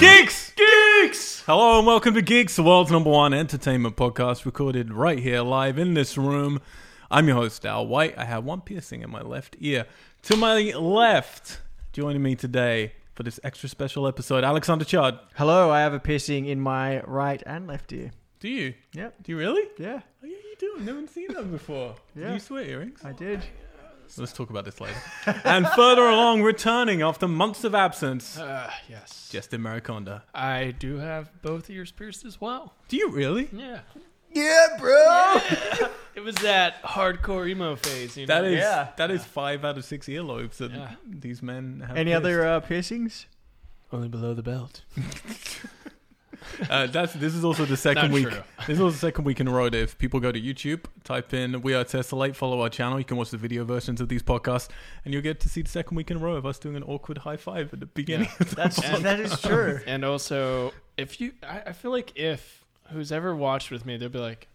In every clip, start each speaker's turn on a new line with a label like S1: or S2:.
S1: Geeks! Geeks! Hello and welcome to Geeks, the world's number one entertainment podcast, recorded right here live in this room. I'm your host, Al White. I have one piercing in my left ear. To my left, joining me today for this extra special episode, Alexander Chard.
S2: Hello, I have a piercing in my right and left ear.
S1: Do you?
S2: Yep.
S1: Do you really?
S2: Yeah,
S1: Oh, yeah, you do. I've never seen them before.
S2: Yeah.
S1: Do you swear earrings?
S2: I did.
S1: Let's talk about this later. and further along, returning after months of absence,
S3: Uh, yes.
S1: Justin Mariconda.
S3: I do have both ears pierced as well.
S1: Do you really?
S3: Yeah.
S2: Yeah, bro.
S3: It was that hardcore emo phase, you know.
S1: That is
S2: Yeah.
S1: that is five out of six earlobes that
S3: Yeah.
S1: these men have.
S2: Any
S1: pierced.
S2: other uh, piercings?
S3: only below the belt.
S1: Uh, that's this is also the second
S3: Not
S1: week.
S3: true.
S1: This is also the second week in a row. That if people go to YouTube, type in "We Are Tessellate," follow our channel. You can watch the video versions of these podcasts, and you'll get to see the second week in a row of us doing an awkward high five at the beginning. of the
S2: That's
S3: And-
S2: that is true.
S3: And also, if you, I, I feel like if who's ever watched with me, they'll be like,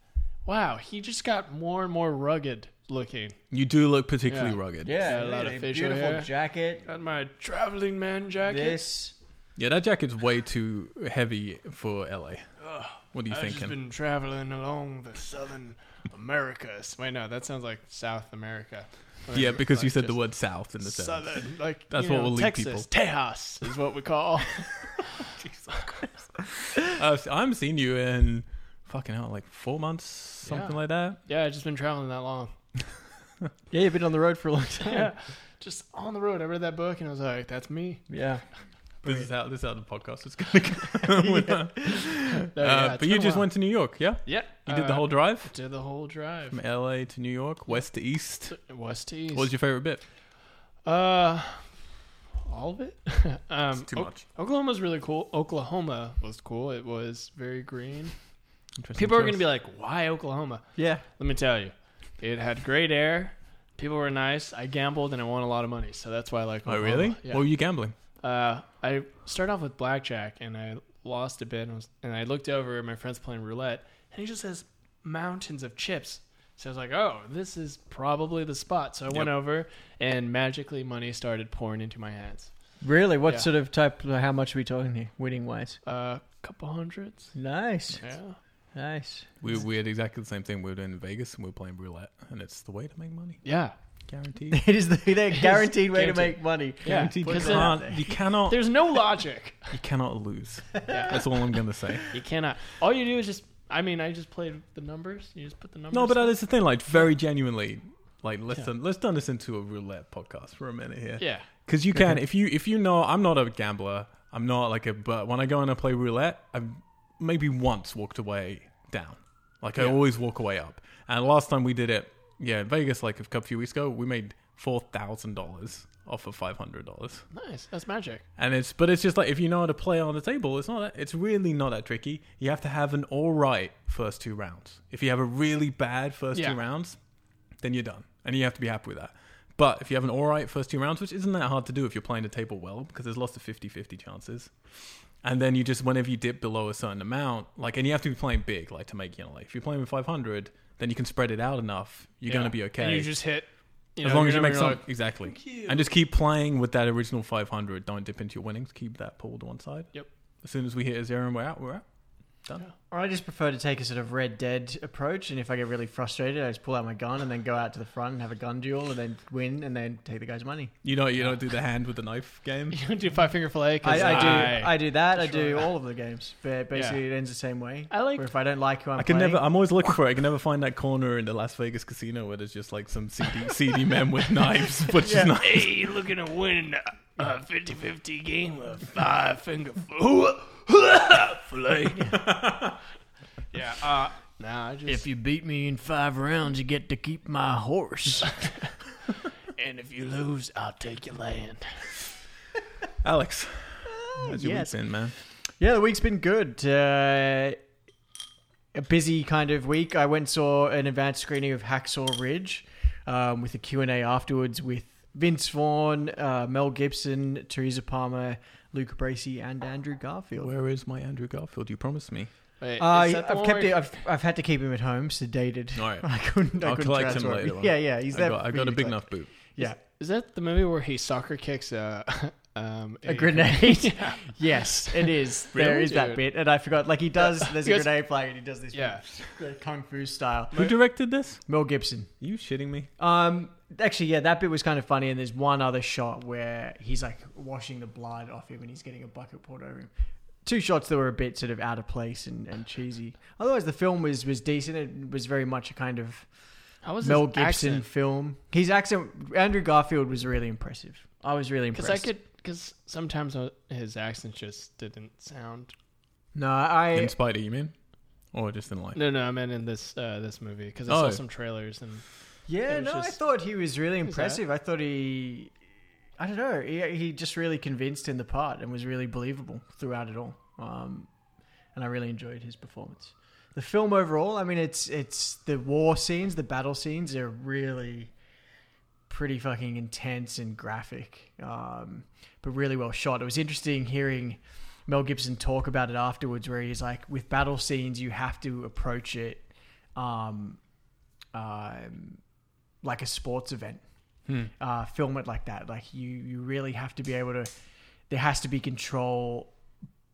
S3: "Wow, he just got more and more rugged looking."
S1: you do look particularly
S3: Yeah.
S1: rugged.
S3: Yeah, a lot of facial
S2: beautiful
S3: hair.
S2: jacket.
S3: Got my traveling man jacket.
S2: This.
S1: Yeah, that jacket's way too heavy for LA.
S3: Ugh,
S1: What are you
S3: I've just
S1: thinking?
S3: been traveling along the southern Americas. Wait, no, that sounds like South America.
S1: yeah, because you
S3: Like,
S1: said the
S3: just
S1: word "south" in the sentence.
S3: Southern, like
S1: That's
S3: you
S1: what
S3: know,
S1: will lead
S3: Texas, Tejas is what we call.
S1: Uh, so I haven't seen you in fucking hell, like four months, something
S3: Yeah.
S1: like that.
S3: Yeah, I've just been traveling that long.
S2: Yeah, you've been on the road for a long time.
S3: Yeah. Just on the road. I read that book and I was like, that's me.
S2: Yeah.
S1: This is how this is how the podcast is going to go. With that.
S3: No,
S1: uh,
S3: yeah, it's
S1: but you
S3: been a
S1: just
S3: while.
S1: went to New York, yeah?
S3: Yeah.
S1: You did
S3: uh,
S1: the whole drive
S3: did the whole drive.
S1: from LA to New York, west to east.
S3: West to east.
S1: What was your favorite bit?
S3: uh all of it? um
S1: It's too
S3: O-
S1: much.
S3: Oklahoma's really cool. Oklahoma was cool. It was very green.
S1: Interesting
S3: People are
S1: choice.
S3: gonna be like, why Oklahoma?
S2: Yeah.
S3: Let me tell you. It had great air. People were nice. I gambled and I won a lot of money, so that's why I like.
S1: "Oh,
S3: Oklahoma.
S1: really?
S3: Yeah.
S1: What were you gambling?"
S3: Uh, I started off with blackjack and I lost a bit and, was, and I looked over at my friend's playing roulette and he just has mountains of chips. So I was like, oh, this is probably the spot. So I
S1: Yep.
S3: went over and magically money started pouring into my hands.
S2: Really? What
S3: Yeah.
S2: sort of type? How much are we talking here? Winning wise.
S3: A Uh, couple hundreds.
S2: Nice.
S3: Yeah.
S2: Nice.
S1: We, we had exactly the same thing. We were in Vegas and we were playing roulette, and it's the way to make money,
S3: Yeah.
S1: guaranteed.
S2: It is the they're
S3: is
S2: guaranteed way to
S3: guaranteed.
S2: make money.
S3: Yeah.
S1: guaranteed. You
S3: Put it out
S1: can't. You cannot.
S3: There's no logic.
S1: You cannot lose.
S3: yeah.
S1: That's all I'm gonna say.
S3: You cannot. All you do is just, I mean, I just played the numbers. You just put the numbers.
S1: No, but that is the thing. Like, very genuinely, like let's
S3: Yeah.
S1: turn- let's turn this into a roulette podcast for a minute here.
S3: Yeah.
S1: Because you can, if you if you know, I'm not a gambler. I'm not like a. But when I go and I play roulette, I've maybe once walked away down. Like I
S3: Yeah.
S1: always walk away up. And last time we did it, yeah, in Vegas, like a couple few weeks ago, we made four thousand dollars off of five hundred dollars.
S3: Nice. That's magic.
S1: And it's but it's just like if you know how to play on the table, it's not that it's really not that tricky. You have to have an all right first two rounds. If you have a really bad first
S3: Yeah.
S1: two rounds, then you're done, and you have to be happy with that. But if you have an all right first two rounds, which isn't that hard to do if you're playing the table well, because there's lots of 50-50 chances. And then you just whenever you dip below a certain amount, like and you have to be playing big, like to make you know, like if you're playing with 500, then you can spread it out enough. You're
S3: Yeah.
S1: going to be okay
S3: And you just hit. You
S1: as
S3: know,
S1: long
S3: your
S1: as you
S3: number,
S1: make
S3: you're
S1: some
S3: like,
S1: exactly,
S3: you.
S1: and just keep playing with that original 500. Don't dip into your winnings. Keep that pull to one side.
S3: Yep.
S1: As soon as we hit a zero and we're out, we're out.
S2: Or I just prefer to take a sort of Red Dead approach, and if I get really frustrated, I just pull out my gun and then go out to the front and have a gun duel, and then win, and then take the guy's money.
S1: You know, you don't do the hand with the knife game.
S3: You don't do five finger fillet. 'cause
S2: I, I do,
S3: I-
S2: I, do that. I do
S3: Sure.
S2: all of the games, but basically it ends the same way.
S3: I like-
S2: Where if I don't like who I'm
S1: I can
S2: playing,
S1: never. I'm always looking for it. I can never find that corner in the Las Vegas casino where there's just like some seedy, seedy men with knives, which
S2: Yeah.
S1: is not.
S3: Hey, you looking to win a 50 50 uh, game of five finger fillet? yeah, uh, nah, I just.
S2: you beat me in five rounds, you get to keep my horse.
S3: and if you lose, I'll take your land.
S1: Alex, how's your
S2: yes.
S1: week been, man?
S2: yeah, the week's been good. Uh, a busy kind of week. I went and saw an advanced screening of Hacksaw Ridge um, with a Q&A afterwards with Vince Vaughn, uh, Mel Gibson, Teresa Palmer, Luca Bracey, and Andrew Garfield.
S1: Where is my Andrew Garfield? You promised me.
S3: Wait,
S2: Uh,
S3: is
S2: I've
S3: that the one
S2: kept
S3: where-
S2: it. I've, I've had to keep him at home, sedated.
S1: All right.
S2: I couldn't. I
S1: I'll
S2: couldn't
S1: collect him
S2: transfer
S1: later on.
S2: Yeah, yeah. He's
S1: I
S2: there.
S1: got, I
S2: for
S1: got
S2: you
S1: a
S2: to
S1: big
S2: collect.
S1: enough boot.
S2: Yeah.
S3: Is that the movie where he soccer kicks a, um,
S2: A grenade.
S3: Yeah.
S2: yes, it is. There
S3: Really,
S2: is that
S3: dude?
S2: bit, and I forgot. Like he does. There's a
S3: Yes.
S2: grenade flag, and he does this.
S3: Yeah.
S2: like, kung fu style.
S1: Who directed this?
S2: Mel Gibson.
S1: Are you shitting me?
S2: Um, actually, yeah, that bit was kind of funny. And there's one other shot where he's like washing the blood off him, and he's getting a bucket poured over him. Two shots that were a bit sort of out of place and, and cheesy. Otherwise, the film was was decent. It was very much a kind of
S3: How was
S2: Mel
S3: his
S2: Gibson film. His accent, Andrew Garfield was really impressive. I was really
S3: Because
S2: impressed.
S3: I could. Because sometimes uh, his accent just didn't sound.
S2: no, I
S1: In Spider, you mean? Or just in life?
S3: No, no, I meant in this uh, this movie because I
S1: Oh.
S3: saw some trailers and
S2: yeah,
S3: it was
S2: no, I
S3: just-
S2: thought he was really
S3: was alright.
S2: impressive. I thought he, I don't know, he, he just really convinced in the part and was really believable throughout it all. Um, and I really enjoyed his performance. The film overall, I mean, it's it's the war scenes, the battle scenes are really pretty fucking intense and graphic, um, but really well shot. It was interesting hearing Mel Gibson talk about it afterwards, where he's like, with battle scenes, you have to approach it um, um, like a sports event. Uh, film it like that. Like you, you really have to be able to. There has to be control,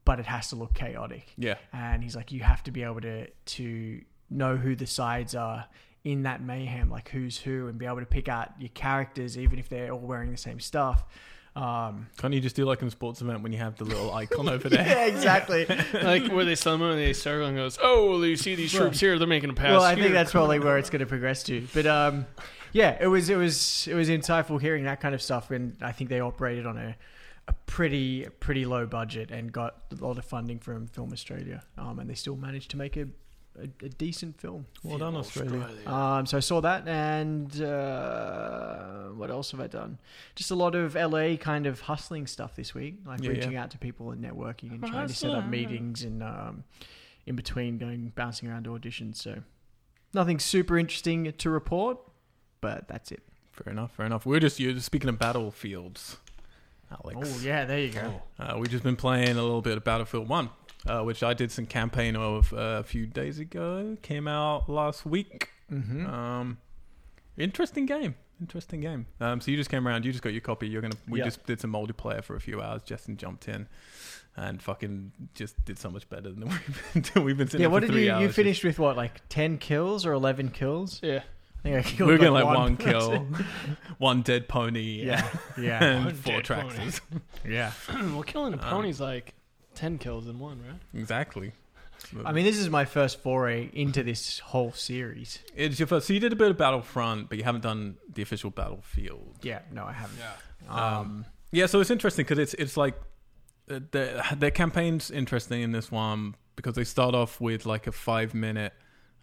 S2: but it has to look chaotic
S1: Yeah.
S2: and he's like you have to be able to to know who the sides are in that mayhem like who's who and be able to pick out your characters even if they're all wearing the same stuff um
S1: Can't you just do like in a sports event when you have the little icon over there?
S2: yeah exactly
S3: like where they summon and they circle and goes, oh, well, you see these troops here? They're making a pass.
S2: well i
S3: here."
S2: think that's probably where it's going to progress to but um yeah it was it was it was insightful hearing that kind of stuff and i think they operated on a a pretty pretty low budget and got a lot of funding from film australia um and they still managed to make a a, a decent film
S1: Well done, Australia.
S2: Um, so I saw that, and uh, what else have I done? Just a lot of LA kind of hustling stuff this week, like
S1: Yeah,
S2: reaching out to people and networking and
S3: I'm a
S2: trying to set up
S3: hustler.
S2: meetings and um, in between going bouncing around to auditions. So nothing super interesting to report, but that's it.
S1: Fair enough. Fair enough. We're just you speaking of battlefields, Alex.
S2: Oh yeah, there you go.
S1: Uh, we've just been playing a little bit of Battlefield 1, uh, which I did some campaign of uh, a few days ago. Came out last week.
S2: Mm-hmm.
S1: Um, interesting game. Interesting game. Um, so you just came around. You just got your copy. You're gonna. We
S2: Yeah.
S1: just did some multiplayer for a few hours. Justin jumped in, and fucking just did so much better than we've been. we've been sitting
S2: yeah,
S1: there for
S2: what did
S1: three
S2: you
S1: hours
S2: you
S1: just-
S2: finished with? What like ten kills or eleven kills?
S3: Yeah.
S2: I think I
S1: We
S2: killed
S1: were getting like, one,
S2: person.
S1: kill, one dead pony,
S2: Yeah, yeah,
S1: and
S3: One
S1: four
S3: dead
S1: tracks.
S3: pony.
S2: yeah.
S3: well, killing a
S1: Um,
S3: pony's like ten kills in one, right?
S1: Exactly.
S2: I mean, this is my first foray into this whole series.
S1: It's your first. So you did a bit of Battlefront, but you haven't done the official Battlefield.
S2: Yeah, no, I haven't.
S3: Yeah.
S2: Um,
S1: Yeah, so it's interesting because it's it's like uh, their their campaign's interesting in this one because they start off with like a five minute.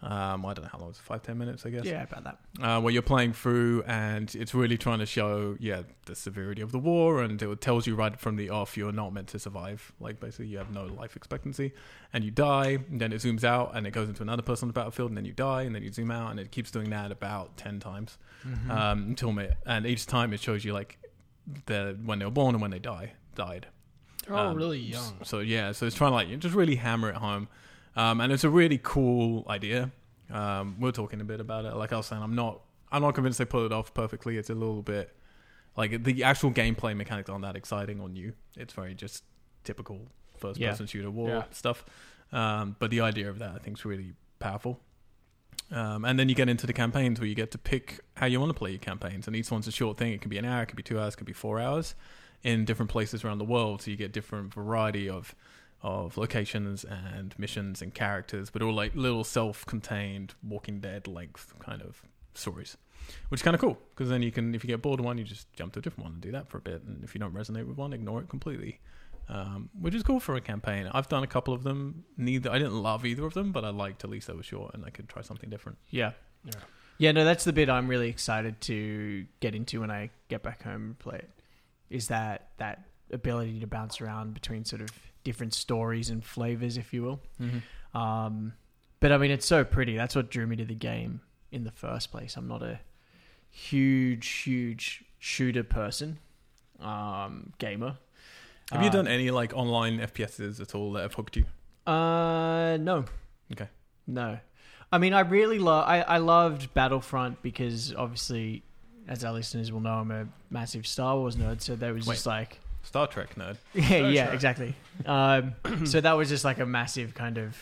S1: Um, I don't know how long it's five ten minutes, I guess.
S2: yeah, about that.
S1: Uh, where you're playing through, and it's really trying to show, yeah, the severity of the war, and it tells you right from the off you're not meant to survive. Like basically, you have no life expectancy, and you die. And then it zooms out, and it goes into another person on the battlefield, and then you die, and then you zoom out, and it keeps doing that about ten times
S2: Hmm. Uh,
S1: um, until ma- and each time it shows you like the when they were born and when they die died.
S3: They're all
S1: Um,
S3: Oh, really
S1: s-
S3: young.
S1: So yeah, so it's trying to like just really hammer it home, um, and it's a really cool idea. Um, we are talking a bit about it. Like I was saying, I'm not I'm not convinced they pulled it off perfectly. It's a little bit like the actual gameplay mechanics aren't that exciting on you. It's very just typical first person shooter war
S3: Yeah.
S1: stuff. Um, but the idea of that I think is really powerful. Um, and then you get into the campaigns where you get to pick how you want to play your campaigns, and each one's a short thing. It can be an hour, it could be two hours, it could be four hours, in different places around the world. So you get different variety of of locations and missions and characters, but all like little self-contained Walking Dead length kind of stories, which is kind of cool because then you can, if you get bored of one, you just jump to a different one and do that for a bit, and if you don't resonate with one, ignore it completely. Um, which is cool for a campaign. I've done a couple of them. Neither I didn't love either of them, but I liked at least they were short and I could try something different.
S2: Yeah.
S3: Yeah.
S2: Yeah, no, that's the bit I'm really excited to get into when I get back home and play it. Is that that ability to bounce around between sort of different stories and flavors, if you will. Um, but I mean, it's so pretty. That's what drew me to the game in the first place. I'm not a huge, huge shooter person, um, gamer.
S1: Have you
S2: Uh,
S1: done any like online FPSs at all that have hooked you?
S2: Uh, no.
S1: Okay.
S2: No. I mean, I really love. I, I loved Battlefront because obviously, as our listeners will know, I'm a massive Star Wars nerd. So there was
S1: Wait.
S2: just like
S1: Star Trek nerd.
S2: Yeah,
S3: Oh,
S2: yeah,
S3: sure.
S2: exactly. Um, so that was just like a massive kind of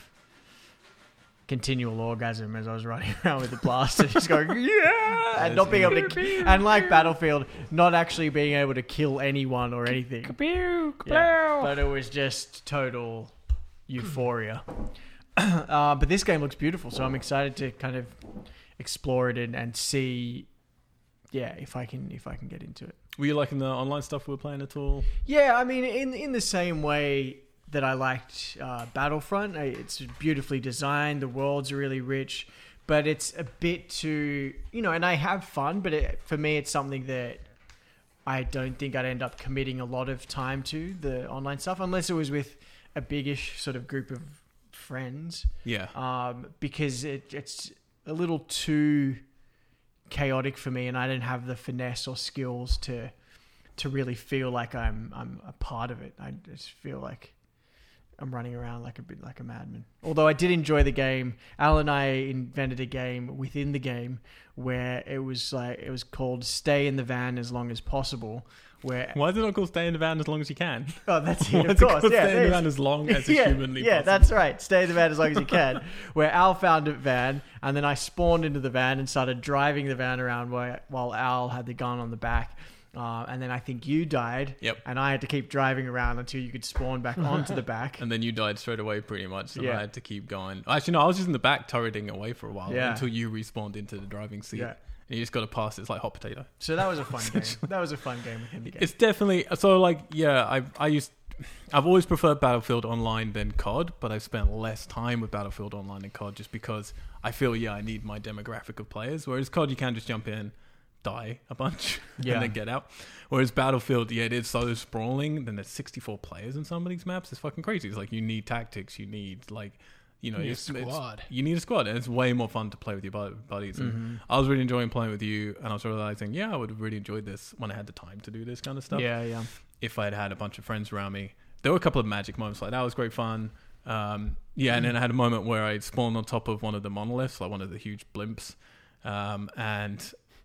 S2: continual orgasm as I was running around with the blaster, just going yeah, and not being able to, and like Battlefield, not actually being able to kill anyone or anything.
S3: Pew,
S2: Yeah, but it was just total euphoria. uh, but this game looks beautiful, so I'm excited to kind of explore it and, and see, yeah, if I can if I can get into it.
S1: Were you liking the online stuff we were playing at all?
S2: Yeah, I mean, in in the same way that I liked uh, Battlefront, I, it's beautifully designed. The world's really rich, but it's a bit too, you know. And I have fun, but it, for me, it's something that I don't think I'd end up committing a lot of time to the online stuff, unless it was with a biggish sort of group of friends,
S1: Yeah.
S2: um, because it, it's a little too chaotic for me, and I didn't have the finesse or skills to to really feel like I'm I'm a part of it. I just feel like I'm running around like a bit like a madman. Although I did enjoy the game, Al and I invented a game within the game where it was like it was called "Stay in the Van as long as possible." Where
S1: Why is it not called stay in the van as long as you can?
S2: oh, that's it,
S1: Why
S2: of
S1: is it
S2: course,
S1: called
S2: yeah,
S1: stay in
S2: there
S1: the
S2: is.
S1: van as long as is
S2: yeah,
S1: humanly
S2: yeah,
S1: possible?
S2: that's right. Stay in the van as long as you can. Where Al found a van, and then I spawned into the van and started driving the van around while, while Al had the gun on the back. Uh, and then I think you died.
S1: Yep.
S2: And I had to keep driving around until you could spawn back onto the back.
S1: And then you died straight away, pretty much. So
S2: Yeah.
S1: I had to keep going. Actually, no, I was just in the back turreting away for a while
S2: Yeah.
S1: until you respawned into the driving seat.
S2: Yeah.
S1: And you just got to pass. It's like hot potato.
S2: So that was a fun game. That was a fun game within the game.
S1: It's definitely so. Like, yeah, I I used I've always preferred Battlefield Online than COD, but I've spent less time with Battlefield Online than COD just because I feel yeah I need my demographic of players. Whereas COD, you can just jump in, die a bunch,
S2: Yeah.
S1: and then get out. Whereas Battlefield, yeah, it is so sprawling. Then there's 64 players in some of these maps. It's fucking crazy. It's like you need tactics. You need like. You know,
S3: You need a
S1: it's- it's-
S3: squad. Mm-hmm.
S1: you need a squad, and it's way more fun to play with your bu- buddies. And
S2: Mm-hmm.
S1: I was really enjoying playing with you, and I was realizing, yeah, I would have really enjoyed this when I had the time to do this kind of stuff
S2: Yeah, yeah.
S1: if I'd had a bunch of friends around me. There were a couple of magic moments like that was great fun. Um, yeah, and then I had a moment where I spawned on top of one of the monoliths, like one of the huge blimps, um, and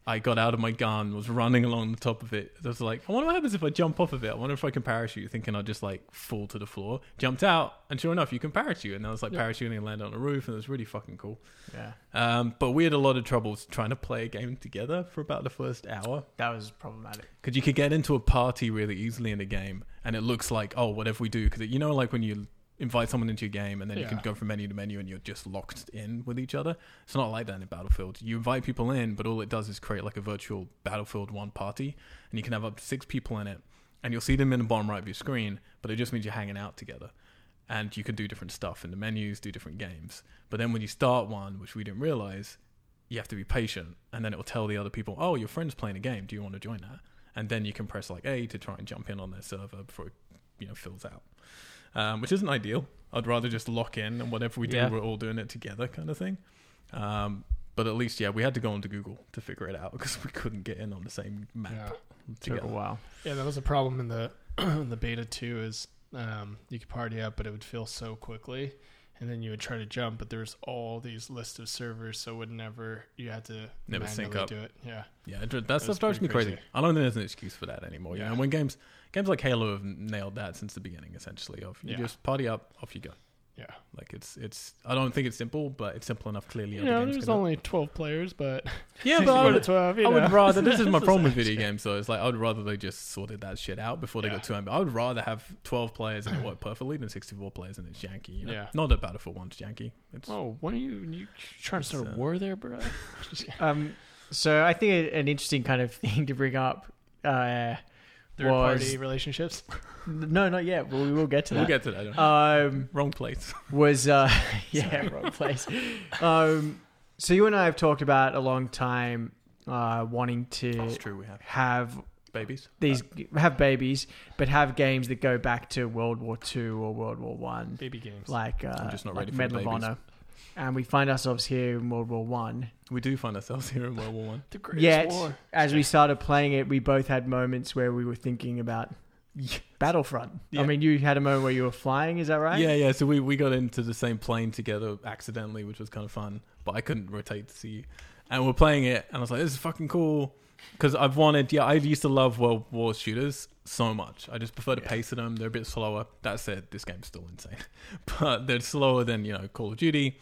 S1: I got out of my gun, was running along the top of it. I was like, I wonder what happens if I jump off of it. I wonder if I can parachute, thinking I'll just like fall to the floor. Jumped out, and sure enough, you can parachute. And I was like parachuting and landed on a roof, and it was really fucking cool.
S2: Yeah.
S1: Um, but we had a lot of troubles trying to play a game together for about the first hour
S2: That was problematic.
S1: because you could get into a party really easily in a game, and it looks like oh, whatever we do, because you know, like when you invite someone into your game, and then you can
S3: Yeah.
S1: go from menu to menu, and you're just locked in with each other. It's not like that in Battlefield. You invite people in, but all it does is create like a virtual Battlefield One party, and you can have up to six people in it, and you'll see them in the bottom right of your screen, but it just means you're hanging out together. And you can do different stuff in the menus, do different games. But then when you start one, which we didn't realize, you have to be patient and then it will tell the other people oh your friend's playing a game do you want to join that and then you can press like a to try and jump in on their server before it you know fills out um, which isn't ideal i'd rather just lock in and whatever we do
S3: Yeah.
S1: we're all doing it together kind of thing um, but at least yeah we had to go onto google to figure it out because we couldn't get in on the same map
S3: Yeah.
S1: together
S2: while.
S3: Yeah, that was a problem in the the beta too. Is um, you could party up, but it would fill so quickly, and then you would try to jump, but there's all these lists of servers, so it would never you had to
S1: Never sync
S3: manually
S1: up.
S3: Do it, yeah.
S1: Yeah, it- that stuff
S3: was
S1: drives me
S3: pretty
S1: crazy.
S3: crazy.
S1: I don't think there's an excuse for that anymore. Yeah,
S3: Yeah.
S1: and when games games like Halo have nailed that since the beginning, essentially, of you
S3: Yeah.
S1: just party up, off you go.
S3: Yeah.
S1: like it's it's. I don't think it's simple, but it's simple enough. Clearly,
S3: You
S1: other
S3: know,
S1: games
S3: there's
S1: can do it.
S3: only 12 players, but
S1: yeah, but I would,
S3: twelve.
S1: I would rather. This is my problem with video games, though. It's like I would rather they just sorted that shit out before they
S3: Yeah.
S1: got too ambitious. I would rather have 12 players and it worked perfectly than 64 players and it's janky. You know?
S3: Yeah.
S1: not that Battlefield One's janky. It's
S3: Oh, what are you, you trying to start
S1: It's,
S3: a
S1: uh,
S3: war there, bro?
S2: Um, so I think an interesting kind of thing to bring up. Uh,
S3: Third
S2: Was-
S3: party relationships.
S2: no, not yet. Well, we will get to
S1: we'll get
S2: that.
S1: to that.
S3: Uh,
S1: don't-
S2: um,
S1: Wrong place.
S2: was uh yeah wrong place um so you and i have talked about a long time uh wanting to
S1: It's true. We have
S2: have
S1: babies.
S2: these have babies but have games that go back to world war ii or world war one
S3: Baby games.
S2: like uh
S1: just not
S2: like
S1: ready for
S2: medal
S1: the
S2: of
S1: babies.
S2: honor and we find ourselves here in world war one
S1: We do find ourselves here in World War One.
S3: the greatest
S2: yet
S3: war.
S2: as we started playing it we both had moments where we were thinking about battlefront
S1: Yeah.
S2: i mean you had a moment where you were flying is that right
S1: Yeah, yeah. So we, we got into the same plane together accidentally, which was kind of fun. But I couldn't rotate to see you. and we're playing it, and I was like, this is fucking cool. Because I've wanted, yeah, I used to love World War shooters so much. I just prefer the pace of them. They're a bit slower. That said, this game's still insane, but they're slower than you know Call of Duty,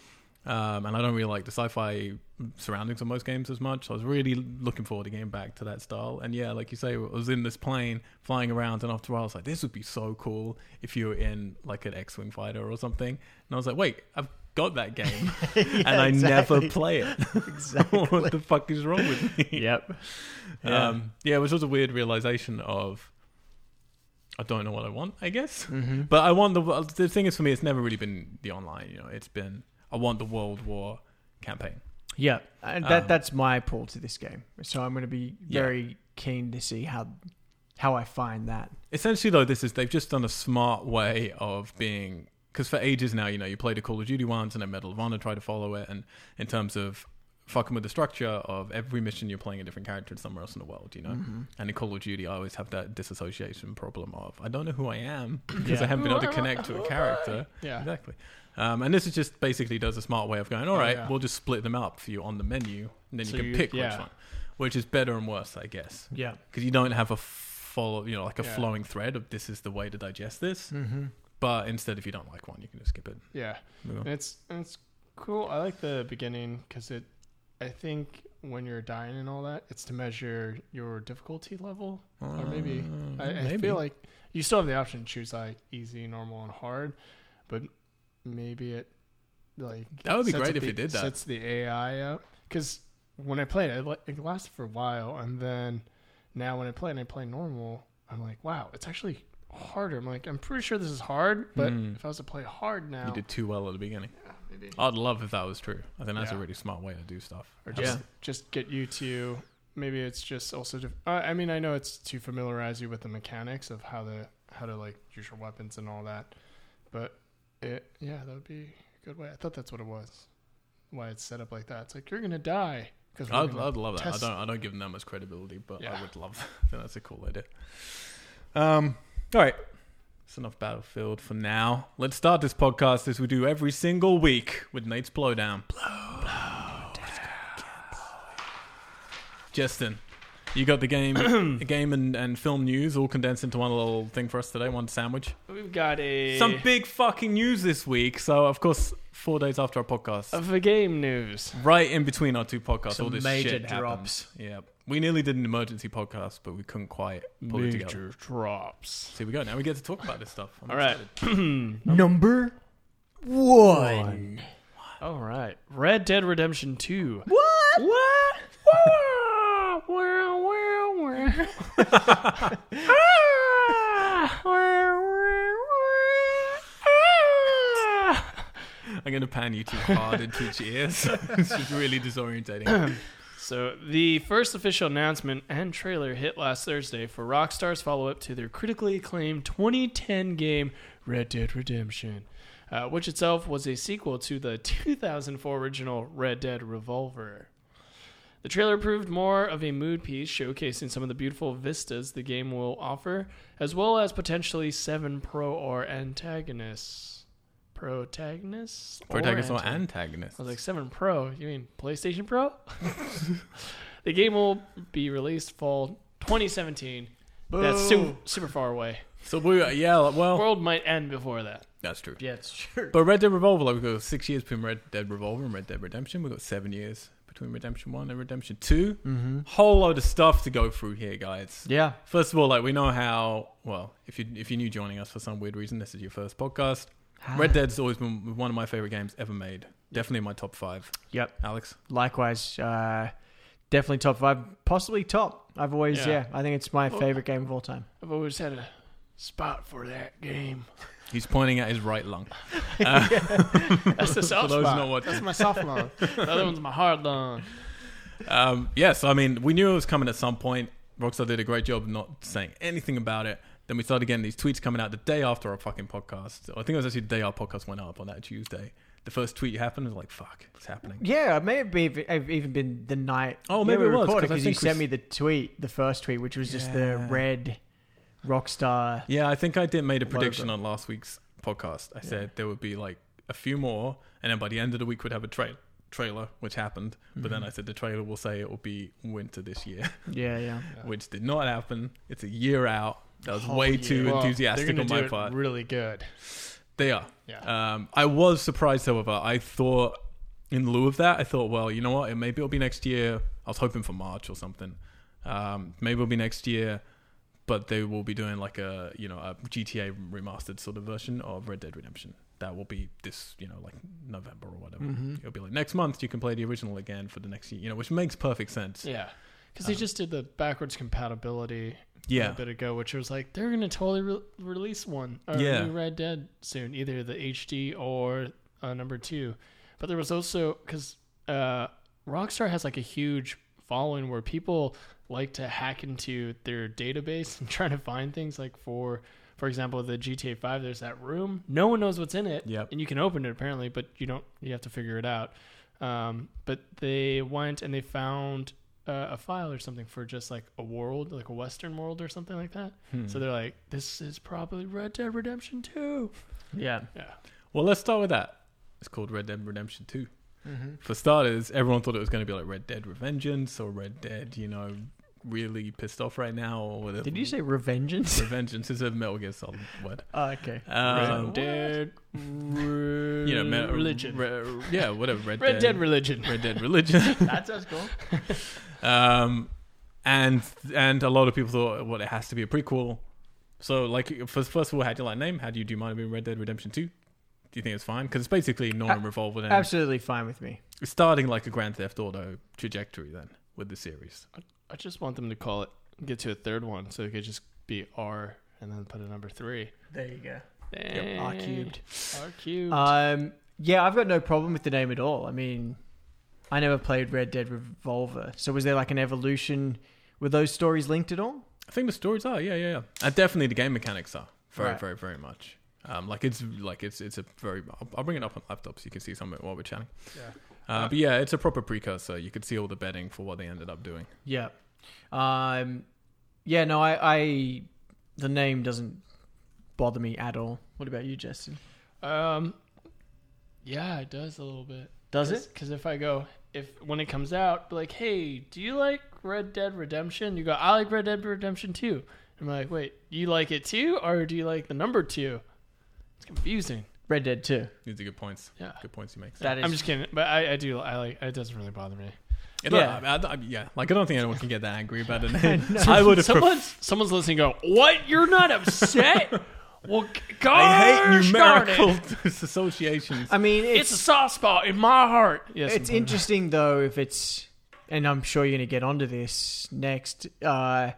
S1: um, and I don't really like the sci-fi surroundings of most games as much. So I was really looking forward to getting back to that style. And yeah, like you say, I was in this plane flying around, and after a while, I was like, this would be so cool if you were in like an X-wing fighter or something. And I was like, wait, I've got that game, and I never
S2: exactly.
S1: play it.
S2: Exactly.
S1: what the fuck is wrong with me?
S2: yep.
S1: Yeah. Um, yeah, it was just a weird realization of I don't know what I want, I guess.
S2: Mm-hmm.
S1: But I want the the thing is for me, it's never really been the online. You know, it's been I want the World War campaign.
S2: Yeah, and that
S1: Um,
S2: that's my pull to this game. So I'm going to be
S1: Yeah.
S2: very keen to see how how I find that.
S1: Essentially, though, this is they've just done a smart way of being because for ages now, you know, you play the Call of Duty ones and then Medal of Honor, try to follow it, and in terms of fucking with the structure of every mission, you're playing a different character somewhere else in the world, you know.
S3: Mm-hmm.
S1: And in Call of Duty, I always have that disassociation problem of I don't know who I am because I
S2: Yeah.
S1: haven't been able to
S3: Who am I?
S1: connect to a character.
S3: Yeah.
S1: exactly. Um, and this is just basically does a smart way of going. All
S3: Oh,
S1: right,
S3: yeah.
S1: we'll just split them up for you on the menu, and then
S3: So
S1: you can
S3: you-
S1: pick
S3: yeah.
S1: which one, which is better and worse, I guess
S2: Yeah.
S1: because you don't have a follow, you know, like a
S3: Yeah.
S1: flowing thread of this is the way to digest this.
S2: Mm-hmm.
S1: But instead, if you don't like one, you can just skip it.
S3: Yeah,
S1: Move
S3: And
S1: on.
S3: it's and it's cool. I like the beginning because it. I think when you're dying and all that, it's to measure your difficulty level. or maybe-
S1: Uh,
S3: I, I feel like you still have the option to choose like easy, normal, and hard, but maybe it like
S1: That would be
S3: sets
S1: great
S3: up
S1: if
S3: the-
S1: it did that.
S3: Sets the AI up because when I played it, it, la- it lasted for a while, and then now when I play and I play normal, I'm like, wow, it's actually harder. I'm like, I'm pretty sure this is hard, but
S1: Mm.
S3: if I was to play hard now,
S1: you did too well at the beginning.
S3: yeah, maybe
S1: I'd love if that was true. I think that's a
S3: Yeah.
S1: really smart way to do stuff.
S3: or
S1: Have
S3: just
S1: it-
S3: just get you to maybe it's just also to, uh, I mean I know it's to familiarize you with the mechanics of how the how to like use your weapons and all that, but it yeah that would be a good way. I thought that's what it was, why it's set up like that. It's like you're gonna die because
S1: I'd, I'd love that.
S3: test-
S1: I don't. I don't give them that much credibility, but I
S3: Yeah.
S1: would love. I think that's a cool idea. Um. All right. It's enough Battlefield for now. Let's start this podcast as we do every single week with Nate's Blowdown. Blow, Justin, you got the game, the game and, and film news all condensed into one little thing for us today, one sandwich.
S3: we've got a
S1: Some big fucking news this week. So, of course, four days after our podcast,
S3: of the game news.
S1: right in between our two podcasts,
S2: Some
S1: all this
S2: major
S1: shit happened.
S2: drops.
S1: Yeah, we nearly did an emergency podcast, but we couldn't quite pull it together.
S3: Major drops.
S1: So here we go. Now we get to talk about this stuff. I'm
S3: All right.
S1: excited.
S2: Number one.
S3: All right, Red Dead Redemption Two.
S2: What?
S3: What? Wow, wow, wow, wow. Ah, wow, wow, wow. Ah.
S1: I'm going to pan you too hard into each ear. So it's just really disorientating.
S3: So, the first official announcement and trailer hit last Thursday for Rockstar's follow up to their critically acclaimed 2010 game Red Dead Redemption, uh, which itself was a sequel to the 2004 original Red Dead Revolver. The trailer proved more of a mood piece, showcasing some of the beautiful vistas the game will offer, as well as potentially seven pro or antagonists. Protagonists? Or
S1: Protagonist or
S3: antagonists?
S1: antagonist?
S3: I was like, 7 Pro? You mean PlayStation Pro? the game will be released fall 2017. That's super, super far away.
S1: so we, uh, yeah, like, well,
S3: World might end before that.
S1: that's true.
S2: Yeah, it's true.
S1: But Red Dead Revolver, like we've got six years between Red Dead Revolver and Red Dead Redemption. We've got seven years between Redemption One and Redemption 2 Mm-hmm. Whole load of stuff to go through here, guys.
S2: Yeah.
S1: First of all, like we know how well if you if you're new joining us for some weird reason, this is your first podcast.
S2: Ah.
S1: Red Dead's always been one of my favorite games ever made. Definitely in my top five.
S2: Yep.
S1: Alex,
S2: Likewise, uh, definitely top five, possibly top. I've always,
S3: Yeah.
S2: yeah, I think it's my
S3: Well-
S2: favorite game of all time.
S3: I've always had a spot for that game.
S1: he's pointing at his right lung.
S3: That's the soft
S1: those
S3: spot.
S1: not watching.
S3: That's my soft lung. the other one's my hard lung.
S1: Um, yes, I mean we knew it was coming at some point. Rockstar did a great job of not saying anything about it. Then we started getting these tweets coming out the day after our fucking podcast. I think it was actually the day our podcast went up on that Tuesday. The first tweet happened was like, "Fuck, it's happening."
S2: Yeah, it may have been, have even been the night.
S1: Oh,
S2: yeah,
S1: maybe
S2: we
S1: it was, 'cause
S2: recorded
S1: I
S2: because you
S1: think we
S2: sent
S1: s-
S2: me the tweet, the first tweet, which was just the
S1: Yeah.
S2: red Rockstar.
S1: Yeah, I think I did made a prediction on last week's podcast. I said there would be like a few more, and then by the end of the week we'd have a trail trailer, which happened. But
S3: Mm-hmm.
S1: then I said the trailer will say it will be winter this year,
S2: Yeah, yeah.
S1: which did not happen. It's a year out. That was
S3: Whole
S1: way
S3: year.
S1: too
S3: Oh, Well, they're
S1: enthusiastic
S3: gonna
S1: on
S3: do
S1: my
S3: it
S1: part.
S3: Really good.
S1: They are.
S3: Yeah.
S1: Um, I was surprised, however. I thought, in lieu of that, I thought, well, you know what? It, maybe it'll be next year. I was hoping for March or something. Um, maybe it'll be next year, but they will be doing like a you know a GTA remastered sort of version of Red Dead Redemption. That will be this you know like November or whatever. It'll be like next month you can play the original again for the next year. You know, which makes perfect sense.
S3: Yeah.
S1: uh,
S3: Because they just did the backwards compatibility
S1: Yeah.
S3: a bit ago, which was like they're gonna totally re- release one or a
S1: Yeah.
S3: new Red Dead soon, either the HD or uh, number two. But there was also because uh, Rockstar has like a huge following where people like to hack into their database and try to find things like for. For example, the GTA 5, there's that room. No one knows what's in it.
S1: Yep.
S3: And you can open it apparently, but you don't, you have to figure it out. Um, but they went and they found uh, a file or something for just like a world, like a Western world or something like that.
S1: Mm-hmm. Hmm.
S3: So they're like, this is probably Red Dead Redemption 2.
S1: Yeah.
S3: Yeah.
S1: Well, let's start with that. It's called Red Dead Redemption 2.
S2: Mm-hmm.
S1: For starters, everyone thought it was going to be like Red Dead Revengeance or Red Dead, you know, really pissed off right now or whatever.
S2: Did you say revengeance?
S1: Revengeance is a Metal Gear Solid word.
S2: oh, okay.
S1: Um,
S3: Red Dead re-
S1: you know, me-
S3: Religion.
S1: re- yeah, whatever. Red,
S3: Red Dead Religion.
S1: Red Dead Religion.
S2: That sounds cool.
S1: um, and and a lot of people thought, well, it has to be a prequel. So, like, first, first of all, how do you like name? How do you do? Might have been Red Dead Redemption Two. Do you think it's fine? Because it's basically non revolver. and
S2: Absolutely fine with me.
S1: It's starting like a Grand Theft Auto trajectory then with the series.
S3: I just want them to call it, get to a third one so it could just be R and then put a number three.
S2: There you go.
S3: R
S2: R-cubed.
S3: R cubed.
S1: Uh,
S2: Um, yeah, I've got no problem with the name at all. I mean, I never played Red Dead Revolver, so was there like an evolution? Were those stories linked at all?
S1: I think the stories are, yeah, yeah, yeah. And definitely the game mechanics are very,
S2: Right.
S1: very, very much. Um, like it's like it's it's a very. I'll, I'll bring it up on laptop so you can see some of it while we're chatting.
S3: yeah.
S1: Uh, but yeah, it's a proper precursor. You could see all the betting for what they ended up doing.
S2: Yeah. Um, yeah. No, I, I. The name doesn't bother me at all. What about you, Justin?
S3: Um, yeah, it does a little bit.
S2: Does it?
S3: Because if I go, if when it comes out, be like, hey, do you like Red Dead Redemption? You go, I like Red Dead Redemption too. I'm like, wait, you like it too, or do you like the number two? It's confusing.
S2: Red Dead Two.
S1: These are good points.
S3: Yeah.
S1: Good points he makes.
S2: That is.
S3: I'm just kidding, but I, I do. I like. It doesn't really bother me.
S1: Yeah,
S2: Yeah.
S1: I, I- I- yeah. Like I don't think anyone can get that angry about the name. I would have. Pref-
S3: Someone's someone's listening. Go, what? You're not upset? well, g- gosh
S1: I hate
S3: darn it.
S1: numerical associations.
S2: I mean,
S3: It's
S2: it's
S3: a soft spot in my heart. Yes,
S2: it's interesting though if it's, and I'm sure you're gonna get onto this next. Uh,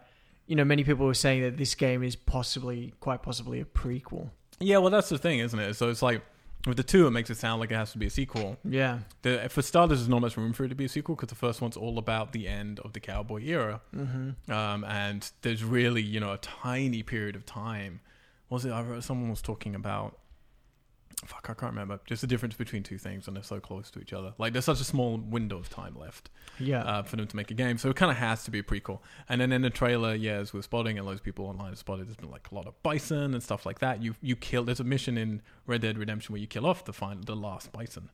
S2: you know, many people were saying that this game is possibly, quite possibly, a prequel.
S1: Yeah, well, that's the thing, isn't it? So it's like with the two, it makes it sound like it has to be a sequel.
S2: Yeah.
S1: The, for starters, there's not much room for it to be a sequel because the first one's all about the end of the cowboy era, mm-hmm. um, and there's really you know a tiny period of time. Was it? I wrote, someone was talking about. Fuck, I can't remember. Just the difference between two things, and they're so close to each other. Like there's such a small window of time left
S2: Yeah.
S1: uh, for them to make a game, so it kind of has to be a prequel. And then in the trailer, yeah, as we're spotting, and loads of people online have spotted, there's been like a lot of bison and stuff like that. You you kill. There's a mission in Red Dead Redemption where you kill off the final, the last bison.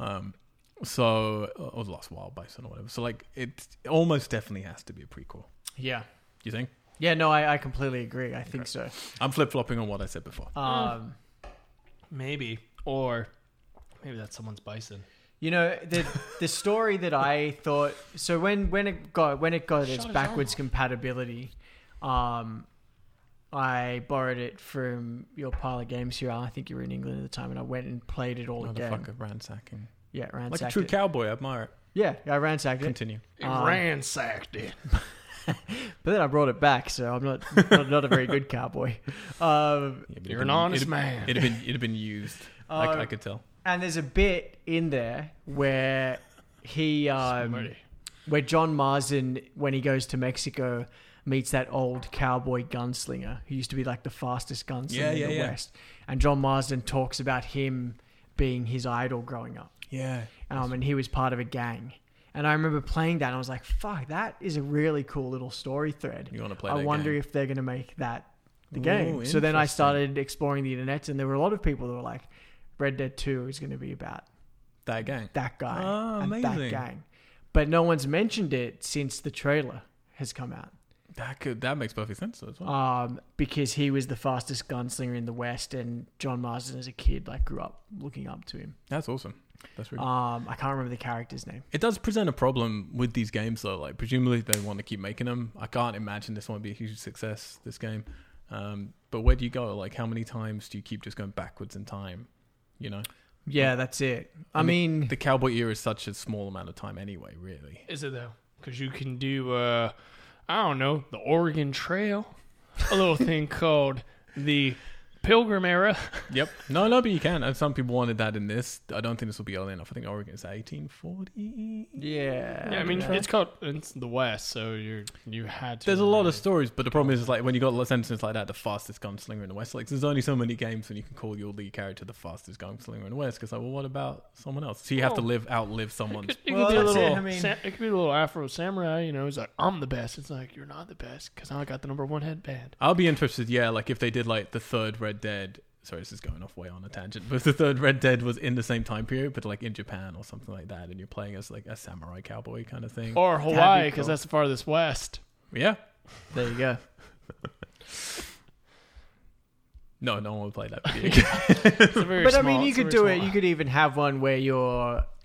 S1: Um, so uh, or the last wild bison or whatever. So like it almost definitely has to be a prequel.
S2: yeah.
S1: You think?
S2: Yeah. No, I, I completely agree. I think so.
S1: I'm flip flopping on what I said before.
S2: Um,
S3: maybe or maybe that's someone's bison.
S2: You know the the story that I thought so when when it got when it got its
S3: his arm
S2: backwards compatibility, um, I borrowed it from your pile of games here. I think you were in England at the time, and I went and played it all again.
S1: Motherfucker ransacking.
S2: Yeah, ransacked
S1: Like a true
S2: it.
S1: cowboy, I admire it.
S2: yeah, I ransacked it,
S1: Continue.
S3: It
S2: Um,
S3: ransacked it.
S2: but then I brought it back, so I'm not not, not a very good cowboy. Um,
S1: Yeah, but
S3: You're
S1: it'd
S3: an
S1: been-
S3: honest
S1: it'd-
S3: man.
S1: It'd have been it'd have been used.
S2: Um,
S1: I, I could tell.
S2: and there's a bit in there where he um,
S3: Somebody.
S2: where John Marsden, when he goes to Mexico, meets that old cowboy gunslinger who used to be like the fastest gunslinger
S1: Yeah, yeah,
S2: in the
S1: yeah.
S2: West. And John Marsden talks about him being his idol growing up.
S1: Yeah.
S2: Um, and he was part of a gang. And I remember playing that and I was like, fuck, that is a really cool little story thread.
S1: You wanna play
S2: I
S1: that
S2: wonder
S1: game.
S2: if they're going to make that the
S1: Ooh,
S2: game. So then I
S1: interesting.
S2: started exploring the internet and there were a lot of people that were like, Red Dead 2 is going to be about
S1: That gang.
S2: that guy
S1: Oh,
S2: and
S1: amazing.
S2: that gang. But no one's mentioned it since the trailer has come out.
S1: That could that makes perfect sense though as well.
S2: Um, because he was the fastest gunslinger in the West, and John Marsden as a kid like grew up looking up to him.
S1: That's awesome. That's really.
S2: Um, I can't remember the character's name.
S1: It does present a problem with these games though. Like presumably they want to keep making them. I can't imagine this won't be a huge success. This game, um, but where do you go? Like how many times do you keep just going backwards in time? You know,
S2: Yeah, that's it. I
S1: And
S2: mean,
S1: the cowboy era is such a small amount of time anyway. Really,
S3: Is it though? Because you can do, uh, I don't know, the Oregon Trail, a little thing called the Pilgrim Era.
S1: Yep. No, no, but you can. And some people wanted that in this. I don't think this will be early enough. I think Oregon is 1840.
S2: yeah,
S3: Yeah, I mean,
S2: dunno.
S3: it's called it's the West, so you're you had to.
S1: There's a lot of stories, but the problem is, like, when you got sentences like that, the fastest gunslinger in the West. Like, there's only so many games when you can call your lead character the fastest gunslinger in the West. Because, like, well, what about someone else? So you have to
S3: Well,
S1: live outlive someone.
S3: It could, it
S2: Well,
S3: could be a
S2: that's it,
S3: little.
S2: I mean-
S3: sa- it could be a little Afro samurai. You know, he's like, I'm the best. It's like you're not the best because I got the number one headband.
S1: I'll be interested, yeah, like if they did like the third Red Dead. Sorry, this is going off way on a tangent, but if the third Red Dead was in the same time period, but like in Japan or something like that, and you're playing as like a samurai cowboy kind of thing.
S3: Or Hawaii because
S2: cool.
S3: that's the farthest west.
S1: Yeah.
S2: there you go.
S1: No, no one would play that video game.
S3: It's a very
S2: But I
S3: small-
S2: mean, you
S3: it's a
S2: could do
S3: very
S2: it.
S3: small-
S2: You could even have one where you're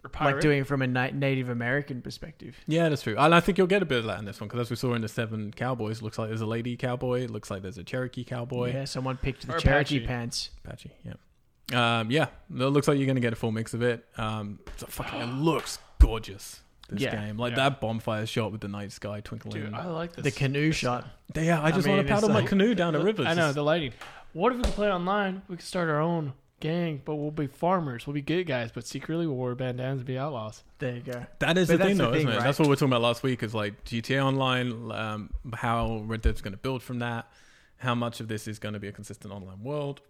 S3: Or
S2: like
S3: pirate.
S2: doing it from a na- Native American perspective.
S1: Yeah, that's true. And I think you'll get a bit of that in this one because, as we saw in the Seven Cowboys, looks like there's a lady cowboy. It looks like there's a Cherokee cowboy.
S2: Yeah, someone picked the
S3: Or
S2: Cherokee
S3: Apache.
S2: pants.
S1: Apache, yeah. Um, yeah, it looks like you're going to get a full mix of it. Um, so fucking, it looks gorgeous, this
S2: Yeah.
S1: game. Like
S3: Yeah.
S1: that bonfire shot with the night sky twinkling.
S3: Dude, I like this.
S2: The canoe shot.
S1: yeah, I just
S2: I
S1: want
S2: mean,
S1: to paddle
S2: it's
S1: my
S2: like-
S1: canoe down a
S3: Look,
S1: river.
S3: I
S1: It's
S3: know
S1: just-
S3: the lighting. What if we could play online? We could start our own gang, but we'll be farmers. We'll be good guys, but secretly we'll wear bandanas and be outlaws.
S2: There you go.
S1: That is the thing,
S2: But that's the
S1: though, isn't
S2: thing,
S1: it?
S2: right?
S1: That's what we were talking about last week. Is like GTA Online, um, how Red Dead's going to build from that, how much of this is going to be a consistent online world.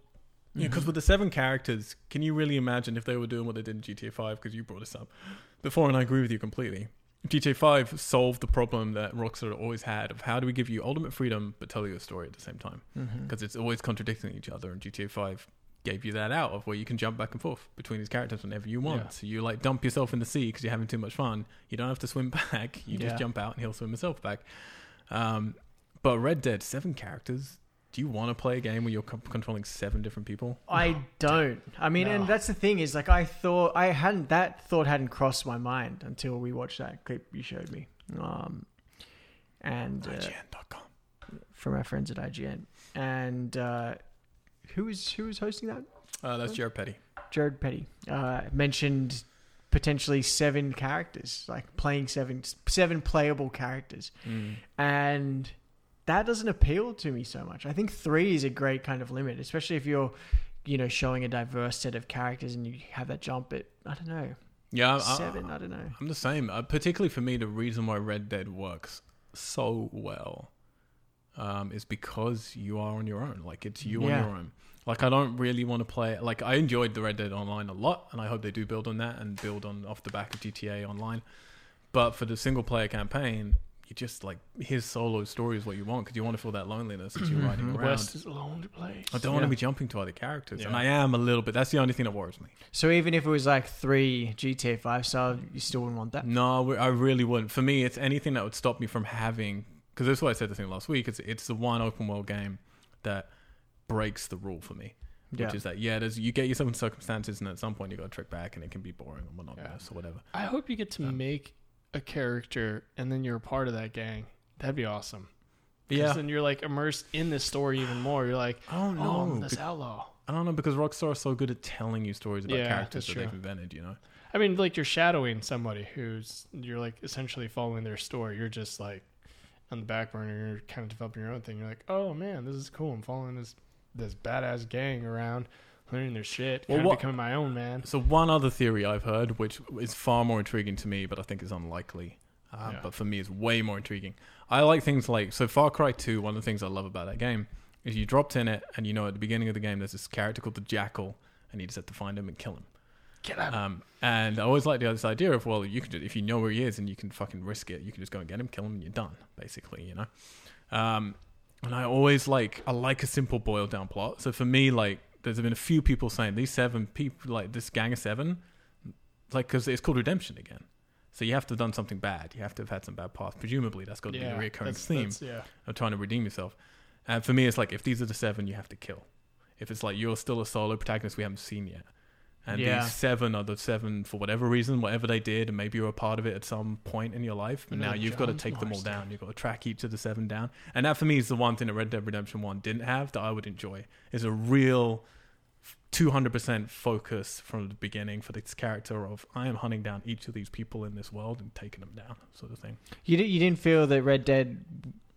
S1: Because
S2: Mm-hmm.
S1: with the seven characters, can you really imagine if they were doing what they did in GTA Five? Because you brought this up before, and I agree with you completely. GTA Five solved the problem that Rockstar always had of how do we give you ultimate freedom but tell you a story at the same time
S3: Mm-hmm.
S2: Mhm.
S1: because it's always contradicting each other and GTA 5 gave you that out of where you can jump back and forth between these characters whenever you want
S3: Yeah.
S1: so you like dump yourself in the sea because you're having too much fun you don't have to swim back you just
S3: Yeah.
S1: jump out and he'll swim himself back um, but Red Dead 7 characters do you want to play a game where you're co- controlling seven different people
S2: I don't. I mean,
S3: No.
S2: and that's the thing is like I thought I hadn't that thought hadn't crossed my mind until we watched that clip you showed me. Um, and uh,
S1: IGN.com
S2: from our friends at IGN, and uh, who is who is hosting that?
S1: uh, that's Jared Petty
S2: Jared Petty uh, mentioned potentially seven characters, like playing seven seven playable characters,
S1: Mm.
S2: and that doesn't appeal to me so much. I think three is a great kind of limit, especially if you're, you know, showing a diverse set of characters and you have that jump at I don't know
S1: yeah
S2: Uh,
S1: I- I-
S2: seven. I don't know.
S1: I'm the same. Uh, particularly for me, the reason why Red Dead works so well um, is because you are on your own. Like it's you
S2: Yeah.
S1: on your own. Like I don't really want to play. Like I enjoyed the Red Dead Online a lot, and I hope they do build on that and build on off the back of GTA Online. But for the single player campaign, you just like his solo story is what you want because you want to feel that loneliness as you're riding
S3: The
S1: around.
S3: West is a lonely place.
S1: I don't want to
S2: Yeah.
S1: be jumping to other characters, and
S3: Yeah.
S1: I am a little bit. That's the only thing that worries me.
S2: So even if it was like three GTA Five style, you still wouldn't want that.
S1: No, we- I really wouldn't. For me, it's anything that would stop me from having. Because that's why I said the thing last week. It's it's the one open world game that breaks the rule for me,
S2: Yeah.
S1: which is that yeah, there's you get yourself in circumstances, and at some point you got to trick back, and it can be boring or monotonous or whatever.
S3: I hope you get to make a character and then you're a part of that gang. That'd be awesome. 'Cause
S1: Yeah,
S3: Then you're like immersed in this story even more. You're like,
S1: I don't
S3: oh,
S1: know.
S3: I'm this
S1: be-
S3: outlaw.
S1: I don't know because Rockstar is so good at telling you stories about
S3: Yeah,
S1: characters
S3: that's
S1: that
S3: true.
S1: they've invented. You know,
S3: I mean, like you're shadowing somebody who's you're like essentially following their story. You're just like on the back burner. You're kind of developing your own thing. You're like, oh man, this is cool. I'm following this this badass gang around, learning their shit,
S1: Well,
S3: kind of
S1: what-
S3: becoming my own man.
S1: So one other theory I've heard, which is far more intriguing to me, but I think is unlikely, uh,
S3: Yeah.
S1: but for me is way more intriguing. I like things like so Far Cry Two. One of the things I love about that game is you dropped in it, and you know at the beginning of the game there's this character called the Jackal, and you just have to find him and kill him.
S3: Get out.
S1: Um, and I always like the this idea of well, you can ju- if you know where he is and you can fucking risk it, you can just go and get him, kill him, and you're done, basically, you know. Um, and I always like I like a simple boiled down plot. So for me, like there's been a few people saying these seven people, like this gang of seven, like because it's called redemption again. So you have to have done something bad. You have to have had some bad past. Presumably, that's got to
S3: yeah,
S1: be a reoccurring
S3: that's-
S1: theme
S3: that's- yeah.
S1: of trying to redeem yourself. And for me, it's like if these are the seven, you have to kill. If it's like you're still a solo protagonist we haven't seen yet, and
S2: Yeah.
S1: these seven are the seven for whatever reason, whatever they did, and maybe you're a part of it at some point in your life, but
S3: Another
S1: now you've got to
S3: John
S1: take them all
S3: Marston.
S1: down. You've got to track each of the seven down, and that for me is the one thing that Red Dead Redemption One didn't have that I would enjoy is a real. 200% focus from the beginning for this character of I am hunting down each of these people in this world and taking them down, sort of thing.
S2: You, di- you didn't feel that Red Dead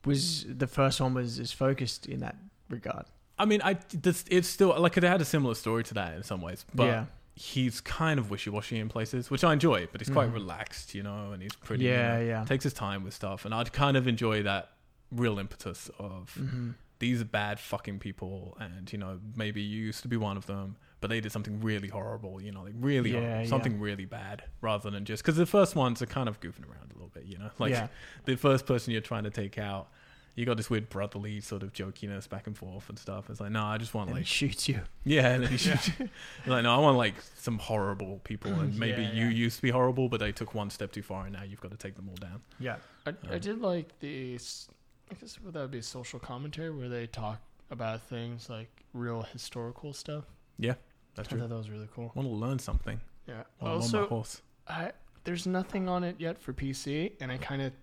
S2: was the first one was as focused in that regard.
S1: I mean, I this, it's still like it had a similar story to that in some ways, but
S2: yeah.
S1: he's kind of wishy-washy in places, which I enjoy. But he's quite
S2: Mhm.
S1: relaxed, you know, and he's pretty.
S2: yeah,
S1: you know,
S2: yeah.
S1: Takes his time with stuff, and I'd kind of enjoy that real impetus of
S2: Mhm.
S1: these are bad fucking people, and you know maybe you used to be one of them, but they did something really horrible, you know, like really
S2: Yeah,
S1: horrible,
S2: yeah.
S1: something really bad, rather than just because the first ones are kind of goofing around a little bit, you know, like
S2: yeah.
S1: the first person you're trying to take out. You got this weird brotherly sort of jokiness back and forth and stuff. It's like, no, I just want
S2: And
S1: like
S2: it shoots you.
S1: yeah, and then you should, like no, I want like some horrible people, and maybe
S3: Yeah,
S1: you
S3: yeah.
S1: used to be horrible, but they took one step too far, and now you've got to take them all down.
S2: Yeah.
S3: I, I
S1: Um,
S3: did like the. s- I guess that would be social commentary where they talk about things like real historical stuff.
S1: That's
S3: I
S1: true.
S3: thought that was really cool.
S1: I want to learn something.
S3: Yeah.
S1: While I'm on my
S3: also,
S1: horse.
S3: I, there's nothing on it yet for PC, and I kind of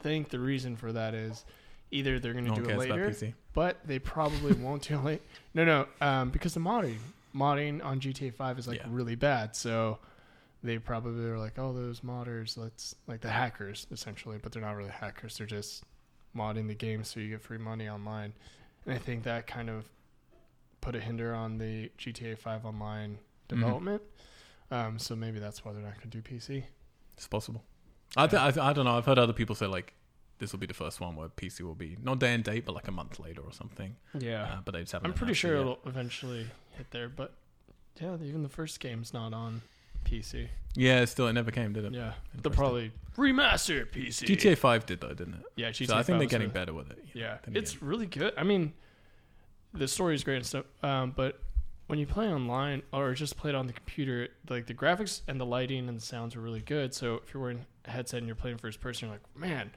S3: think the reason for that is either they're going to
S1: No one
S3: do it
S1: cares about
S3: later,
S1: PC.
S3: but they probably won't do it. late- No, no, um, because the modding modding on GTA Five is like
S1: Yeah.
S3: really bad, so they probably were like, oh, those modders, let's like the hackers essentially, but they're not really hackers. They're just modding the game so you get free money online, and I think that kind of put a hinder on the GTA Five online development. Um, so maybe that's why they're not going to do PC.
S1: It's possible. I, th- I, th- I don't know. I've heard other people say like this will be the first one where PC will be not day and date, but like a month later or something.
S3: Yeah,
S1: Uh, but they just haven't.
S3: I'm pretty
S1: announced it
S3: sure
S1: yet.
S3: it'll eventually hit there, but yeah, even the first game's not on PC.
S1: Yeah, it's still it never came, did it?
S3: Yeah, they'll
S1: Interesting.
S3: probably remaster it PC.
S1: GTA Five did though, didn't it?
S3: Yeah, GTA.
S1: so I think
S3: five
S1: they're
S3: is
S1: getting
S3: the-
S1: better with it. you know,
S3: Yeah,
S1: than the
S3: it's really good. I mean, the story is great and stuff, um, but when you play online or just play it on the computer, like the graphics and the lighting and the sounds are really good. So if you're wearing a headset and you're playing first person, you're like, man.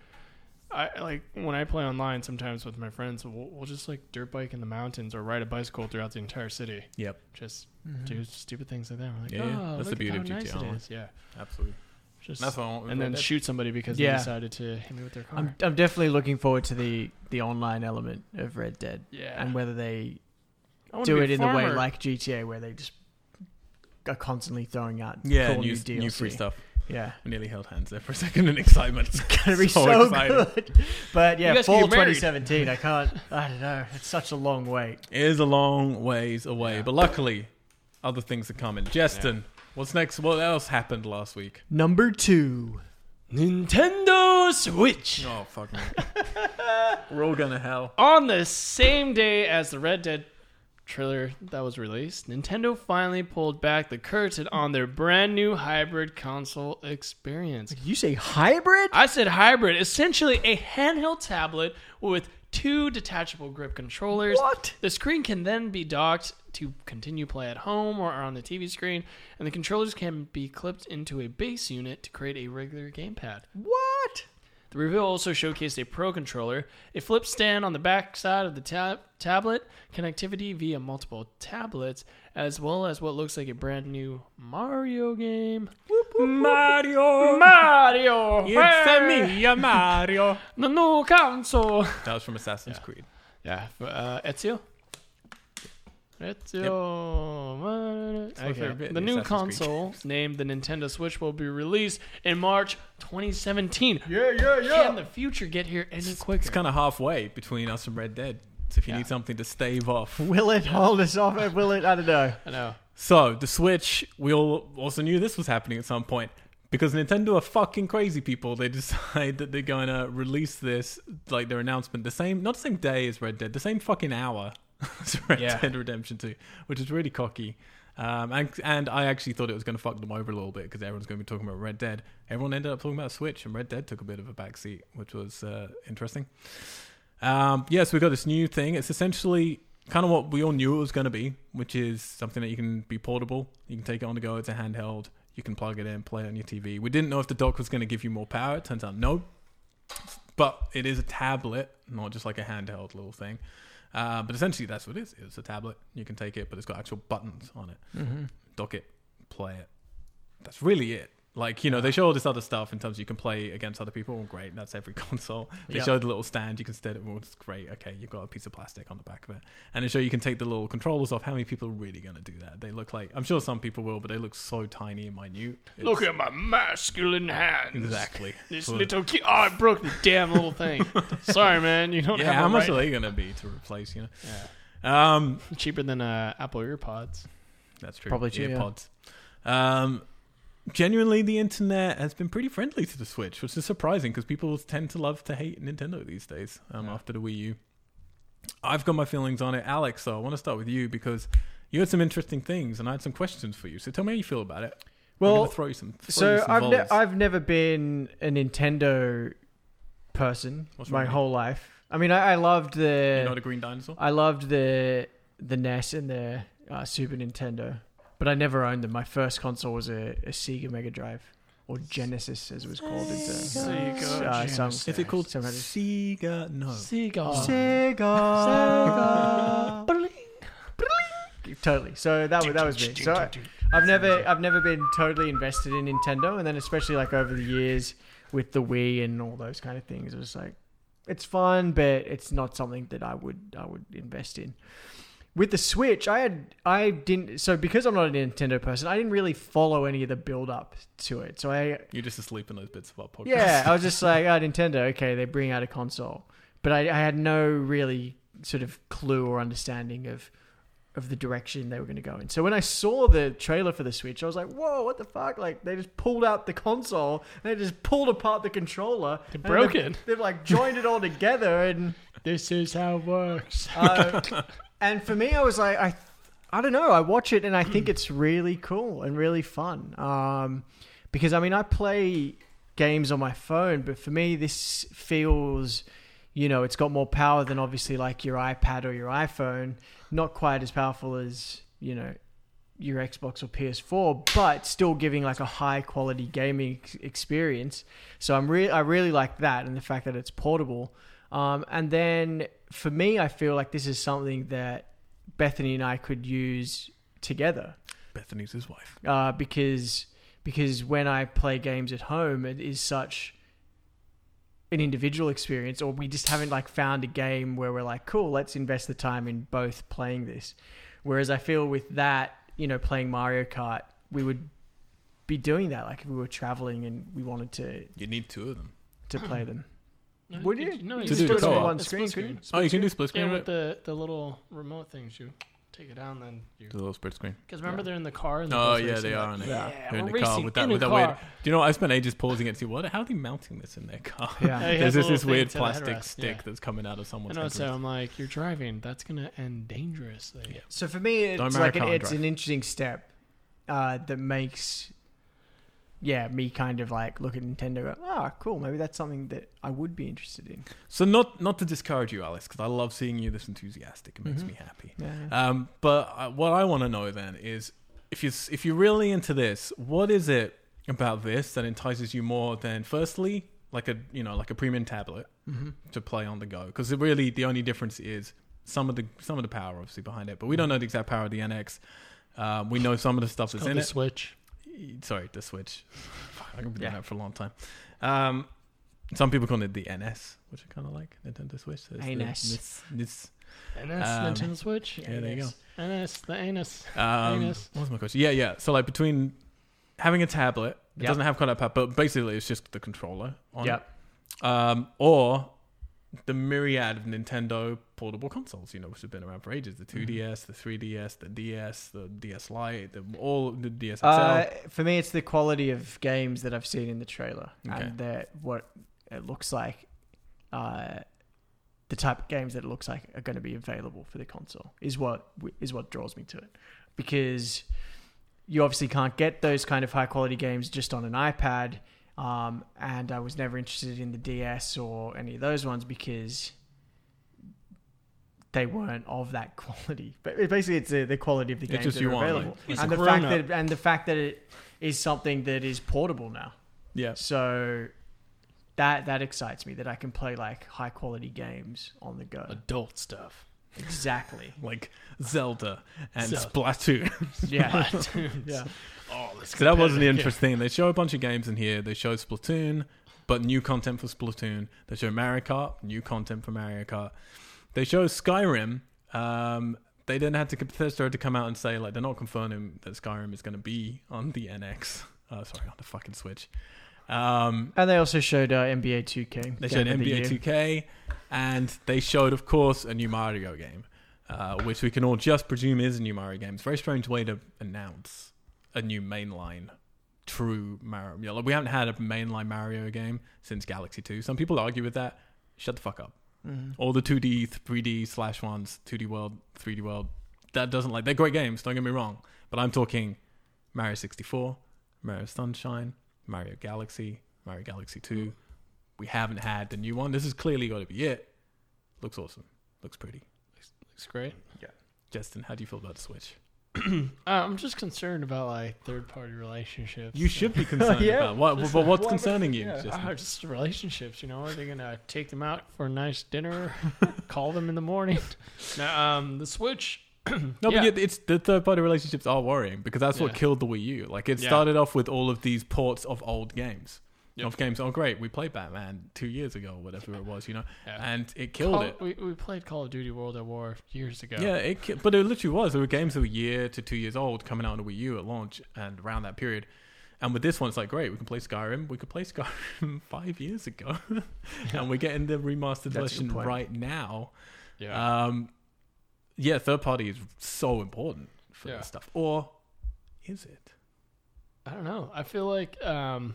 S3: I like when I play online sometimes with my friends. We'll, we'll just like dirt bike in the mountains or ride a bicycle throughout the entire city.
S1: Yep. Mm-hmm.
S3: Just
S2: Mhm.
S3: do stupid things like that. We're like,
S1: Yeah, yeah. That's the
S3: oh, look at
S1: beauty
S3: how
S1: of
S3: nice
S1: GTA
S3: it
S1: Online.
S3: is. Yeah,
S1: absolutely.
S3: just
S1: That's what I want. with
S3: and
S1: Red
S3: then
S1: Dead.
S3: shoot somebody because
S2: Yeah.
S3: they decided to hit me with their car.
S2: I'm, I'm definitely looking forward to the, the online element of Red Dead
S3: yeah,
S2: and whether they
S3: I wanna
S2: do
S3: be a
S2: it in the way
S3: farmer.
S2: like GTA where they just are constantly throwing out
S1: yeah,
S2: cool
S1: new,
S2: new, DLC.
S1: new free stuff.
S2: Yeah.
S1: We nearly held hands there for a second in excitement. It's
S2: Gonna be so, good. But
S3: You
S2: yeah,
S3: guys can
S2: fall
S3: get married.
S2: 2017. I can't. I don't know. It's such a long wait.
S1: It is a long ways away,
S3: Yeah.
S1: but luckily, other things are coming. Justin, what's next? What else happened last week?
S2: Number two,
S3: Nintendo Switch
S1: Oh fuck me! We're all going to hell.
S3: on the same day as the Red Dead trailer that was released. Nintendo finally pulled back the curtain on their brand new hybrid console experience.
S2: you say hybrid?
S3: I said hybrid, essentially a handheld tablet with two detachable grip controllers.
S2: What?
S3: The screen can then be docked to continue play at home or on the TV screen, and the controllers can be clipped into a base unit to create a regular gamepad.
S2: What?
S3: The reveal also showcased a Pro controller, a flip stand on the back side of the tab- tablet, connectivity via multiple tablets, as well as what looks like a brand new Mario game.
S1: Mario,
S3: Mario!
S1: it's me, Mario.
S3: The new console!
S1: That was from Assassin's Creed.
S3: Yeah, f- uh, Ezio. Ezio.
S1: my
S3: Okay.
S1: favorite bit
S3: The
S1: in
S3: new
S1: Assassin's Creed.
S3: console named the Nintendo Switch will be released in March 2017.
S2: Yeah, yeah,
S3: Can the future get here any
S1: It's
S3: quicker?
S1: kind of halfway between us and Red Dead. So if you
S3: Yeah.
S1: need something to stave off,
S2: Will it hold us off? Or will it? I don't know.
S3: I know.
S1: so the Switch, we all also knew this was happening at some point. Because Nintendo are fucking crazy people, they decide that they're going to release this, like their announcement, the same, not the same day as Red Dead, the same fucking hour as Red
S3: Yeah.
S1: Dead Redemption 2, which is really cocky. Um, and, and I actually thought it was going to fuck them over a little bit because everyone's going to be talking about Red Dead. Everyone ended up talking about Switch, and Red Dead took a bit of a backseat, which was uh, interesting. Um, yes, we've got this new thing. It's essentially kind of what we all knew it was going to be, which is something that you can be portable. You can take it on the go. It's a handheld. You can plug it in, play it on your TV. We didn't know if the dock was going to give you more power. It turns out no, but it is a tablet, not just like a handheld little thing. Uh, but essentially, that's what it is. It's a tablet. You can take it, but it's got actual buttons on it dock it, play it. That's really it. Like, you know, they show all this other stuff in terms of you can play against other people. Great, that's every console. They
S2: Yeah.
S1: show the little stand, you can stand it. Well, it's great. Okay, you've got a piece of plastic on the back of it. And they show you can take the little controllers off. How many people are really going to do that? They look like, I'm sure some people will, but they look so tiny and minute. It's-
S3: Look at my masculine hands.
S1: Exactly.
S3: This
S1: Well,
S3: little kid. Oh, I broke the damn little thing. Sorry, man. You don't
S1: yeah,
S3: have
S1: how
S3: a
S1: much
S3: right-
S1: are they going to be to replace, you know? Um,
S3: Cheaper than uh, Apple EarPods.
S1: That's true.
S2: Probably too, yeah.
S1: earpods. Um, genuinely, the internet has been pretty friendly to the Switch, which is surprising because people tend to love to hate Nintendo these days. Um,
S3: Yeah.
S1: after the Wii U, I've got my feelings on it, Alex. So I want to start with you because you had some interesting things, and I had some questions for you. So tell me how you feel about it. We're
S2: Well,
S1: gonna throw you some. Throw you
S2: So
S1: some
S2: I've ne-
S1: volleys.
S2: I've never been a Nintendo person
S1: What's wrong
S2: my
S1: with you?
S2: whole life. I mean, I, I loved
S1: You're not
S2: the
S1: a green dinosaur.
S2: I loved the the NES and the uh, Super Nintendo, but I never owned them. My first console was a, a Sega Mega Drive or Genesis, as it was called. It's a,
S3: Sega
S2: uh, some-
S3: Genesis.
S1: Is it called
S2: Somebody-
S1: Sega? No.
S3: Seagull.
S2: Sega. totally. So
S3: oh,
S2: that was that was me. So I- I've never I've never been totally invested in Nintendo, and then especially like over the years with the Wii and all those kind of things, it was like it's fun, but it's not something that I would I would invest in. With the Switch, I had I didn't so because I'm not a Nintendo person, I didn't really follow any of the build up to it. So I
S1: You're just asleep in those bits of our podcast.
S2: yeah, I was just like, oh, Nintendo, okay, they bring out a console. But I, I had no really sort of clue or understanding of of the direction they were going to go in. So when I saw the trailer for the Switch, I was like, whoa, what the fuck? Like, they just pulled out the console, and they just pulled apart the controller.
S3: They
S2: and
S3: broke
S2: they've-
S3: it.
S2: They've, like, joined it all together, and...
S3: This is how it works.
S2: Uh, and for me, I was like, I, I don't know. I watch it and I think it's really cool and really fun. Um, because I mean, I play games on my phone, but for me, this feels, you know, it's got more power than obviously like your iPad or your iPhone. Not quite as powerful as you know your Xbox or PS4, but still giving like a high quality gaming ex- experience. So I'm really I really like that and the fact that it's portable. Um, and then for me, I feel like this is something that Bethany and I could use together
S1: Bethany's his wife.
S2: uh, because because when I play games at home, it is such an individual experience, or we just haven't like found a game where we're like, cool, let's invest the time in both playing this. Whereas I feel with that, you know, playing Mario Kart, we would be doing that like if we were traveling and we wanted to
S1: You need two of them.
S2: to play them.
S3: No,
S2: Would you?
S3: No,
S1: To
S2: You
S3: just
S1: do
S3: put
S1: the
S3: it on
S1: co-op.
S3: one
S2: It's
S3: screen,
S2: split screen.
S3: couldn't you?
S1: Oh, you can do split screen.
S3: Yeah,
S1: right?
S3: with the, the little remote things, you take it down, then you.
S1: the little split screen.
S3: Because remember, they're in the car. And they're
S1: Oh
S3: both
S1: yeah,
S3: racing,
S1: they are
S3: like,
S1: in it.
S3: Yeah,
S1: They're in
S3: we're
S1: the car
S3: racing
S1: with that
S3: in
S1: with
S3: a
S1: that weird.
S3: car.
S1: Do you know? what? I spent ages pausing it to see what. How are they mounting this in their car?
S2: Yeah.
S3: Hey, it
S1: There's
S3: has a
S1: just this
S3: little thing
S1: weird
S3: to the
S1: plastic
S3: headrest,
S1: stick
S3: yeah.
S1: that's coming out of someone's
S3: And also,
S1: headrest.
S3: I'm like, you're driving. That's gonna end dangerously.
S1: Yeah.
S2: So for me, it's
S1: Don't
S2: like an,
S1: Americana
S2: it's
S1: drive.
S2: an interesting step uh, that makes, yeah, me kind of like look at Nintendo. Go, ah, cool. Maybe that's something that I would be interested in.
S1: So not not to discourage you, Alice, because I love seeing you this enthusiastic. It makes
S3: Mm-hmm.
S2: Mhm.
S1: me happy.
S2: Yeah.
S1: Um, but uh, what I want to know then is if you if you're really into this, what is it about this that entices you more than firstly, like a you know like a premium tablet
S2: Mm-hmm.
S1: to play on the go? Because really the only difference is some of the some of the power obviously behind it, but we don't know the exact power of the NX. Um, we know some of the stuff that's
S3: It's called
S1: in
S3: the
S1: it.
S3: Switch.
S1: Sorry, the Switch. Fuck, I've been doing
S2: Yeah.
S1: that for a long time. Um, some people call it the NS, which I kind of like. Nintendo Switch. So it's the
S2: NS.
S1: Nis- Nis-
S3: NS,
S1: Um,
S3: Nintendo Switch.
S1: yeah, there you go.
S3: NS, the anus.
S1: Um, what
S3: Anus.
S1: was my question? Yeah, yeah. So like between having a tablet, it
S2: Yep.
S1: doesn't have quite that power, but basically it's just the controller on
S2: Yep.
S1: it. Um, or the myriad of Nintendo portable consoles, you know, which have been around for ages: the
S2: Mm-hmm.
S1: 2DS, the 3DS, the DS, the DS Lite, the, all the DSXL.
S2: Uh, for me, it's the quality of games that I've seen in the trailer
S1: Okay.
S2: and that what it looks like, uh, the type of games that it looks like are going to be available for the console is what is what draws me to it, because you obviously can't get those kind of high quality games just on an iPad. Um, and I was never interested in the DS or any of those ones because they weren't of that quality. But it- basically, it's the, the quality of the games
S1: just
S2: that are
S1: you want,
S2: available,
S1: like-
S3: It's
S2: and the
S3: grown
S2: fact
S3: up.
S2: that and the fact that it is something that is portable now.
S1: Yeah.
S2: So that that excites me that I can play like high quality games on the go.
S3: Adult stuff.
S2: Exactly.
S1: Like Zelda and
S3: Zelda.
S1: Splatoon.
S2: Yeah.
S3: yeah.
S2: yeah.
S3: Oh, let's
S1: So that wasn't the interesting thing. They show a bunch of games in here. They show Splatoon, but new content for Splatoon. They show Mario Kart, new content for Mario Kart. They show Skyrim. Um, they then had to Bethesda had to come out and say like they're not confirming that Skyrim is going to be on the NX. Uh, sorry, on the fucking Switch. Um,
S2: And they also showed uh, NBA 2K.
S1: they
S2: Game
S1: showed
S2: of the
S1: NBA
S2: Year.
S1: 2K, and they showed, of course, a new Mario game, uh, which we can all just presume is a new Mario game. It's a very strange way to announce a new mainline true Mario. Yeah, like we haven't had a mainline Mario game since Galaxy 2. Some people argue with that. Shut the fuck up.
S3: Mm-hmm.
S1: All the 2D, 3D slash ones, 2D world, 3D world, that doesn't like. They're great games, don't get me wrong. But I'm talking Mario 64, Mario Sunshine, Mario Galaxy, Mario Galaxy 2. We haven't had the new one. This is clearly got to be it. Looks awesome. Looks pretty.
S3: Looks great.
S1: Justin, how do you feel about the Switch?
S3: Uh, I'm just concerned about like third party relationships.
S1: You should be concerned
S2: Yeah,
S1: about what,
S3: just
S1: but what's
S3: like-
S1: concerning you,
S3: Yeah,
S1: Justin?
S3: uh, just relationships. You know, are they gonna take them out for a nice dinner? call them in the morning. No, um, the Switch.
S1: No,
S3: Yeah.
S1: but yet it's the third party relationships are worrying because that's what
S3: Yeah.
S1: killed the Wii U. Like it
S3: Yeah.
S1: started off with all of these ports of old games.
S3: Yep.
S1: Of games, oh great, we played Batman two years ago or whatever it was, you know,
S3: Yeah.
S1: and it killed
S3: Call-
S1: it.
S3: We, we played Call of Duty World at War years ago.
S1: Yeah, it, ki- but it literally was. There were games that were a year to two years old coming out on the Wii U at launch and around that period. And with this one, it's like, great, we can play Skyrim. We could play Skyrim five years ago. and we're getting the remastered
S2: That's a
S1: version
S2: good point.
S1: right now.
S3: yeah.
S1: Um, yeah, third party is so important for
S3: Yeah.
S1: this stuff. Or is it?
S3: I don't know. I feel like um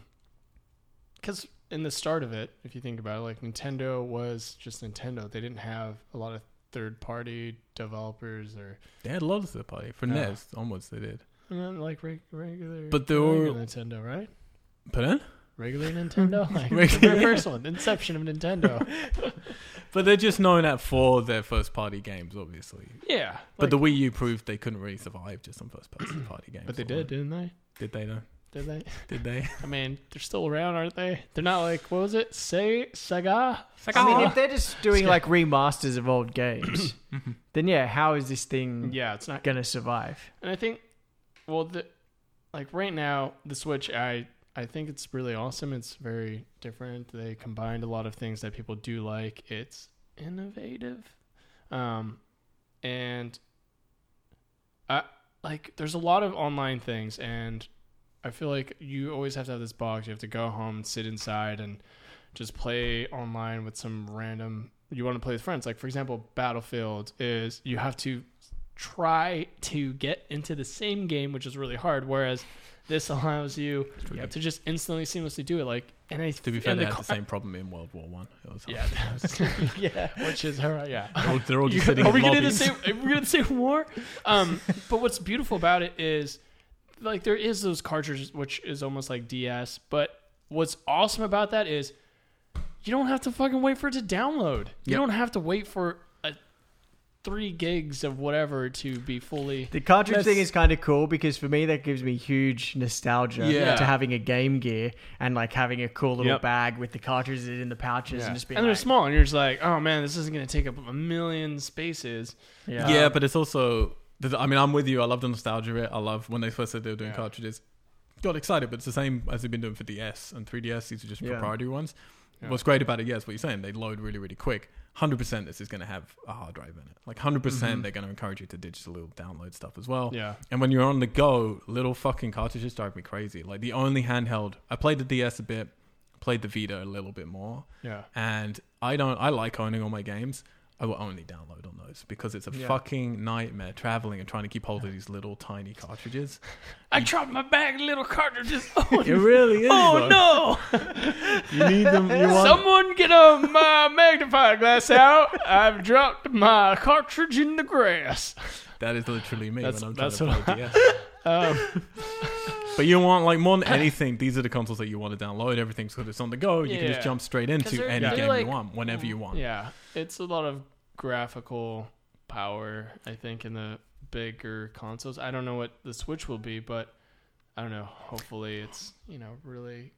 S3: cuz in the start of it, if you think about it, like Nintendo was just Nintendo. They didn't have a lot of third-party developers or
S1: They had a lot of third party. For
S3: Yeah.
S1: NES, almost they did.
S3: and then, like reg- regular
S1: But there
S3: regular
S1: were-
S3: Nintendo, right?
S1: But then?
S3: Regular Nintendo, like the
S1: Regular-
S3: very first one, Inception of Nintendo.
S1: But they're just known that for their first party games, obviously.
S3: yeah.
S1: But the
S3: like-
S1: Wii U proved they couldn't really survive just on first person party games.
S3: but they
S1: or-
S3: did, didn't they?
S1: Did they though?
S3: Did they?
S1: Did they?
S3: I mean, they're still around, aren't they? They're not like what was it? Say Sega?
S2: I
S3: Oh.
S2: mean, if they're just doing like remasters of old games, then yeah, how is this thing
S3: Yeah, it's not
S2: gonna survive?
S3: And I think, well, the, like right now, the Switch, I I think it's really awesome. It's very different. They combined a lot of things that people do like. It's innovative, um, and I like. There's a lot of online things, and I feel like you always have to have this box. You have to go home, and sit inside, and just play online with some random. You want to play with friends. Like for example, Battlefield is you have to try to get into the same game, which is really hard. Whereas this allows you
S1: tricky.
S3: to just instantly, seamlessly do it. Like, and I
S1: To be fair,
S3: and
S1: they
S3: the
S1: had
S3: co-
S1: the same problem in World War One. It was
S3: Yeah,
S2: Yeah.
S3: which is all right. Yeah,
S1: they're all, they're all just
S3: are
S1: sitting in
S3: we gonna do the
S1: lobbies.
S3: same? Are we gonna do the same war? Um, but what's beautiful about it is, like, there is those cartridges, which is almost like DS. But what's awesome about that is, you don't have to fucking wait for it to download. You
S1: Yep.
S3: don't have to wait for a three gigs of whatever to be fully.
S2: The cartridge
S1: Let's-
S2: thing is kind of cool because for me that gives me huge nostalgia
S1: Yeah.
S2: to having a Game Gear and like having a cool little
S3: Yep.
S2: bag with the cartridges in the pouches and just being
S3: and they're
S2: like,
S3: small, and you're just like, oh man, this isn't gonna take up a million spaces.
S2: yeah.
S1: yeah,
S3: Um,
S1: but it's also. there's- I mean, I'm with you. I love the nostalgia of it. I love when they first said they were doing
S3: Yeah.
S1: cartridges. Got excited, but it's the same as they've been doing for DS and 3DS. These are just
S2: Yeah.
S1: proprietary ones.
S3: Yeah.
S1: What's great about it, yes, what you're saying, they load really, really quick. 100% this is going to have a hard drive in it. Like 100% percent they're going to encourage you to digitally download stuff as well.
S3: Mm-hmm. Yeah.
S1: And when you're on the go, little fucking cartridges drive me crazy. Like the only handheld. I played the DS a bit, played the Vita a little bit more.
S3: Yeah.
S1: and I don't. I like owning all my games. I will only download on those because it's a
S2: Yeah.
S1: fucking nightmare traveling and trying to keep hold of these little tiny cartridges.
S3: I dropped my bag of little cartridges. Oh,
S1: It really is.
S3: oh no!
S1: You need them. You want.
S3: Someone get a my magnifying glass out. I've dropped my cartridge in the grass.
S1: that is literally me
S3: That's-
S1: when I'm trying
S3: that's
S1: to
S3: what
S1: play
S3: I-
S1: DS.
S3: Um,
S1: But you want like more than anything. These are the consoles that you want to download. Everything's because it's on the go. You can
S3: Yeah.
S1: just jump straight
S3: 'Cause
S1: into
S3: they're-
S1: any
S3: they're
S1: game
S3: like-
S1: you want, whenever you want.
S3: yeah, it's a lot of graphical power, I think, in the bigger consoles. I don't know what the Switch will be, but I don't know. Hopefully, it's you know really,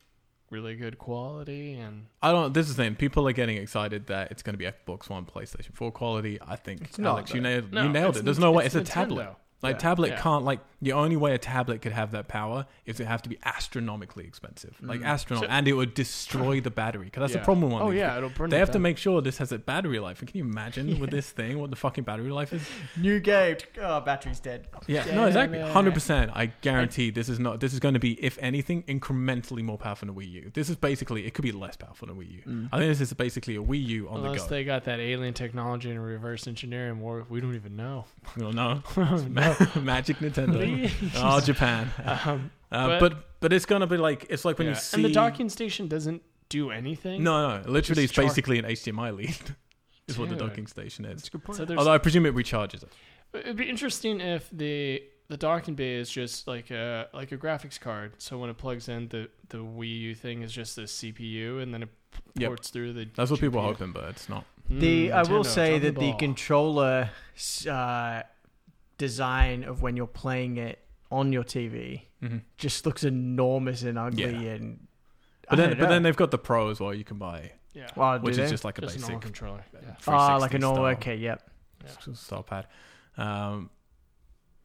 S3: really good quality and
S1: I don't. This is the thing. People are getting excited that it's going to be Xbox One, PlayStation Four quality. I think
S2: It's not,
S1: Alex, you
S2: though.
S1: nailed,
S3: No,
S1: you nailed
S3: it's
S1: it. There's
S3: Nint-
S1: no way. It's,
S3: it's
S1: a
S3: Nintendo.
S1: tablet. Like
S2: Yeah.
S1: tablet
S3: Yeah.
S1: can't like the only way a tablet could have that power is it have to be astronomically expensive, like astronomical, and it would destroy the battery because that's
S3: Mm. Yeah.
S1: the problem. One
S3: Oh yeah, it'll burn.
S1: they
S3: it
S1: have to
S3: down.
S1: make sure this has a battery life. And can you imagine with this thing what the fucking battery life is?
S2: New game. Oh, battery's dead.
S1: Yeah,
S3: Damn
S1: no, exactly.
S3: it.
S1: Hundred percent. I guarantee this is not. This is going to be, if anything, incrementally more powerful than a Wii U. This is basically. It could be less powerful than a Wii U. I think this is basically a Wii U on
S3: Unless
S1: the go.
S3: they got that alien technology and reverse engineering, war we don't even know.
S1: Well, no,
S3: Oh, No.
S1: Magic Nintendo. oh, Japan.
S3: Um,
S1: Uh,
S3: But-
S1: but, but it's gonna be like it's like when you
S3: yeah.
S1: see
S3: and the docking station doesn't do anything.
S1: No, no. Literally, it's
S3: Just char-
S1: basically an HDMI lead. is what the
S3: Dude.
S1: docking station is.
S2: That's a good point.
S3: So there's
S1: Although I presume it recharges it.
S3: It'd be interesting if the the docking bay is just like a like a graphics card. So when it plugs in, the the Wii U thing is just the CPU, and then it p-
S1: Yep.
S3: ports through the.
S1: That's what people are
S3: GPU.
S1: hoping, but it's not.
S3: Mm,
S2: the I will
S3: Nintendo,
S2: say
S3: drop
S2: that the
S3: ball.
S2: controller uh, design of when you're playing it on your TV
S3: Mm-hmm.
S1: Mhm.
S2: just looks enormous and ugly
S1: Yeah.
S2: and.
S1: But
S2: I
S1: then,
S2: don't
S1: but
S2: know.
S1: then they've got the Pro as well. You can buy,
S3: yeah,
S2: Well, do
S1: which
S2: they?
S1: is just like a
S3: Oh, just a normal
S1: basic
S3: controller. Yeah.
S2: ah, like a
S1: 360
S2: normal.
S1: style.
S2: Okay, yep.
S1: s- style pad. Um,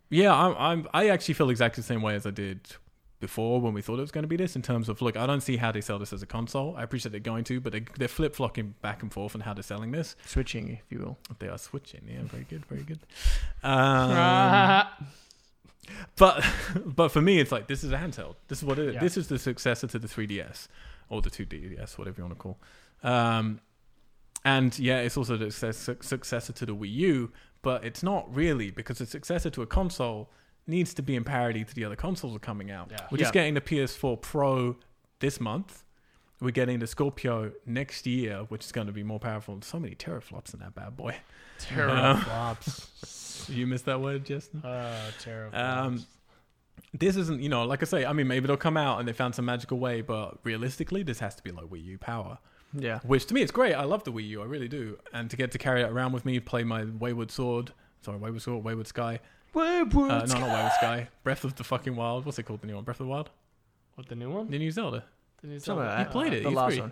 S1: yeah, I'm, I'm. I actually feel exactly the same way as I did before when we thought it was going to be this. In terms of look, I don't see how they sell this as a console. I appreciate they're going to, but they, they're flip flopping back and forth on how they're selling this.
S2: Switching, if you will.
S1: They are switching. Yeah, very good, very good. Um, but but for me, it's like this is a handheld. This is what it is.
S2: Yeah.
S1: This is the successor to the 3DS or the 2DS, whatever you want to call. Um, and yeah, it's also the success, successor to the Wii U, but it's not really because the successor to a console needs to be in parity to the other consoles that are coming out.
S3: Yeah.
S1: We're just
S2: Yeah.
S1: getting the PS4 Pro this month. We're getting the Scorpio next year, which is going to be more powerful. So many teraflops in that bad boy.
S2: Uh,
S3: Teraflops.
S1: You missed that word, Justin?
S3: oh, terrible.
S1: Um, this isn't, you know, like I say, I mean, maybe they'll come out and they found some magical way, but realistically, this has to be like Wii U power,
S2: Yeah.
S1: which to me it's great. I love the Wii U, I really do. And to get to carry it around with me, play my Wayward Sword, sorry, Wayward Sword, Wayward Sky, uh, no, not Wayward Sky, Breath of the fucking Wild. What's it called? The new one, Breath of the Wild,
S3: what the new one?
S1: the new Zelda.
S3: The new
S2: Something
S3: Zelda?
S2: like that.
S1: You played it.
S2: The
S1: E3.
S2: last one.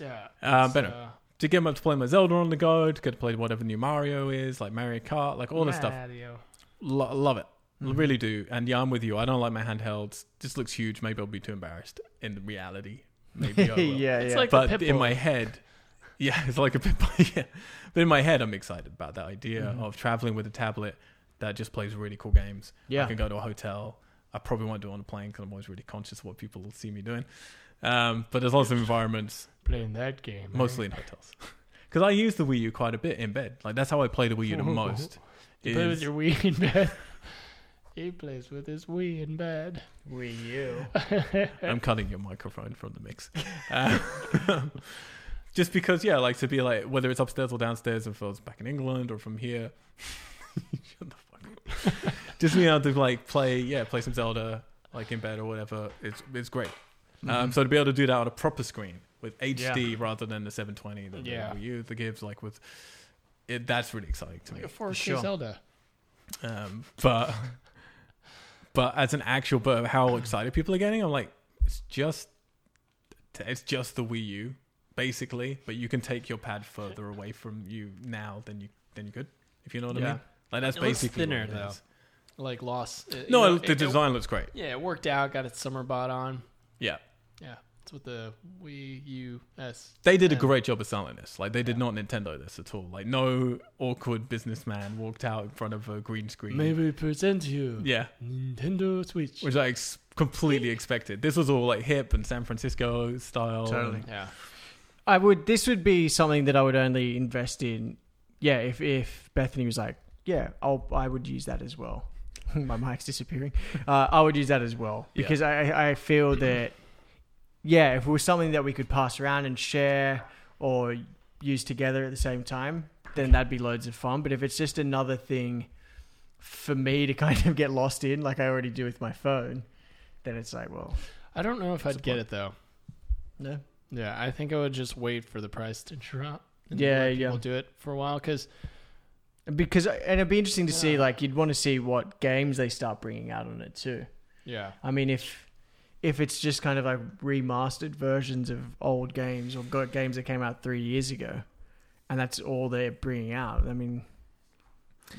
S3: Yeah.
S1: Uh,
S3: it's,
S1: Oh. but no.
S3: uh,
S1: To get my- to play my Zelda on the go, to get to play whatever new Mario is, like Mario Kart, like all this stuff.
S3: Mario.
S1: Lo- love it.
S2: Mhm.
S1: Really do. And yeah, I'm with you. I don't like my handhelds. Just looks huge. Maybe I'll be too embarrassed in reality. Maybe I will.
S2: yeah,
S3: It's
S2: yeah.
S3: like- a
S1: But
S3: pit
S1: in
S3: bull.
S1: my head, yeah, it's like a pit bull. Yeah. But in my head, I'm excited about that idea
S3: Mm-hmm.
S1: of traveling with a tablet that just plays really cool games.
S2: Yeah.
S1: I can go to a hotel. I probably won't do it on a plane because I'm always really conscious of what people will see me doing. Um, but there's lots of environments
S3: Playing that game.
S1: mostly in hotels. Because I use the Wii U quite a bit in bed. Like that's how I play the Wii U the most.
S3: You play
S1: is-
S3: with your Wii in bed. he plays with his Wii in bed.
S2: Wii U.
S1: I'm cutting your microphone from the mix. Uh, just because, yeah, like to be like, whether it's upstairs or downstairs, if I was back in England or from here. Shut the fuck up. just being able to like play, yeah, play some Zelda, like in bed or whatever. It's it's great.
S3: Mm-hmm.
S1: Um, so to be able to do that on a proper screen with HD rather than the 720 that
S3: Yeah.
S1: yeah. the Wii U, the gives like with it, that's really exciting to me.
S3: Like a 4K
S2: Sure.
S3: Zelda.
S1: Um, but but as an actual, but how excited people are getting, I'm like, it's just it's just the Wii U basically, but you can take your pad further away from you now than you than you could, if you know what I
S2: Yeah.
S1: mean. Like that's
S3: It looks
S1: basically
S3: thinner,
S1: what it
S3: though.
S1: is.
S3: Like Lost. It-
S1: No,
S3: you know,
S1: it- the
S3: it- it-
S1: design looks great.
S3: yeah, it worked out. Got its summer bot on.
S1: Yeah,
S3: Yeah, it's with the Wii U S.
S1: they did a
S3: Yeah.
S1: great job of selling this. Like they did not Nintendo this at all. Like no awkward businessman walked out in front of a green screen.
S3: Maybe present you
S1: Yeah.
S3: Nintendo Switch.
S1: Which I ex- completely expected. This was all like hip and San Francisco style.
S2: Totally.
S1: and-
S3: Yeah,
S2: I would. This would be something that I would only invest in. Yeah, if if Bethany was like, yeah, I'll, I would use that as well. My mic's disappearing. Uh, I would use that as well
S1: Yeah.
S2: because I I I feel that yeah, if it was something that we could pass around and share or use together at the same time, then that'd be loads of fun. But if it's just another thing for me to kind of get lost in, like I already do with my phone, then it's like, well,
S3: I don't know if I'd get
S2: Support.
S3: it though.
S2: no,
S3: Yeah, I think I would just wait for the price to drop.
S2: Yeah,
S3: let
S2: yeah.
S3: People do it for a while because
S2: because uh, and it'd be interesting to see like you'd want to see what games they start bringing out on it too.
S3: Yeah.
S2: I mean, if if it's just kind of like remastered versions of old games or got games that came out three years ago, and that's all they're bringing out, I mean,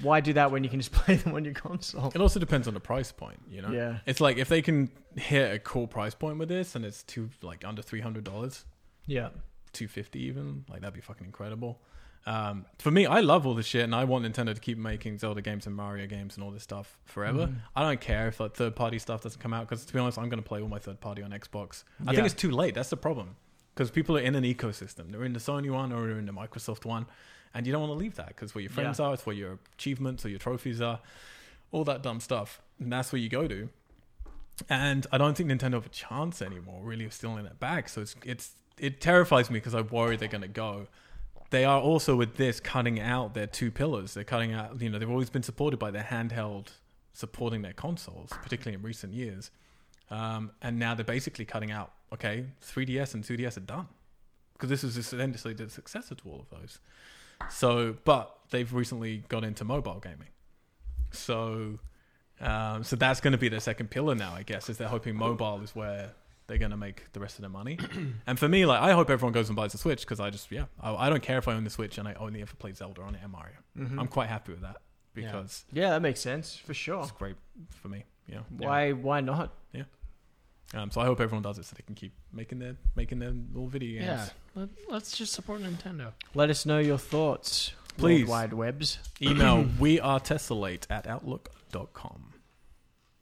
S2: why do that when you can just play them on your console?
S1: It also depends on the price point, you know.
S2: Yeah.
S1: It's like if they can hit a cool price point with this, and it's two like under three hundred dollars,
S2: Yeah,
S1: two fifty even, like that'd be fucking incredible. Um, for me, I love all this shit, and I want Nintendo to keep making Zelda games and Mario games and all this stuff forever.
S2: Mm.
S1: I don't care if like third party stuff doesn't come out because, to be honest, I'm going to play all my third party on Xbox. I
S2: Yeah.
S1: think it's too late. That's the problem because people are in an ecosystem. They're in the Sony one or they're in the Microsoft one, and you don't want to leave that because where your friends are, it's where your achievements or your trophies are, all that dumb stuff, and that's where you go to. And I don't think Nintendo have a chance anymore, really, of stealing that back. So it's it's it terrifies me because I worry they're going to go. They are also with this cutting out their two pillars. They're cutting out, you know, they've always been supported by their handheld supporting their consoles, particularly in recent years. Um, and now they're basically cutting out. Okay, 3DS and 2DS are done because this is essentially the successor to all of those. So, but they've recently got into mobile gaming. So, um, so that's going to be their second pillar now, I guess, is they're hoping mobile is where they're going to make the rest of their money. and for me, like, I hope everyone goes and buys the Switch because I just, yeah, I, I don't care if I own the Switch and I only ever play Zelda on it and Mario. I'm quite happy with that because
S2: Mm-hmm. Hmm. yeah, that makes sense for sure.
S1: it's great for me. You know?
S2: Why? Why not?
S1: Um, so I hope everyone does it so they can keep making their making their little video games.
S3: Yeah. Let, let's just support Nintendo.
S2: Let us know your thoughts,
S1: Please.
S2: World Wide Webs.
S1: Email we are tessellate at outlook.com.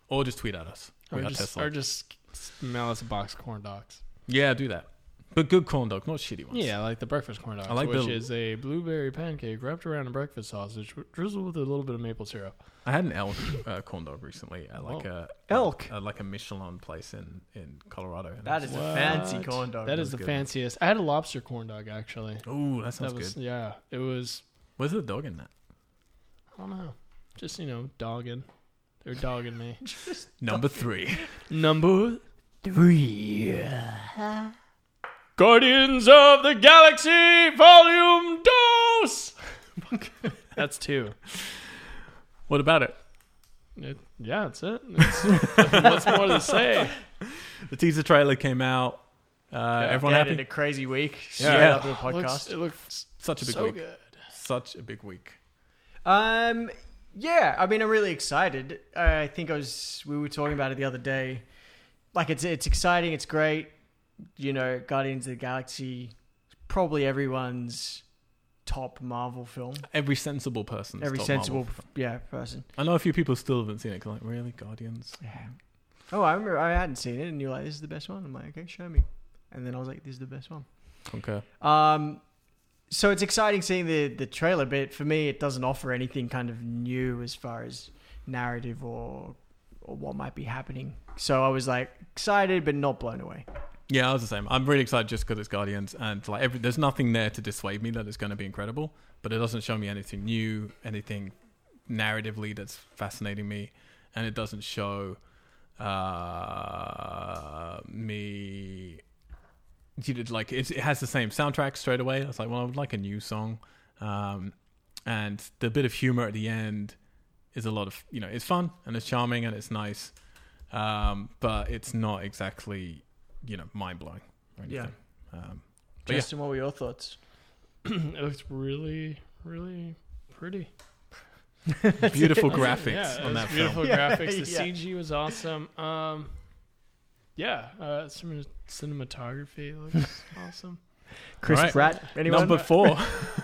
S1: Or just tweet at us.
S3: Or
S1: We are
S3: just,
S1: Tessellate.
S3: or just mail us a box of corn dogs.
S1: yeah, do that. But good corn dogs, not shitty ones.
S3: Yeah, like the breakfast corn dogs,
S1: I like
S3: which
S1: the-
S3: is a blueberry pancake wrapped around a breakfast sausage, with- drizzled with a little bit of maple syrup.
S1: I had an elk uh, corn dog recently at like a
S2: Elk?
S1: at like a Michelin place in in Colorado. And
S2: That
S1: I
S2: is
S1: was
S2: a fancy
S3: What?
S2: corn dog.
S3: that
S1: that
S3: is
S1: was
S3: the
S1: good.
S3: fanciest. I had a lobster corn dog actually.
S1: like, ooh, that sounds
S3: that was
S1: good.
S3: yeah. It was
S1: Where's the dog in that?
S3: I don't know, just you know, dogging. They're dogging me.
S1: Number three.
S3: Number
S2: three.
S3: Guardians of the Galaxy Volume Dos. That's two.
S1: what about it?
S3: It- yeah, that's it. It's- what's more to say?
S1: The teaser trailer came out. Uh, everyone
S2: yeah,
S1: happy?
S2: did a crazy week.
S1: Yeah.
S2: Straight
S1: Yeah.
S2: after the podcast.
S3: Looks, it looks
S1: Such a big
S3: so
S1: week.
S3: good.
S1: Such a big week.
S2: Um, yeah, I mean, I'm really excited. I think I was. We were talking about it the other day. Like, it's it's exciting. It's great. You know, Guardians of the Galaxy, probably everyone's top Marvel film.
S1: Every sensible person.
S2: Every sensible, yeah, person.
S1: I know a few people still haven't seen it. 'cause like, really, Guardians?
S2: Oh, I remember. I hadn't seen it, and you're like, "This is the best one." I'm like, "Okay, show me." And then I was like, "This is the best one."
S1: Okay.
S2: Um, so it's exciting seeing the the trailer, but for me, it doesn't offer anything kind of new as far as narrative or or what might be happening. So I was like excited, but not blown away.
S1: Yeah, I was the same. I'm really excited just because it's Guardians, and like every, there's nothing there to dissuade me that it's going to be incredible. But it doesn't show me anything new, anything narratively that's fascinating me, and it doesn't show uh, me. You did like it, it has the same soundtrack straight away. I was like, well, I would like a new song, um, and the bit of humor at the end is a lot of you know it's fun and it's charming and it's nice, um, but it's not exactly you know mind blowing.
S2: Yeah.
S1: Um, But yeah.
S2: Justin, what were your thoughts?
S3: it looks really, really pretty.
S1: beautiful
S3: That's
S1: graphics
S3: it. Yeah,
S1: on
S3: it's
S1: that film.
S3: beautiful
S2: Yeah,
S3: graphics. The
S2: yeah.
S3: CG was awesome. Um, yeah, uh, some cinematography looks awesome.
S2: Chris
S1: Alright.
S2: Pratt. Anyone?
S1: Number four.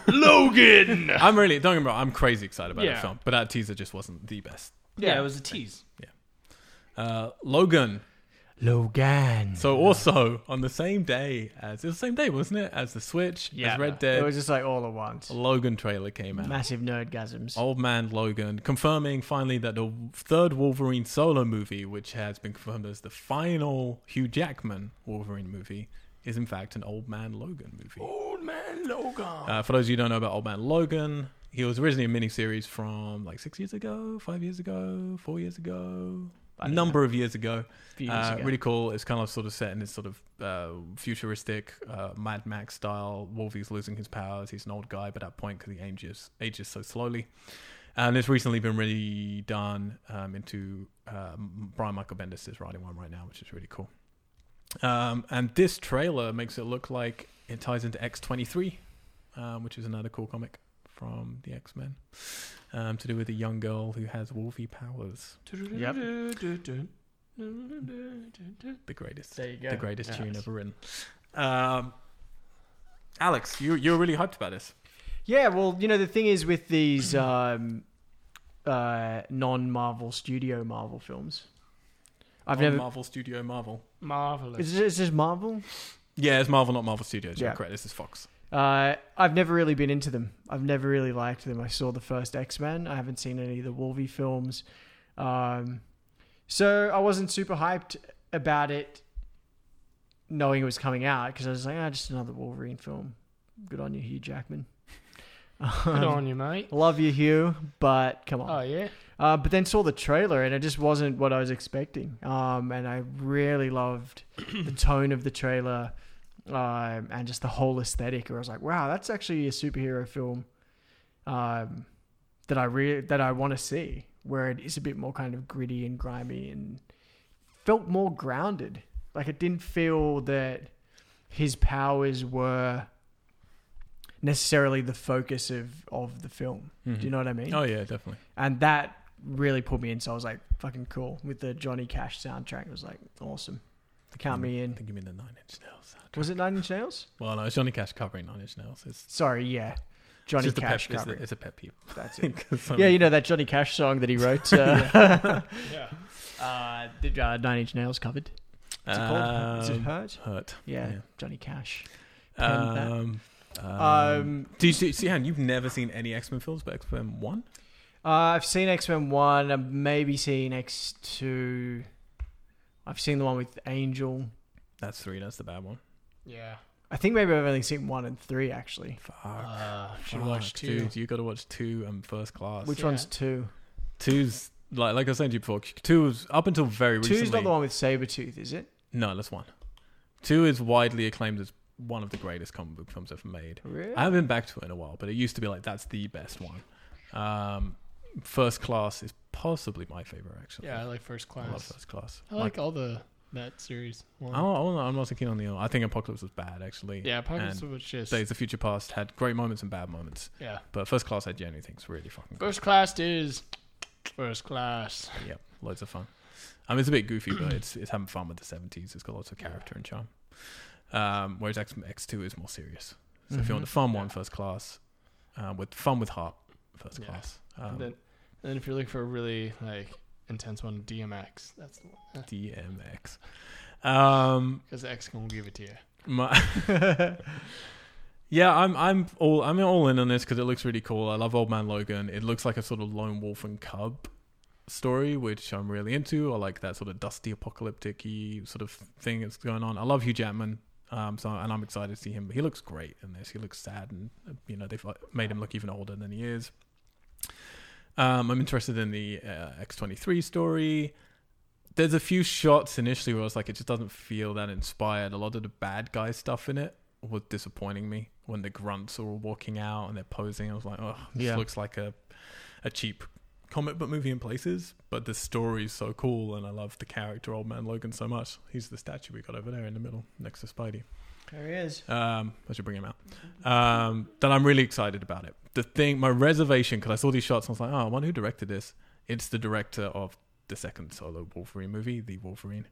S3: Logan. Yeah,
S1: I'm really don't get me wrong. I'm crazy excited about
S3: Yeah.
S1: that film, but that teaser just wasn't the best.
S3: it was a tease.
S1: Uh, Logan.
S2: Logan.
S1: So also on the same day as it was the same day, wasn't it? As the Switch,
S3: Yeah.
S1: as Red
S2: It
S1: Dead,
S2: was just like all at once.
S1: Uh, a Logan trailer came out.
S2: Massive nerdgasms.
S1: Old Man Logan confirming finally that the third Wolverine solo movie, which has been confirmed as the final Hugh Jackman Wolverine movie, is in fact an Old Man Logan movie.
S3: Old man Logan.
S1: Uh, for those of you who don't know about Old Man Logan, he was originally a miniseries from like six years ago, five years ago, four years ago.
S2: I
S1: a
S2: don't
S1: number of years ago.
S2: know, few years
S1: Uh,
S2: ago.
S1: really cool. It's kind of sort of set in this sort of uh, futuristic uh, Mad Max style. Wolvie's losing his powers. He's an old guy by that point because he ages ages so slowly. And it's recently been redone um, into um, Brian Michael Bendis is writing one right now, which is really cool. Um, and this trailer makes it look like it ties into X twenty three, which is another cool comic from the X Men, um, to do with a young girl who has Wolvie powers.
S2: Yep.
S1: The greatest.
S2: There you go.
S1: the greatest
S2: Yeah.
S1: tune ever written. Um, Alex, you you're really hyped about this.
S2: Yeah, well, you know the thing is with these um, uh, non-Marvel studio Marvel films, I've
S1: On
S2: never.
S1: Marvel Studio Marvel.
S3: Marvelous.
S2: Is this, is this Marvel?
S1: Yeah, it's Marvel, not Marvel Studios. Yeah,
S2: Yeah.
S1: correct. This is Fox.
S2: Uh, I've never really been into them. I've never really liked them. I saw the first X Men. I haven't seen any of the Wolvie films, um, so I wasn't super hyped about it, knowing it was coming out because I was like, ah, just another Wolverine film. Good on you, Hugh Jackman. Um,
S3: Good on you, mate.
S2: Love you, Hugh, but come on.
S3: Oh yeah.
S2: Uh, but then saw the trailer and it just wasn't what I was expecting. Um, and I really loved the tone of the trailer um, and just the whole aesthetic. Where I was like, wow, that's actually a superhero film um, that I re- that I want to see, where it is a bit more kind of gritty and grimy and felt more grounded. Like it didn't feel that his powers were necessarily the focus of, of the film. Do you know what I mean?
S1: Oh yeah, definitely.
S2: and that really pulled me in. So I was like, fucking cool with the Johnny Cash soundtrack. It was like awesome. Count me
S1: I
S2: in.
S1: think you mean the Nine Inch Nails. soundtrack.
S2: Was it Nine Inch Nails?
S1: Mm-hmm. Well, no, it's Johnny Cash covering Nine Inch Nails. It's
S2: Sorry, yeah,
S1: it's
S2: Johnny
S1: just a pet.
S2: Cash
S1: It's a,
S2: cover.
S1: it's a pet peeve.
S2: That's it.
S1: 'Cause I'm-
S2: Yeah, you know that Johnny Cash song that he wrote. Uh,
S3: Yeah.
S2: uh, did uh, Nine Inch Nails covered? What's it called? Is it
S1: Um,
S2: hurt?
S1: hurt.
S2: Yeah,
S1: yeah.
S2: Johnny Cash. Penned that.
S1: Um, um,
S2: Um,
S1: do you see, see, Han? You've never seen any X Men films, but X Men One.
S2: uh, I've seen X Men One. I've maybe seen X Two. I've seen the one with Angel.
S1: That's three. That's the bad one.
S3: Yeah.
S2: I think maybe I've only seen one and three actually.
S1: Fuck.
S3: Uh, should
S1: Fuck,
S3: watch two.
S1: Dude, you got to watch two and First Class.
S2: Which
S3: Yeah.
S2: one's two?
S1: Two's like like I said to you before. Two was up until very recently.
S2: Two's not the one with Sabretooth, is it?
S1: No, that's one. Two is widely acclaimed as one of the greatest comic book films ever made.
S2: Really?
S1: I haven't been back to it in a while, but it used to be like that's the best one. Um, First Class is possibly my favorite actually.
S3: Yeah, I like first
S1: I
S3: class.
S1: love First Class.
S3: I like all the that series. One.
S1: I don't- I'm not so keen on the. other. I think Apocalypse was bad actually.
S3: yeah, Apocalypse
S1: and
S3: was just
S1: Days of Future Past had great moments and bad moments,
S3: yeah.
S1: but First Class I genuinely think is really fucking good.
S3: First class is first class.
S1: Yep, loads of fun. I mean, it's a bit goofy, but it's it's having fun with the seventies. It's got lots of character and charm. Um, whereas X X two is more serious. So if you want the fun one,
S3: Mm-hmm. Yeah.
S1: first class, uh, with fun with heart, first
S3: Yeah.
S1: class.
S3: And
S1: Um,
S3: then, and then if you're looking for a really like intense one, DMX. That's
S1: DMX. Um,
S3: because X gonna give it to you.
S1: my yeah, I'm I'm all I'm all in on this because it looks really cool. I love Old Man Logan. It looks like a sort of lone wolf and cub story, which I'm really into. I like that sort of dusty apocalyptic y sort of thing that's going on. I love Hugh Jackman. Um, so and I'm excited to see him. He looks great in this. He looks sad, and you know they've like, made him look even older than he is. Um, I'm interested in the uh, X23 story there's a few shots initially where I was like, it just doesn't feel that inspired. A lot of the bad guy stuff in it was disappointing me when the grunts are all walking out and they're posing. I was like, oh, this
S2: Yeah.
S1: looks like a a cheap comic book movie in places. But the story's so cool, and I love the character Old Man Logan so much. He's the statue we got over there in the middle next to Spidey.
S2: There he is.
S1: Um, I should bring him out. Um, that I'm really excited about it. The thing, my reservation, because I saw these shots, and I was like, oh, I wonder who directed this. It's the director of the second solo Wolverine movie, The Wolverine,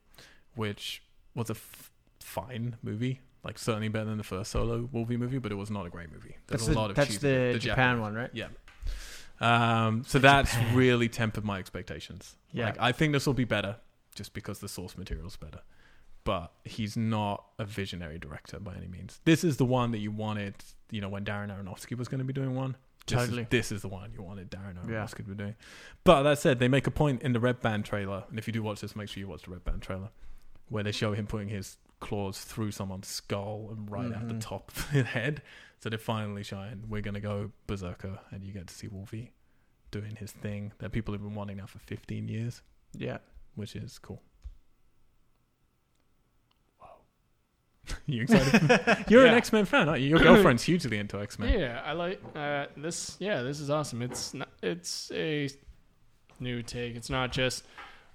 S1: which was a f- fine movie. Like certainly better than the first solo Wolverine movie, but it was not a great movie. There's
S2: That's
S1: a
S2: the,
S1: lot of
S2: that's
S1: cheese-
S2: the, Japan
S1: Japanese-
S2: one, right?
S1: Yeah. Um, so that's really tempered my expectations.
S2: Yeah.
S1: Like, I think this will be better just because the source material's better. But he's not a visionary director by any means. This is the one that you wanted, you know, when Darren Aronofsky was going to be doing one. This is-
S2: Totally.
S1: This is, the one you wanted Darren Aronofsky
S2: Yeah.
S1: to be doing. But that said, they make a point in the Red Band trailer, and if you do watch this, make sure you watch the Red Band trailer, where they show him putting his claws through someone's skull and right out
S3: Mm-hmm.
S1: the
S2: Mhm.
S1: top of the head. So they finally shine. We're gonna go berserker, and you get to see Wolfie doing his thing that people have been wanting now for 15 years.
S2: Yeah.
S1: which is cool. you excited? You're an
S3: Yeah.
S1: X Men fan, aren't you? Your girlfriend's hugely into X Men.
S3: Yeah, I like uh, this. Yeah, this is awesome. It's not, it's a new take. It's not just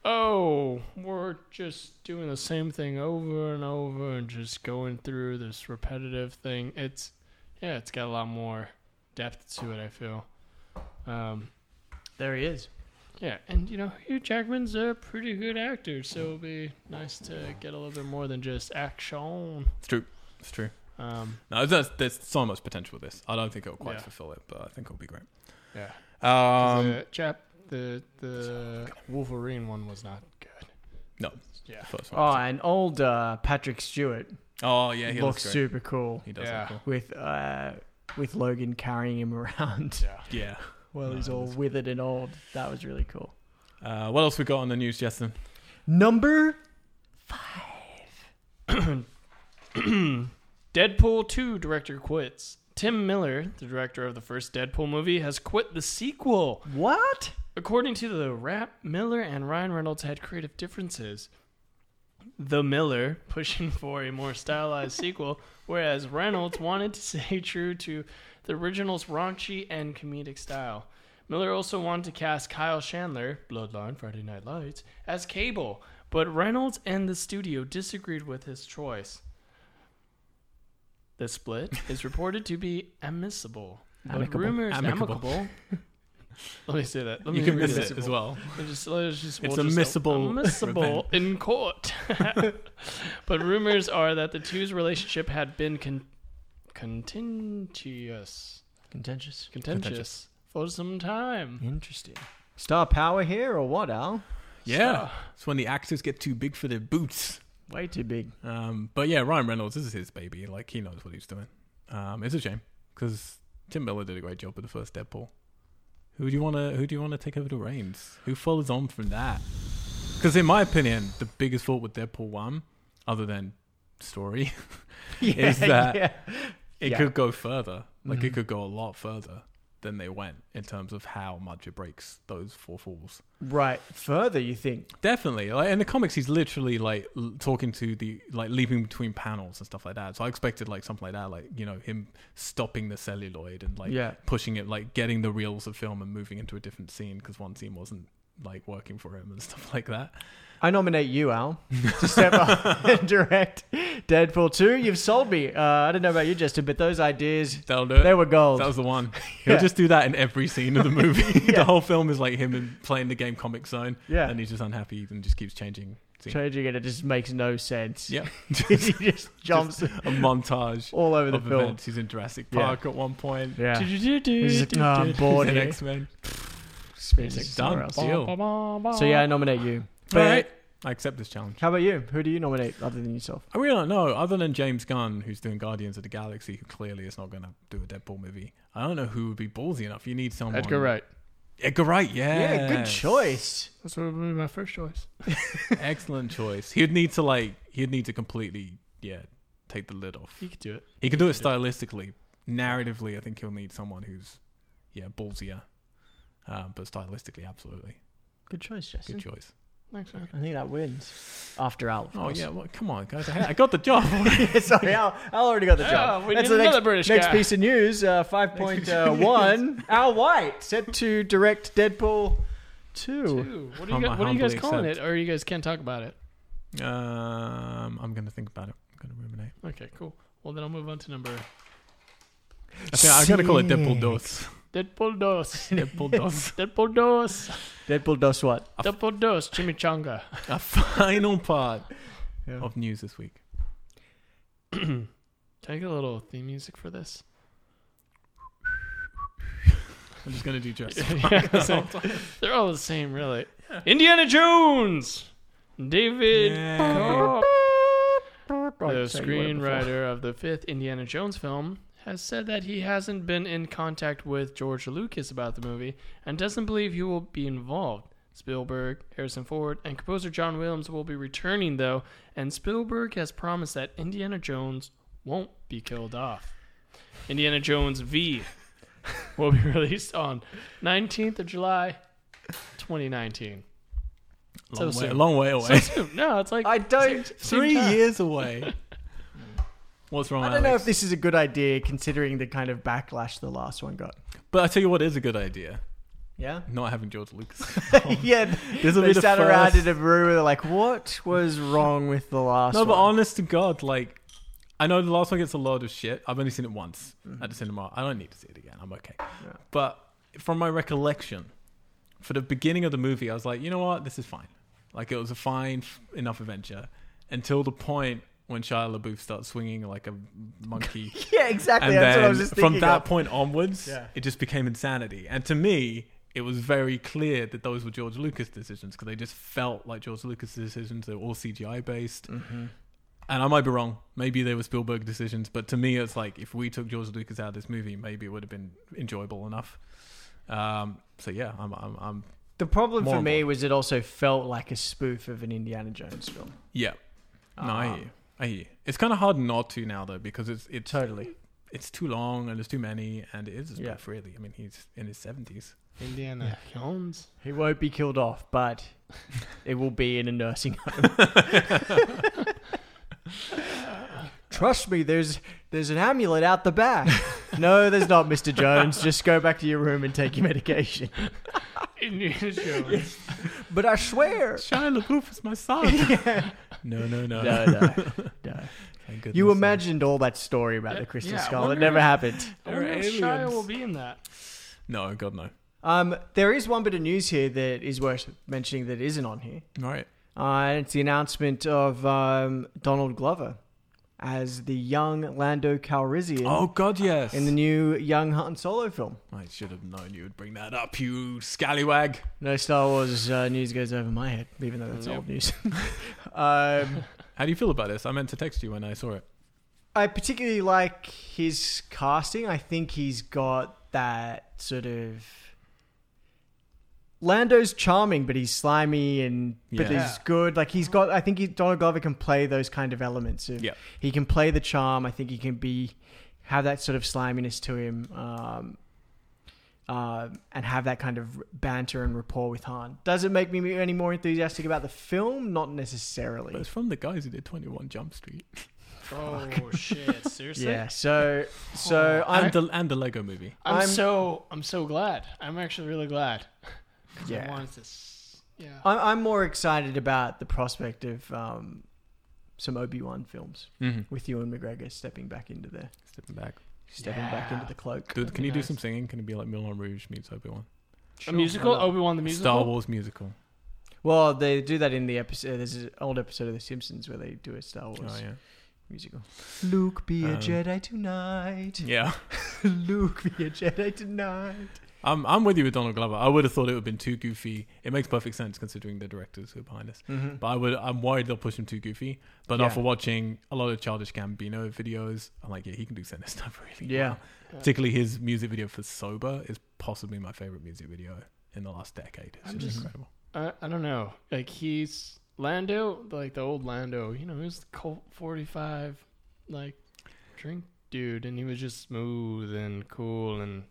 S3: oh, we're just doing the same thing over and over and just going through this repetitive thing. It's yeah, it's got a lot more depth to it. I feel. Um,
S2: There he is.
S3: yeah, and you know Hugh Jackman's a pretty good actor, so it'll be nice to get a little bit more than just action.
S1: It's true. It's true.
S3: Um,
S1: No, there's, there's so much potential with this. I don't think it'll quite
S3: Yeah.
S1: fulfill it, but I think it'll be great.
S3: yeah.
S1: Um,
S3: the chap, the the Wolverine one was not good.
S1: No.
S3: Yeah.
S1: first one.
S2: Oh, and old uh, Patrick Stewart
S1: oh yeah, he looks,
S2: looks
S1: great.
S2: super cool
S1: He does
S3: Yeah.
S1: look
S2: with uh, with Logan carrying him around
S3: Yeah.
S1: cool. Yeah.
S2: while he's
S1: No,
S2: all
S1: that's-
S2: withered and old. That was really cool.
S1: Uh, what else we got on the news, Justin?
S2: Number
S3: Deadpool 2 director quits. Tim Miller, the director of the first Deadpool movie, has quit the sequel.
S2: what?
S3: According to the rap, Miller and Ryan Reynolds had creative differences. The Miller pushing for a more stylized sequel, whereas Reynolds wanted to stay true to the original's raunchy and comedic style. Miller also wanted to cast Kyle Chandler, Bloodline, Friday Night Lights, as Cable, but Reynolds and the studio disagreed with his choice. The split is reported to be amicable, but
S2: Amicable.
S3: rumors
S1: Amicable.
S3: amicable. Let me say that. Let
S1: You
S3: me
S1: can
S3: read
S1: miss
S3: that.
S1: it as well.
S3: Let's just- let's just-
S1: It's
S3: we'll just-
S1: admissible
S3: admissible in court. but rumors are that the two's relationship had been con- contentious,
S2: Contentious.
S3: contentious, for some time.
S2: Interesting. Star power here or what, Al?
S1: Yeah, it's when the actors get too big for their boots.
S2: Way too big.
S1: Um, but yeah, Ryan Reynolds this is his baby. Like he knows what he's doing. Um, it's a shame because Tim Miller did a great job with the first Deadpool. Who do you want to? Who do you want to take over the reins? Who follows on from that? Because in my opinion, the biggest fault with Deadpool one, other than story, Is that-
S2: yeah.
S1: it
S2: Yeah.
S1: could go further. Like
S2: Mhm.
S1: it could go a lot further than they went in terms of how much it breaks those four walls.
S2: right? Further, you think?
S1: Definitely. Like in the comics, he's literally like l- talking to the like leaping between panels and stuff like that. So I expected like something like that, like you know him stopping the celluloid and like
S2: yeah.
S1: pushing it, like getting the reels of film and moving into a different scene because one scene wasn't like working for him and stuff like that.
S2: I nominate you, Al, to step up and direct Deadpool 2. You've sold me. Uh, I don't know about you, Justin, but those ideas,
S1: That'll do it.
S2: they were gold.
S1: Uh, that was the one.
S2: Yeah.
S1: He'll just do that in every scene of the movie.
S2: Yeah.
S1: the whole film is like him in- playing the game Comic Zone,
S2: yeah.
S1: and he's just unhappy and just keeps changing scenes.
S2: Changing it, it just makes no sense.
S1: yeah,
S2: he just jumps
S1: a montage
S2: all over the
S1: of
S2: film.
S1: events. He's in Jurassic
S2: Yeah.
S1: Park at one point.
S2: Yeah. He's just like, "Oh, I'm
S3: So
S2: bored
S1: He's an
S2: here.
S1: X-Men.
S2: Space
S1: It's
S2: somewhere
S1: done.
S2: else.
S1: Deal.
S2: So yeah, I nominate you. But
S1: All right. I accept this challenge.
S2: how about you? Who do you nominate other than yourself?
S1: I really don't know. Other than James Gunn, who's doing Guardians of the Galaxy, who clearly is not going to do a Deadpool movie. I don't know who would be ballsy enough. You need someone.
S3: Edgar Wright.
S1: Edgar Wright. Yeah.
S2: Yeah, good choice.
S3: That's what would be my first choice.
S1: Excellent choice. He'd need to like. He'd need to completely. Yeah. Take the lid off.
S3: You could do it.
S1: He can do it stylistically. Narratively, I think he'll need someone who's. Yeah, ballsier. Um, but stylistically, absolutely
S2: Good choice, Justin.
S1: good choice.
S3: Thanks, man.
S2: I think that wins. After Al. of
S1: Oh
S2: course.
S1: yeah, well, come on, guys! I, had- I got the job.
S2: Sorry, Al, Al already got the job.
S3: Yeah, we
S2: That's
S3: need
S2: the next,
S3: another British
S2: next
S3: guy.
S2: piece of news. Uh, Five point uh, one. Al White set to direct Deadpool two.
S3: Two. What are
S1: Hum-
S3: you, guys, what are you guys
S1: humbly
S3: calling
S1: accept.
S3: it? Or you guys can't talk about it?
S1: Um, I'm gonna think about it. I'm gonna ruminate.
S3: Okay, cool. Well, then I'll move on to number
S1: I think I'm gonna call it Deadpool Dos.
S3: Deadpool Dos.
S1: Deadpool Dos.
S3: Deadpool Dos.
S2: Deadpool does what?
S3: Deadpool Dos. Chimichanga.
S1: A final part
S2: Yeah.
S1: of news this week.
S3: Can I get a little theme music for this?
S1: I'm just gonna do just.
S3: Yeah, so- they're all the same, really. Indiana Jones, David
S1: Yeah. Oh.
S3: Koepp, the
S2: I'd say you were before.
S3: screenwriter of the fifth Indiana Jones film, has said that he hasn't been in contact with George Lucas about the movie and doesn't believe he will be involved. Spielberg, Harrison Ford, and composer John Williams will be returning though, and Spielberg has promised that Indiana Jones won't be killed off. Indiana Jones V will be released on 19th of July 2019.
S1: Long
S3: So
S1: way,
S3: soon.
S1: long way away.
S3: So soon. No, it's like
S2: I don't.
S3: same
S1: Three
S3: time.
S1: years away. What's wrong?
S2: I don't know
S1: Alex?
S2: if this is a good idea considering the kind of backlash the last one got.
S1: But I tell you what is a good idea:
S2: Yeah.
S1: not having George Lucas.
S2: yeah.
S1: This will
S2: They
S1: be the
S2: sat around
S1: first-
S2: in a room and they're like, what was wrong with the last
S1: No, but
S2: one?
S1: honest to God, like I know the last one gets a lot of shit. I've only seen it once
S2: Mm-hmm.
S1: at the cinema. I don't need to see it again. I'm okay. But from my recollection, for the beginning of the movie, I was like, you know what, this is fine. Like it was a fine f- enough adventure until the point when Shia LaBeouf starts swinging like a monkey.
S2: Yeah, exactly.
S1: and
S2: That's
S1: then
S2: what I was just thinking.
S1: from that
S2: of.
S1: point onwards,
S2: Yeah.
S1: it just became insanity. And to me, it was very clear that those were George Lucas decisions because they just felt like George Lucas decisions. They were all CGI based.
S2: Mm-hmm.
S1: And I might be wrong. Maybe they were Spielberg decisions, but to me, it's like if we took George Lucas out of this movie, maybe it would have been enjoyable enough. Um, so yeah, I'm, I'm, I'm,
S2: the problem
S1: More
S2: for
S1: and
S2: me was it also felt like a spoof of an Indiana Jones film.
S1: yeah. No, I hear
S2: Um,
S1: you. I hear you. It's kind of hard not to now though because it's it's
S2: Totally.
S1: it's too long and there's too many and it is a spoof,
S2: Yeah.
S1: really. I mean, he's in his seventies.
S3: Indiana Jones.
S2: He won't be killed off, but it will be in a nursing home. Trust me, there's there's an amulet out the back. no, there's not, Mr. Jones. Just go back to your room and take your medication.
S3: Indiana Jones.
S2: But I swear.
S1: Shia LaBeouf is my son. No, no, no.
S2: No, no, no.
S1: Thank goodness.
S2: You imagined all that story about
S3: Yeah,
S2: the crystal
S3: yeah, I
S2: skull. It
S3: wonder
S2: never
S3: if-
S2: happened.
S3: I wonder
S1: They're
S3: if Shia
S1: aliens.
S3: will be in that.
S1: No, God, no.
S2: Um, there is one bit of news here that is worth mentioning that isn't on here.
S1: All right.
S2: Uh, and it's the announcement of um, Donald Glover as the young Lando Calrissian
S1: Oh, God, yes.
S2: in the new young Han Solo film.
S1: I should have known you would bring that up, you scallywag.
S2: No Star Wars uh, news goes over my head, even though that's
S3: Yep.
S2: old news. um,
S1: How do you feel about this? I meant to text you when I saw it.
S2: I particularly like his casting. I think he's got that sort of Lando's charming, but he's slimy and but
S1: Yeah.
S2: he's good. Like he's got. I think he, Donald Glover can play those kind of elements. Of,
S1: Yeah.
S2: he can play the charm. I think he can be have that sort of sliminess to him. Um, um, and have that kind of banter and rapport with Han. Does it make me any more enthusiastic about the film? Not necessarily.
S1: But it's from the guys who did 21 Jump Street.
S3: Oh shit! Seriously?
S2: Yeah. So, so I'm
S1: and, the, and the Lego movie.
S3: I'm,
S2: I'm-
S3: so I'm so glad. I'm actually really glad. 'Cause
S2: Yeah.
S3: I wanted to. s- Yeah.
S2: I'm, I'm more excited about the prospect of um, some Obi Wan films
S1: Mm-hmm.
S2: with Ewan McGregor stepping back into the
S1: Stepping back.
S2: stepping back
S3: Yeah.
S2: into the cloak.
S1: Dude, can you do
S3: nice.
S1: some singing? Can it be like Moulin Rouge meets Obi-Wan?
S3: a musical?
S2: Why not?
S3: Obi Wan the musical.
S1: Star Wars musical.
S2: Well, they do that in the episode. There's an old episode of The Simpsons where they do a Star Wars
S1: Oh, yeah.
S2: musical. Luke, be a
S1: Um,
S2: Jedi tonight.
S1: Yeah.
S2: Luke, be a Jedi tonight.
S1: I'm, I'm with you with Donald Glover. I would have thought it would have been too goofy. It makes perfect sense considering the directors who are behind this.
S2: Mhm.
S1: But I would, I'm worried they'll push him too goofy. But
S2: Yeah.
S1: after watching a lot of Childish Gambino videos, I'm like, yeah, he can do center stuff really.
S2: Yeah.
S1: well. particularly his music video for "Sober" is possibly my favorite music video in the last decade. It's
S3: I'm
S1: just,
S3: just-
S1: incredible.
S3: I, I don't know. Like he's Lando, like the old Lando. You know, he was the Colt 45, like drink dude, and he was just smooth and cool and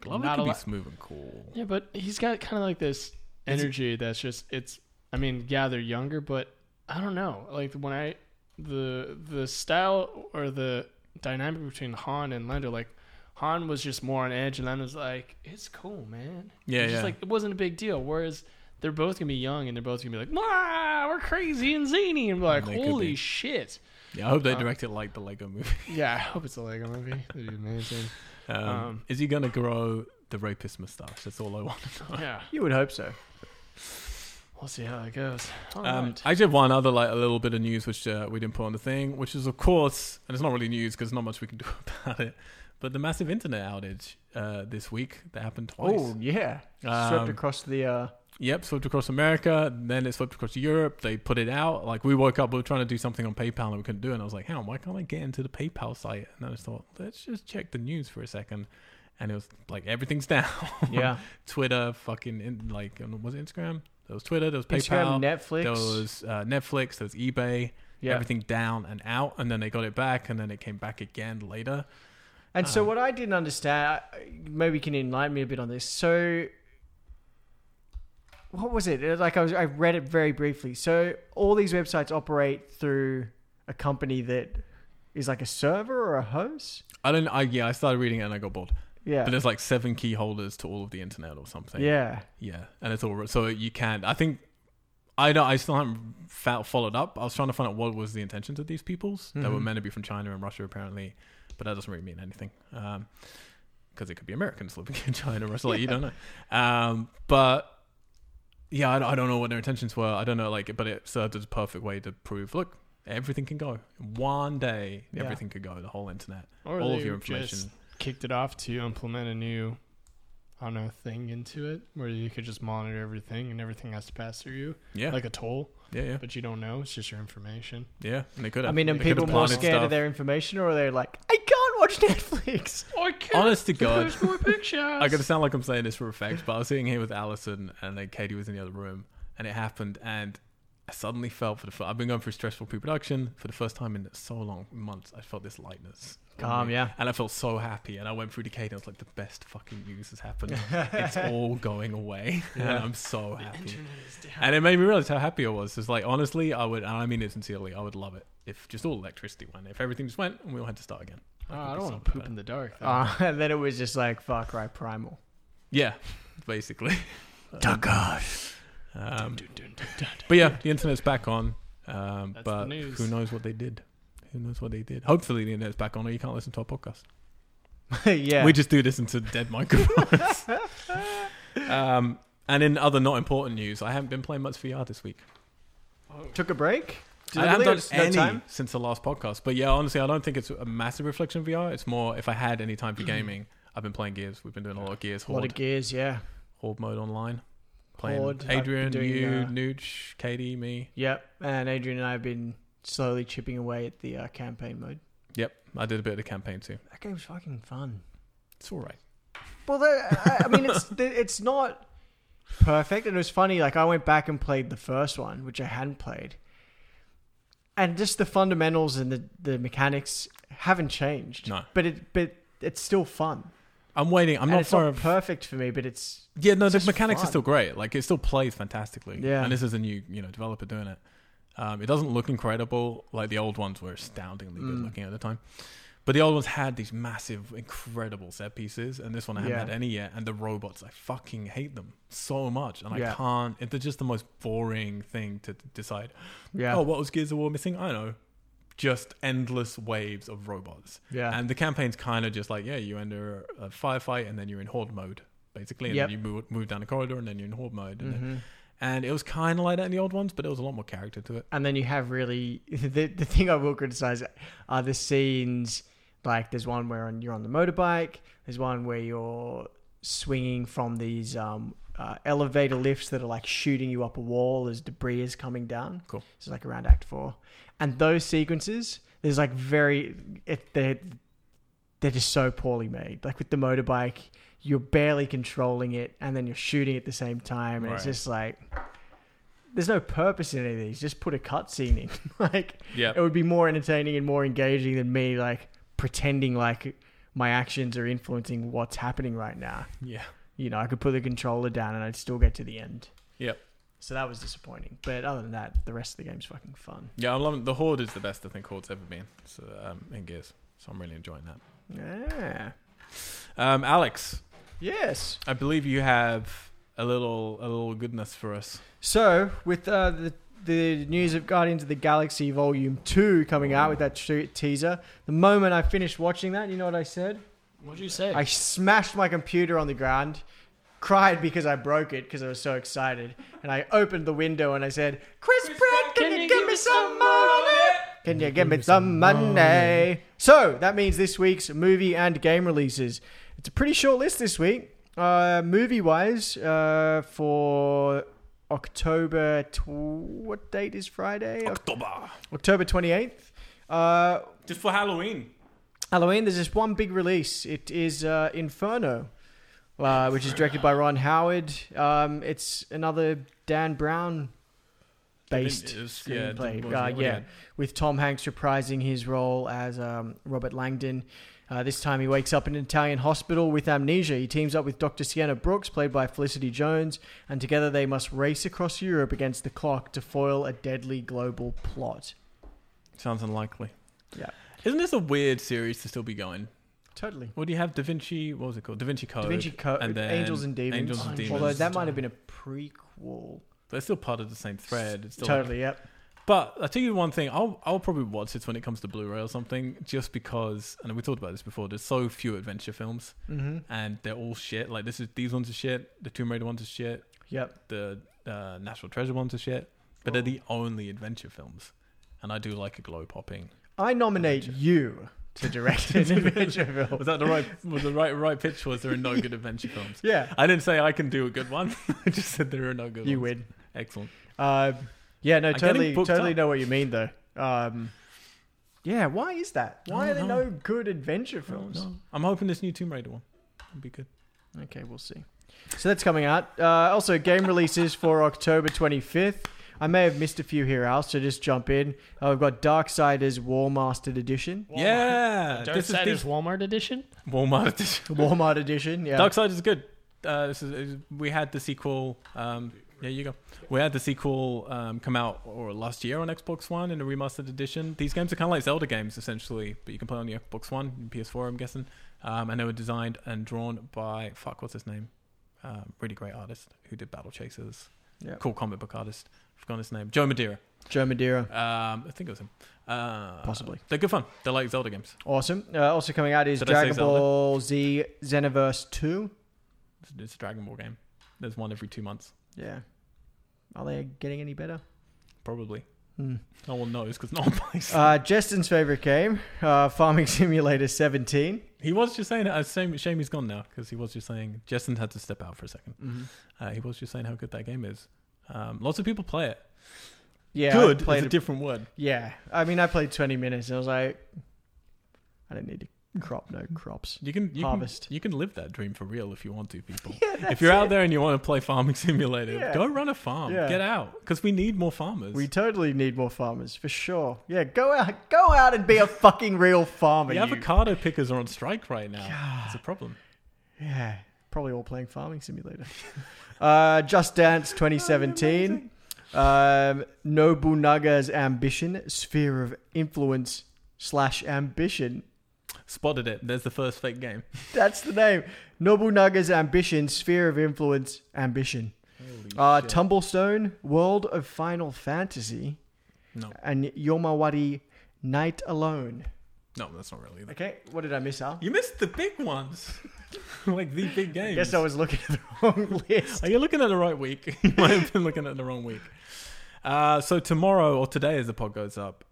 S1: Glover
S3: not
S1: can
S3: a
S1: be
S3: lot-
S1: smooth and cool.
S3: yeah. But he's got kind of like this energy that's just it's. I mean, yeah, they're younger, but I don't know. Like when I the the style or the dynamic between Han and Lando, like. Han was just more on edge, and Lando's like, "It's cool, man."
S1: Yeah,
S3: It's
S1: yeah.
S3: just like it wasn't a big deal. Whereas they're both gonna be young and they're both gonna be like, "Ah, we're crazy and zany," and we're like,
S1: They could
S3: "Holy
S1: be.
S3: shit!"
S1: yeah, I hope they
S3: Uh,
S1: direct it like the Lego movie.
S3: Yeah, I hope it's a Lego movie. That'd be amazing.
S1: Um,
S3: um,
S1: is he gonna grow the rapist mustache? That's all I want to know.
S3: Yeah,
S2: You would hope so.
S3: we'll see how that goes. All right.
S1: Um, I actually have one other like a little bit of news which uh, we didn't put on the thing, which is of course, and it's not really news because not much we can do about it. But the massive internet outage uh, this week that happened twice.
S2: Oh yeah,
S1: Um,
S2: swept across the. Uh,
S1: Yep, swept across America, then it swept across Europe. They put it out. Like we woke up, we were trying to do something on PayPal and we couldn't do it. And I was like, "How? Why can't I get into the PayPal site?" And I just thought, let's just check the news for a second. And it was like everything's down.
S2: yeah,
S1: Twitter, fucking, in, like, and was it Instagram? There was Twitter. There was PayPal.
S2: Instagram, Netflix.
S1: There was uh, Netflix. There was eBay.
S2: yeah.
S1: Everything down and out. And then they got it back, and then it came back again later.
S2: And so,
S1: Um,
S2: what I didn't understand, I- maybe you can enlighten me a bit on this. So, what was it? It was Like I was, I read it very briefly. So all these websites operate through a company that is like a server or a host.
S1: I don't. I yeah. I started reading it and I got bored.
S2: Yeah,
S1: But there's like seven key holders to all of the internet or something.
S2: yeah,
S1: Yeah, and it's all so you can. I think I don't. I still haven't fo- followed up. I was trying to find out what was the intentions of these peoples that were
S2: Mhm.
S1: meant to be from China and Russia apparently, but that doesn't really mean anything because it could be Americans living in China or Russia. Like, you don't know. Um, but yeah, I, don't- I don't know what their intentions were. I don't know. Like, but it served as a perfect way to prove. Look. Everything can go. One day,
S2: Yeah.
S1: everything could go. The whole internet,
S3: Or
S1: all of
S3: they
S1: your
S3: just
S1: information.
S3: kicked it off to implement a new, I don't know, thing into it where you could just monitor everything and everything has to pass through you,
S1: Yeah,
S3: like a toll,
S1: yeah, yeah,
S3: but you don't know. It's just your information.
S1: yeah. And they could.
S2: I
S1: have.
S2: mean, are
S1: They could have
S2: people more
S1: planted
S2: scared
S1: stuff.
S2: of their information, or are they like, I can't watch Netflix?
S3: I can't.
S1: Honest to Oh God,
S3: There's more pictures.
S1: I could sound like I'm saying this for effect, but I was sitting here with Alison, and then Katie was in the other room, and it happened, and I suddenly felt for the. fir- I've been going through stressful pre-production for the first time in so long months. I felt this lightness,
S2: Calm, yeah.
S1: and I felt so happy. And I went through to Katie, and I was like, "The best fucking news has happened. it's all going away, and I'm so happy."
S3: Internet is down.
S1: And it made me realize how happy I was. It's like honestly, I would, and I mean it sincerely, I would love it if just all electricity went, if everything just went, and we all had to start again.
S3: Oh,
S1: That would
S3: I
S1: be
S3: don't
S1: so
S3: want
S1: much
S3: to poop
S1: better.
S3: in the dark. though.
S2: Uh, and then it was just like Far Cry Primal.
S1: Yeah, basically.
S2: Takash.
S1: Um,
S3: Dun, dun, dun, dun, dun.
S1: But yeah, the internet's back on. Um,
S3: That's
S1: but
S3: the news.
S1: who knows what they did? Who knows what they did? Hopefully, the internet's back on, or you can't listen to our podcast.
S2: yeah.
S1: We just do this into dead microphones. um, and in other not important news, I haven't been playing much VR this week.
S2: took a break.
S1: I haven't
S2: Deliberately or
S1: done
S2: just no
S1: any
S2: time?
S1: since the last podcast. But yeah, honestly, I don't think it's a massive reflection of VR. It's more if I had any time for gaming, I've been playing Gears. We've been doing a lot of Gears
S2: A lot
S1: Horde,
S2: of gears, yeah.
S1: Horde mode online. Playing
S2: Horde, I've been
S1: Adrian,
S2: doing,
S1: you,
S2: uh,
S1: Nooch, Katie, me.
S2: Yep. And Adrian and I have been slowly chipping away at the uh, campaign mode.
S1: Yep, I did a bit of the campaign too.
S2: That game's fucking fun.
S1: It's all right.
S2: Well, the, I, I mean, it's it's not perfect, and it was funny. Like I went back and played the first one, which I hadn't played, and just the fundamentals and the, the mechanics haven't changed.
S1: No.
S2: but it but it's still fun.
S1: I'm waiting. I'm
S2: and
S1: not
S2: it's
S1: far.
S2: not perfect for me, but it's
S1: Yeah, no, the
S2: just
S1: mechanics
S2: fun.
S1: are still great. Like it still plays fantastically.
S2: Yeah.
S1: and this is a new you know developer doing it. Um, it doesn't look incredible. Like the old ones were astoundingly good
S2: Mm.
S1: looking at the time, but the old ones had these massive, incredible set pieces, and this one I haven't
S2: Yeah.
S1: had any yet. And the robots, I fucking hate them so much, and I
S2: Yeah.
S1: can't. It, they're just the most boring thing to d- decide.
S2: yeah,
S1: Oh, what was Gears of War missing? I know, just endless waves of robots.
S2: yeah,
S1: And the campaign's kind of just like, yeah, you enter a firefight and then you're in horde mode, basically. And
S2: Yep.
S1: then you move, move down a corridor and then you're in horde mode. And, then-
S2: Mhm.
S1: and it was kind of like that in the old ones, but it was a lot more character to it.
S2: and then you have really the the thing I will criticize are the scenes like there's one where on, you're on the motorbike, there's one where you're swinging from these um, uh, elevator lifts that are like shooting you up a wall as debris is coming down.
S1: Cool.
S2: So like around Act Four, and those sequences there's like very it, they're they're just so poorly made. Like with the motorbike, you're barely controlling it, and then you're shooting at the same time, and it's
S1: Right.
S2: just like. There's no purpose in any of these. Just put a cutscene in. like,
S1: Yeah.
S2: it would be more entertaining and more engaging than me like pretending like my actions are influencing what's happening right now.
S1: Yeah.
S2: You know, I could put the controller down and I'd still get to the end.
S1: Yep.
S2: So that was disappointing. But other than that, the rest of the game's fucking fun.
S1: Yeah, I'm loving The Horde is the best I think Horde's ever been so, um, in Gears. So I'm really enjoying that.
S2: Yeah.
S1: Um, Alex,
S2: Yes.
S1: I believe you have a little a little goodness for us.
S2: So with uh, the the news of Guardians of the Galaxy Volume Two coming out with that tre- teaser, the moment I finished watching that, you know what I said?
S3: What'd you say?
S2: I smashed my computer on the ground, cried because I broke it because I was so excited, and I opened the window and I said, "Chris, Pratt, can, you give me some money? Can you give me some money?" So that means this week's movie and game releases. It's a pretty short list this week. Uh, movie wise, uh, for October, tw- what date is Friday? Oc-
S1: October.
S2: October twenty eighth. Uh,
S1: Just for Halloween.
S2: Halloween, there's this one big release. It is uh, Inferno, uh, which is directed by Ron Howard. Um, it's another Dan Brown based
S1: It was- yeah, it
S2: screenplay.
S1: was-
S2: uh,
S1: what do you
S2: yeah,
S1: had?
S2: with Tom Hanks reprising his role as um, Robert Langdon. Uh, this time he wakes up in an Italian hospital with amnesia. He teams up with Dr. Sienna Brooks, played by Felicity Jones, and together they must race across Europe against the clock to foil a deadly global plot.
S1: Sounds unlikely.
S2: Yeah.
S1: Isn't this a weird series to still be going?
S2: Totally.
S1: What do you have? Da Vinci. What was it called? Da Vinci Code.
S2: Da Vinci Code,
S1: And then
S2: Angels and Demons.
S1: Angels and Demons.
S2: Although that might have been a prequel.
S1: They're still part of the same thread. It's still like-
S2: Totally, yep.
S1: But I tell you one thing, I'll I'll probably watch this when it comes to Blu-ray or something, just because. And we talked about this before. There's so few adventure films,
S2: Mm-hmm.
S1: and they're all shit. Like this is these ones are shit. The Tomb Raider ones are shit.
S2: Yep.
S1: The uh, National Treasure ones are shit. But they're the only adventure films, and I do like a glow popping.
S2: I nominate you to direct an adventure film.
S1: Was that the right was the right right pitch? Was there are no good adventure films?
S2: Yeah,
S1: I didn't say I can do a good one. I just said there are no good.
S2: you
S1: ones.
S2: win.
S1: Excellent.
S2: Uh, yeah, no,
S1: I'm getting
S2: totally,
S1: booked
S2: totally
S1: up.
S2: know what you mean though. Um, yeah, why is that? Why are there
S1: don't
S2: no good adventure films?
S1: No, I'm hoping this new Tomb Raider one will be good.
S2: Okay, we'll see. So that's coming out. Uh, also, game releases for October 25th. I may have missed a few here, Al, so just jump in. Uh, we've got Darksiders War Mastered Edition,
S1: Yeah,
S3: Dark
S1: uh, this is
S3: Side
S1: this
S3: is Walmart edition.
S1: Walmart edition.
S2: Walmart Edition. Yeah.
S1: Dark Side is good. Uh, this is, is- we had the sequel. Um, yeah, you go. We had the sequel um, come out or last year on Xbox One in a remastered edition. These games are kind of like Zelda games essentially, but you can play on the Xbox One and PS4. I'm guessing. Um, and they were designed and drawn by fuck, what's his name? Um, really great artist who did Battle Chasers.
S2: Yeah.
S1: Cool comic book artist. Forgotten his name. Joe Madeira.
S2: Joe Madeira.
S1: Um, I think it was him. Uh,
S2: Possibly.
S1: They're good fun. They're like Zelda games.
S2: Awesome. Uh, also coming out is
S1: Did I say
S2: Dragon Ball Z Xenoverse 2.
S1: It's, it's a Dragon Ball game. There's one every two months,
S2: Yeah. Are they getting any better?
S1: probably.
S2: Hmm.
S1: No one knows because no one plays.
S2: Uh, Justin's favorite game, uh, Farming Simulator 17.
S1: He was just saying, uh, shame, shame he's gone now because he was just saying, Justin had to step out for a second. Uh, he was just saying how good that game is. Um, lots of people play it.
S2: Yeah, I
S1: good is
S2: Played
S1: a
S2: it-
S1: different word.
S2: yeah, I mean, I played 20 minutes and I was like, I don't need to crop no crops.
S1: You can you
S2: Harvest.
S1: Can, you can live that dream for real if you want to, people.
S2: Yeah, that's
S1: if you're
S2: it.
S1: out there and you want to play Farming Simulator,
S2: Yeah.
S1: go run a farm.
S2: Yeah.
S1: Get out because we need more farmers.
S2: we totally need more farmers for sure. Yeah, go out, go out and be a fucking real farmer.
S1: the
S2: you.
S1: avocado pickers are on strike right now. It's a problem.
S2: Yeah, probably all playing Farming Simulator. uh, Just Dance 2017. um, Nobunaga's Ambition, Sphere of Influence slash Ambition.
S1: Spotted it. There's the first fake game.
S2: That's the name. Nobunaga's Ambition, Sphere of Influence, Ambition. Uh, Tumblestone, World of Final Fantasy,
S1: No,
S2: and Yomawari Night Alone.
S1: no, that's not really. Either.
S2: Okay, what did I miss, Al?
S1: You missed the big ones, like the big games.
S2: I guess I was looking at the wrong list.
S1: Are you looking at the right week? you might have been looking at the wrong week. Uh, so tomorrow or today, as the pod goes up,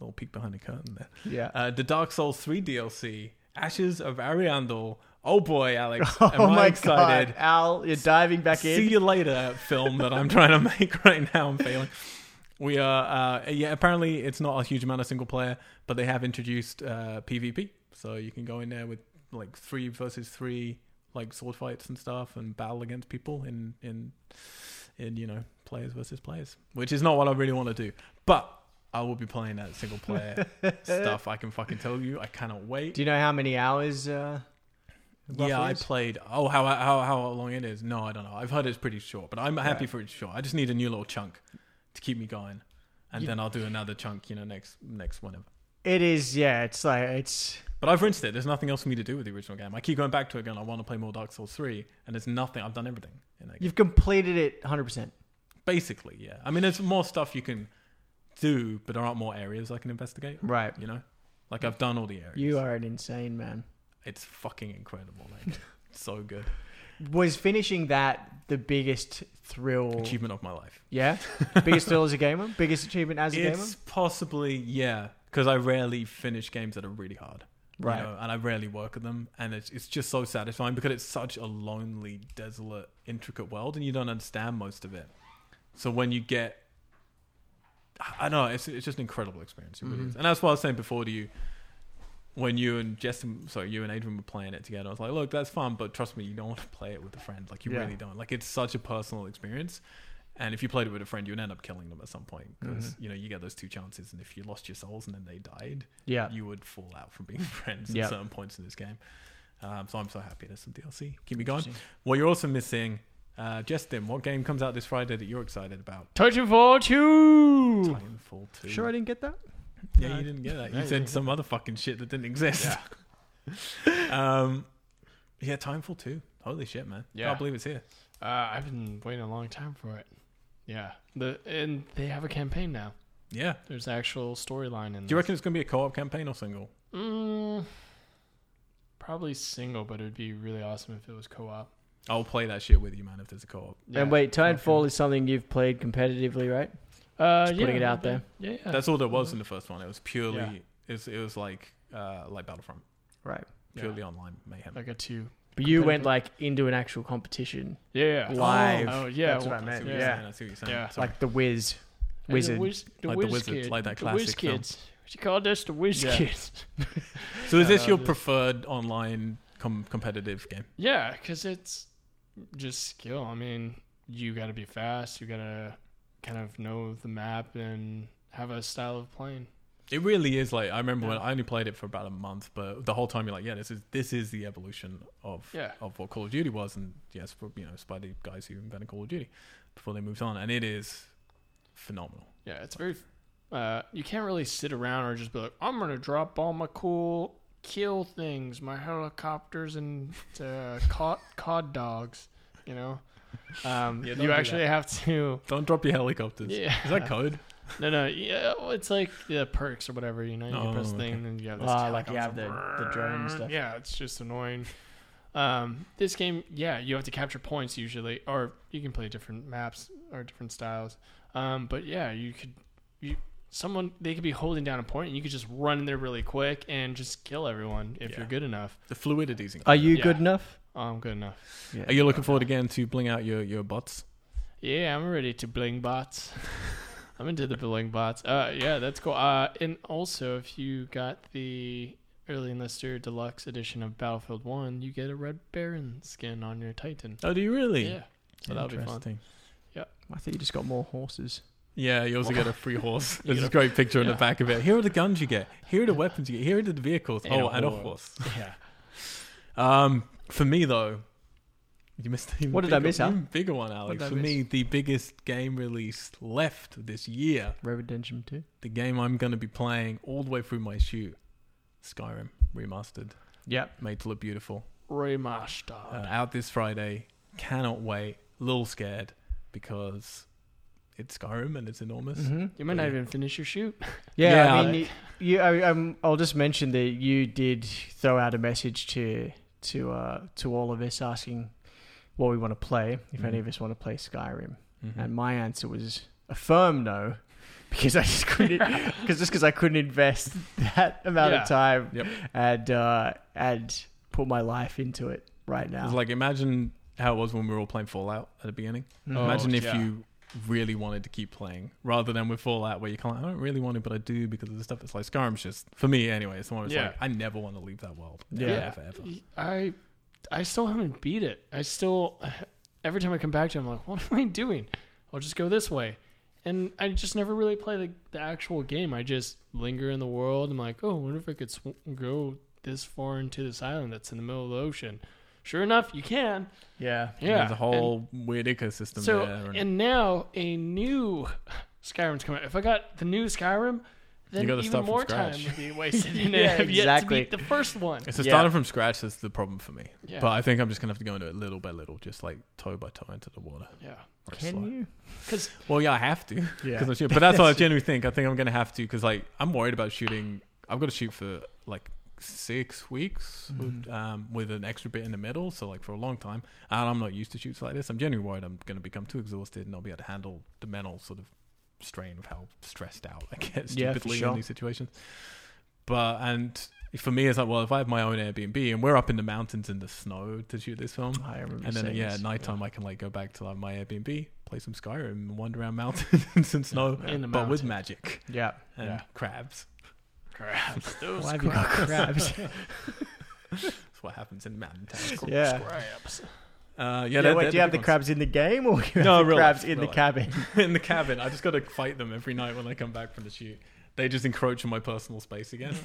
S1: little peek behind the curtain there.
S2: Yeah.
S1: Uh, the Dark Souls three DLC, Ashes of Ariandel. Oh boy, Alex, am
S2: oh
S1: I
S2: my
S1: excited?
S2: god, Al, you're diving back in.
S1: See you later film that I'm trying to make right now. I'm failing. We are, uh, yeah, apparently it's not a huge amount of single player, but they have introduced uh, PvP. So you can go in there with like three versus three, like sword fights and stuff, and battle against people in, in, in you know, players versus players, which is not what I really want to do. But I will be playing that single player stuff. I can fucking tell you. I cannot wait.
S2: Do you know how many hours? Uh, roughly
S1: Yeah, I
S2: is?
S1: played. Oh, how how how long it is? No, I don't know. I've heard it's pretty short, but I'm happy for it's short. I just need a new little chunk to keep me going, and then I'll do another chunk, you know, next next whenever.
S2: It is. Yeah, it's like it's.
S1: But I've rinsed it. There's nothing else for me to do with the original game. I keep going back to it, going, I want to play more Dark Souls three, and there's nothing. I've done everything in that game.
S2: You've completed it 100. percent
S1: Basically, yeah. I mean, there's more stuff you can do, but there aren't more areas I can investigate.
S2: Right.
S1: You know, like I've done all the areas.
S2: You are an insane man.
S1: It's fucking incredible. Like, so good.
S2: Was finishing that the biggest thrill?
S1: Achievement of my life.
S2: Yeah, biggest thrill as a gamer, biggest achievement as a gamer.
S1: It's possibly yeah, because I rarely finish games that are really hard, you
S2: Right.
S1: know, and I rarely work at them, and it's it's just so satisfying because it's such a lonely, desolate, intricate world, and you don't understand most of it. So when you get, I- I know it's it's just an incredible experience, it
S2: Mm-hmm.
S1: really is, and that's what I was saying before to you. When you and Justin, sorry, you and Adrian were playing it together, I was like, "Look, that's fun, but trust me, you don't want to play it with a friend. Like, you
S2: Yeah.
S1: really don't. Like, it's such a personal experience, And if you played it with a friend, you'd end up killing them at some point because
S2: Mm-hmm.
S1: you know you get those two chances, and if you lost your souls and then they died,
S2: Yeah.
S1: you would fall out from being friends
S2: Yeah.
S1: at certain points in this game. Um, so I'm so happy there's some DLC. Keep me going. Well, you're also missing, uh, Justin. What game comes out this Friday that you're excited about?
S3: Titanfall 2!
S1: Titanfall 2.
S2: Sure, I didn't get that.
S1: Yeah, you didn't get that. You said some other fucking shit that didn't exist. Yeah. um, yeah, Timefall 2. Holy shit, man.
S3: Yeah.
S1: Can't believe it's here.
S3: Uh, I've been waiting a long time for it. Yeah. The And they have a campaign now.
S1: Yeah.
S3: There's actual storyline
S1: Do
S3: in
S1: you
S3: this.
S1: reckon it's going to be a co op campaign or single?
S3: Mm, probably single, but it would be really awesome if it was co op.
S1: I'll play that shit with you, man, if there's a co op.
S2: And wait, Titanfall is something you've played competitively, right?
S3: uh,
S2: just
S3: yeah,
S2: putting it out
S3: yeah, Yeah, yeah.
S1: That's all there was in the first one. It was purely,
S3: Yeah.
S1: it, was, it was like uh, like Battlefront,
S2: Right.
S1: purely online mayhem.
S3: like a two.
S2: But you went
S3: Competitive.
S2: like into an actual competition,
S3: Yeah, yeah.
S2: live.
S3: Oh, yeah.
S2: That's what I
S1: I see
S2: meant.
S1: what you're
S2: Yeah.
S1: saying, I see what you're saying.
S3: Yeah.
S1: Sorry.
S2: Like the Wiz.
S3: Hey,
S2: Wizard.
S3: The wiz, the
S1: Like the
S3: whiz
S1: Wizards,
S3: kid,
S1: like that
S3: the whiz
S1: classic film.
S3: kids. What you call this? The whiz
S1: Yeah.
S3: kids.
S1: so is this
S3: Uh,
S1: your
S3: just-
S1: preferred online com- competitive game?
S3: Yeah, because it's just skill. I mean, you got to be fast. You got to kind of know the map and have a style of playing.
S1: It really is like I remember when
S3: Yeah.
S1: I only played it for about a month, but the whole time you're like, yeah, this is this is the evolution of
S3: Yeah.
S1: of what Call of Duty was, and yes, for, you know, it's by the guys who invented Call of Duty before they moved on, and it is phenomenal.
S3: Yeah, it's very. Uh, you can't really sit around or just be like, I'm gonna drop all my cool kill things, my helicopters and uh, cod cod dogs. You know, um,
S1: Yeah, don't
S3: you
S1: do
S3: actually have to.
S1: Don't drop your helicopters.
S3: Yeah.
S1: Is that code?
S3: No, no, yeah, well, it's like yeah, perks or whatever. You know, you
S1: Oh,
S3: can press
S1: okay.
S3: thing and then you have this.
S2: Ah, like
S3: helicopter
S2: you have the, the drone and stuff.
S3: Yeah, it's just annoying. Um, this game, yeah, you have to capture points usually, or you can play different maps or different styles. Um, but yeah, you could, you someone they could be holding down a point, and you could just run in there really quick and just kill everyone if
S1: Yeah.
S3: you're good enough.
S1: The fluidity's incredible.
S2: Are you
S3: Yeah.
S2: good enough?
S3: Oh, I'm good enough.
S2: Yeah.
S1: Are you looking forward again to bling out your, your bots?
S3: Yeah, I'm ready to bling bots. I'm into the bling bots. Uh, yeah, that's cool. Uh, and also if you got the early enlister deluxe edition of Battlefield One, you get a red Baron skin on your Titan.
S1: Oh, do you really?
S3: Yeah, so that'll be fun.
S1: Interesting.
S2: I think you just got more horses.
S1: Yeah, you also get a free horse. There's
S3: get
S1: a great picture in the
S3: yeah.
S1: back of it. Here are the guns you get. Here are the weapons you get. Here are the vehicles.
S3: And
S1: oh,
S3: a
S1: and a
S3: horse.
S1: horse.
S3: Yeah.
S1: Um, for me though, you missed an even
S2: What did I
S1: bigger-
S2: miss out?
S1: even Bigger one, Alex.
S2: did I
S1: For me, the biggest game release left this year,
S2: Road Redemption 2.
S1: the game I'm going to be playing all the way through my shoot, Skyrim remastered,
S2: Yep.
S1: made to look beautiful,
S3: Remastered.
S1: uh, out this Friday. Cannot wait. Little scared because it's Skyrim and it's enormous.
S2: Mm-hmm.
S3: you might not
S1: yeah.
S3: even finish your shoot.
S2: Yeah,
S1: Yeah,
S2: I mean, you, you, I, um, I'll just mention that you did throw out a message to to uh, to all of us asking what we want to play, if any
S1: Mhm.
S2: of us want to play Skyrim,
S1: Mhm.
S2: and my answer was a firm no, because I just couldn't, because just because I couldn't invest that amount
S3: Yeah.
S2: of time
S1: Yep.
S2: and uh, and put my life into it right now.
S1: It's like imagine how it was when we were all playing Fallout at the beginning.
S2: Mm.
S3: Oh,
S1: Imagine if
S3: yeah.
S1: you really wanted to keep playing rather than with Fallout where you can't, I don't really want to, but I do because of the stuff that's like Skyrim's just, for me anyway, it's the one where it's
S3: Yeah.
S1: like, I never want to leave that world.
S2: Yeah.
S1: Ever, ever, ever.
S3: I, I still haven't beat it. I still, every time I come back to it, I'm like, what am I doing? I'll just go this way. And I just never really play the, the actual game. I just linger in the world. I'm like, oh, I wonder if I could sw- go this far into this island that's in the middle of the ocean. Sure enough, you can.
S2: yeah,
S3: Yeah.
S1: There's a whole weird ecosystem
S3: So
S1: there. And,
S3: and now a new Skyrim's coming. out. If I got the new Skyrim, then
S1: You gotta
S3: even
S1: start from
S3: more
S1: scratch.
S3: time would be wasted in it.
S2: Yeah,
S3: I have yet to
S2: exactly.
S3: beat the first one.
S1: it's a
S2: Yeah.
S1: starting from scratch that's the problem for me.
S3: Yeah,
S1: But I think I'm just going to have to go into it little by little, just like toe by toe into the water.
S3: yeah,
S1: Or
S2: can
S1: slow.
S2: you?
S3: because
S1: Well, yeah, I have to.
S2: Yeah.
S1: 'Cause I'm shooting. But that's what I genuinely think. I think I'm going to have to because like I'm worried about shooting. I've got to shoot for like six weeks with,
S2: Mm-hmm.
S1: um, with an extra bit in the middle. So like for a long time, and I'm not used to shoots like this. I'm genuinely worried I'm going to become too exhausted and not be able to handle the mental sort of strain of how stressed out I get
S2: Yeah, for
S1: stupidly
S2: sure.
S1: in these situations. But and for me, it's like well, if I have my own Airbnb and we're up in the mountains in the snow to shoot this film,
S2: I remember
S1: and then
S2: saying
S1: yeah,
S2: this.
S1: at nighttime I can like go back to like my Airbnb, play some Skyrim, and wander around mountains and snow,
S3: in the
S1: but with
S3: mountains.
S1: magic
S2: yeah.
S1: and
S3: Yeah.
S1: crabs.
S3: crabs. Those
S2: Why have you got
S3: crabs.
S2: crabs?
S1: That's what happens in mountain towns.
S2: Yeah.
S3: Crabs.
S1: Uh, yeah,
S2: Yeah,
S1: they're-
S2: wait,
S1: they're
S2: do you have the
S1: big ones.
S2: crabs in the game or you have
S1: No,
S2: the
S1: real
S2: crabs
S1: life,
S2: in the
S1: real life.
S2: cabin?
S1: in the cabin? I just got to fight them every night when I come back from the shoot. They just encroach on my personal space again.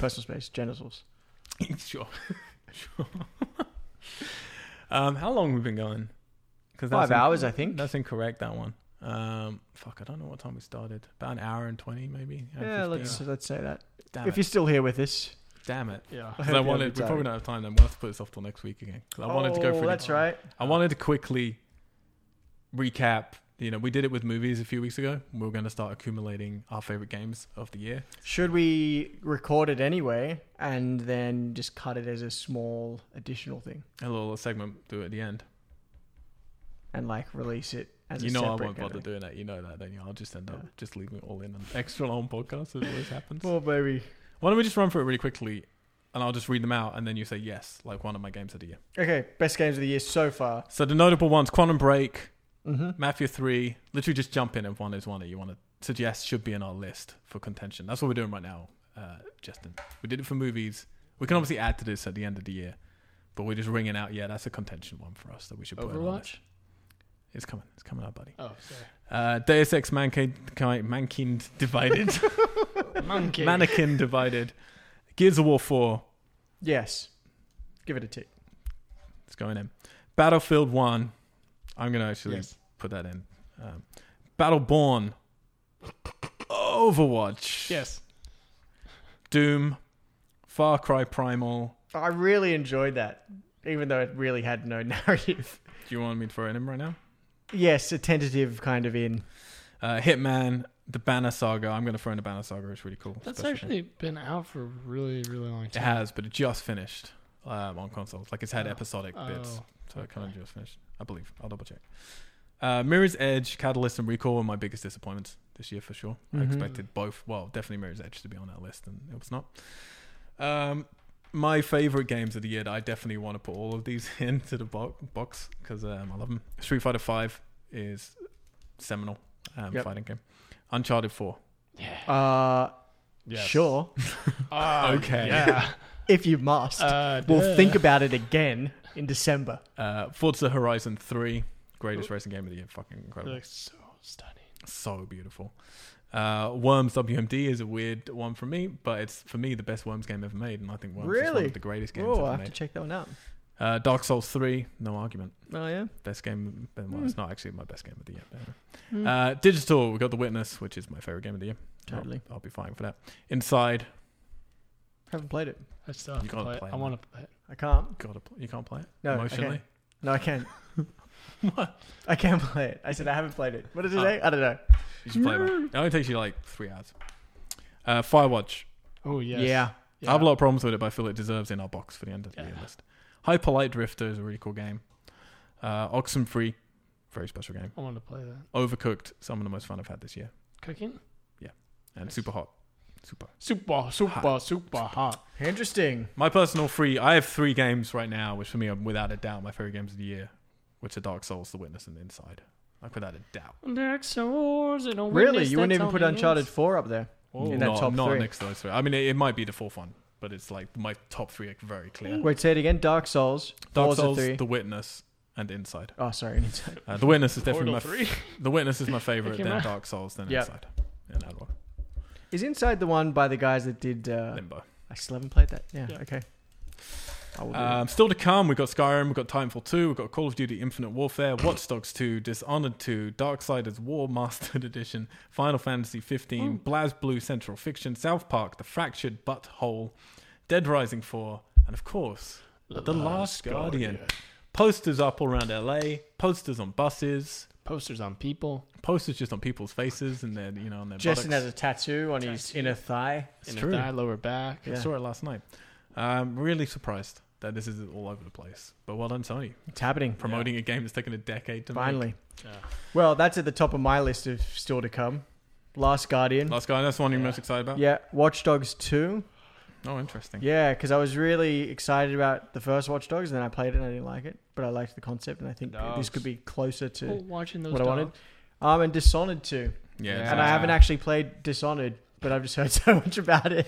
S2: Personal space, genitals.
S1: sure, sure. um, how long have we been going? Because
S2: Five hours, I think.
S1: That's incorrect. That one. Um, fuck, I don't know what time we started. About an hour and twenty, maybe. hour and
S2: Yeah,
S1: 15.
S2: let's let's say that.
S1: Damn
S2: if
S1: it.
S2: you're still here with us,
S1: Damn it.
S3: Yeah.
S1: 'Cause
S2: hope
S1: I
S2: you have a
S1: wanted.
S2: good
S1: We
S2: time.
S1: probably don't have time. Then we'll have to put this off till next week again. 'Cause I wanted to go
S2: Oh,
S1: through.
S2: That's right.
S1: I wanted to quickly recap. You know, we did it with movies a few weeks ago. We were going to start accumulating our favorite games of the year.
S2: Should we record it anyway and then just cut it as a small additional thing
S1: A little segment do it at the end.
S2: and like release it as
S1: you
S2: a
S1: know, I
S2: separate?
S1: won't bother
S2: kind of
S1: doing that. You know that, don't you? I'll just end
S2: Yeah.
S1: up just leaving it all in an extra long podcast. It always happens.
S2: thing? Well, baby.
S1: Why don't we just run through it really quickly, and I'll just read them out, and then you say yes, like one of my games of the year.
S2: Okay, best games of the year so far.
S1: So the notable ones: Quantum Break,
S2: Mm-hmm.
S1: Mafia 3, literally just jump in if one is one that you want to suggest should be in our list for contention. That's what we're doing right now, uh, Justin. We did it for movies. We can obviously add to this at the end of the year, but we're just ringing out, yeah, that's a contention one for us that we should put in our list.
S3: Overwatch?
S1: It's coming. It's coming up, buddy.
S3: Oh, sorry.
S1: Uh, Deus Ex Mankind, Mankind Divided.
S3: Monkey.
S1: Mannequin Divided. Gears of War 4.
S2: Yes, give it a tick.
S1: It's going in. Battlefield 1. I'm going to actually
S3: Yes.
S1: put that in. Um, Battleborn. Overwatch.
S3: Yes.
S1: Doom, Far Cry Primal.
S2: I really enjoyed that, even though it really had no narrative.
S1: Do you want me to throw it in right now?
S2: Yes, a tentative kind of in.
S1: Uh, Hitman, the Banner Saga. I'm going to throw in the Banner Saga. It's really cool.
S3: That's
S1: Special
S3: actually been out for a really, really long
S1: game. It
S3: time.
S1: has, but it just finished um, on consoles. Like it's had
S3: Oh.
S1: episodic bits,
S3: Oh.
S1: so it kind of just finished. I believe. I'll double check. Uh, Mirror's Edge, Catalyst, and Recall were my biggest disappointments this year for sure. I
S2: Mhm.
S1: expected both. Well, definitely Mirror's Edge to be on that list, and it was not. Um, my favorite games of the year. That I definitely want to put all of these into the bo- box because um, I love them. Street Fighter Five is seminal um,
S2: Yep.
S1: fighting game. Uncharted Four.
S3: Yeah.
S2: Uh,
S3: Yes.
S2: sure,
S3: Oh,
S1: Okay.
S3: Yeah.
S2: if you must.
S3: Uh,
S2: we'll
S3: duh.
S2: think about it again in December.
S1: Uh, Forza Horizon Three. Greatest racing game of the year. Fucking
S3: It
S1: incredible.
S3: looks so stunning.
S1: so beautiful. Uh, Worms WMD is a weird one for me, but it's for me the best Worms game ever made, and I think Worms is one
S2: Really?
S1: of the greatest games
S2: Oh, I
S1: ever
S2: have to
S1: made.
S2: check that one out.
S1: Uh, Dark Souls Three, no argument,
S2: Oh yeah.
S1: best game. Well, it's
S2: Hmm.
S1: not actually my best game of the year. but anyway.
S2: Mm.
S1: Uh, Digital, we got The Witness, which is my favorite game of the year. I'll-
S2: Totally.
S1: I'll, be fine for that. Inside,
S2: Haven't played it.
S3: I still have
S1: You
S3: to
S1: gotta
S3: play, it.
S1: play it,
S3: I want to play it.
S2: I can't.
S1: gotta pl- you can't play it
S2: No, I
S1: emotionally.
S2: can't. No, I can't.
S1: What?
S2: I can't play it. I said I haven't played it. What did it
S1: Oh.
S2: say? I don't know.
S1: You should play it. man. It only takes you like three hours. Uh, Firewatch,
S3: Oh, yes.
S2: Yeah.
S1: I have a lot of problems with it, but I feel it deserves in our box for the end of the
S3: Yeah.
S1: year list. Hyper Light Drifter is a really cool game. Uh, Oxenfree, very special game.
S3: I want to play that.
S1: Overcooked, some of the most fun I've had this year,
S3: Cooking?
S1: and
S3: Nice.
S1: super hot, super.
S3: Super, super,
S1: Hot.
S3: super hot.
S2: Interesting.
S1: My personal three, I have three games right now, which for me are without a doubt my favorite games of the year, which are Dark Souls, The Witness, and Inside. Like without a doubt.
S3: Dark Souls and a
S2: Really,
S3: witness
S2: you wouldn't
S3: that's
S2: even
S3: all
S2: put
S3: it
S2: Uncharted
S3: is.
S2: Four up there. In that
S1: not,
S2: top
S1: not
S2: three.
S1: next to those three. I mean, it, it might be the fourth one, but it's like my top three are very clear.
S2: Wait, say it again. Dark Souls.
S1: Dark
S2: Forza
S1: Souls,
S2: three.
S1: The Witness, and Inside.
S2: Oh, sorry.
S1: Uh, the Witness is definitely
S3: Portal
S1: my f-
S3: three.
S1: The Witness is my favorite,
S3: came
S1: then
S3: out.
S1: Dark Souls, then
S2: Yeah.
S1: Inside. And Adwalk.
S2: Is Inside the one by the guys that did? Uh,
S1: Limbo.
S2: I still haven't played that. Yeah.
S3: Yeah.
S2: Okay. I will do that.
S1: Um, still to come, we've got Skyrim, we've got Titanfall 2, we've got Call of Duty Infinite Warfare, Watch Dogs 2, Dishonored 2, Darksiders War Mastered Edition, Final Fantasy 15, BlazBlue Central Fiction, South Park, The Fractured Butthole, Dead Rising 4, and of course, The, Last Guardian. Posters up all around LA, posters on buses,
S3: Posters on people.
S1: posters just on people's faces and then, you know, on their
S2: Justin
S1: buttocks.
S2: has a tattoo on his
S3: Tattoo.
S2: inner thigh.
S1: It's
S3: in
S1: true.
S3: a thigh, lower back.
S1: I saw it last night. I'm really surprised that this is all over the place. But well done, Sony.
S2: It's happening.
S1: Promoting a game that's taken a decade to make.
S2: Finally.
S3: Yeah.
S2: Well, that's at the top of my list of still to come. Last Guardian.
S1: Last guy, that's the one you're
S3: Yeah.
S1: most excited about?
S2: yeah, Watch Dogs 2.
S1: Oh, interesting.
S2: Yeah, because I was really excited about the first Watch Dogs, and then I played it and I didn't like it, but I liked the concept, and I think this
S3: Dogs.
S2: could be closer
S3: Well,
S2: to
S3: watching those
S2: what I wanted.
S3: dogs.
S2: Um, and Dishonored 2.
S1: Yeah.
S3: Yeah.
S1: it's
S2: And I
S1: nice.
S2: haven't actually played Dishonored but I've just heard so much about it.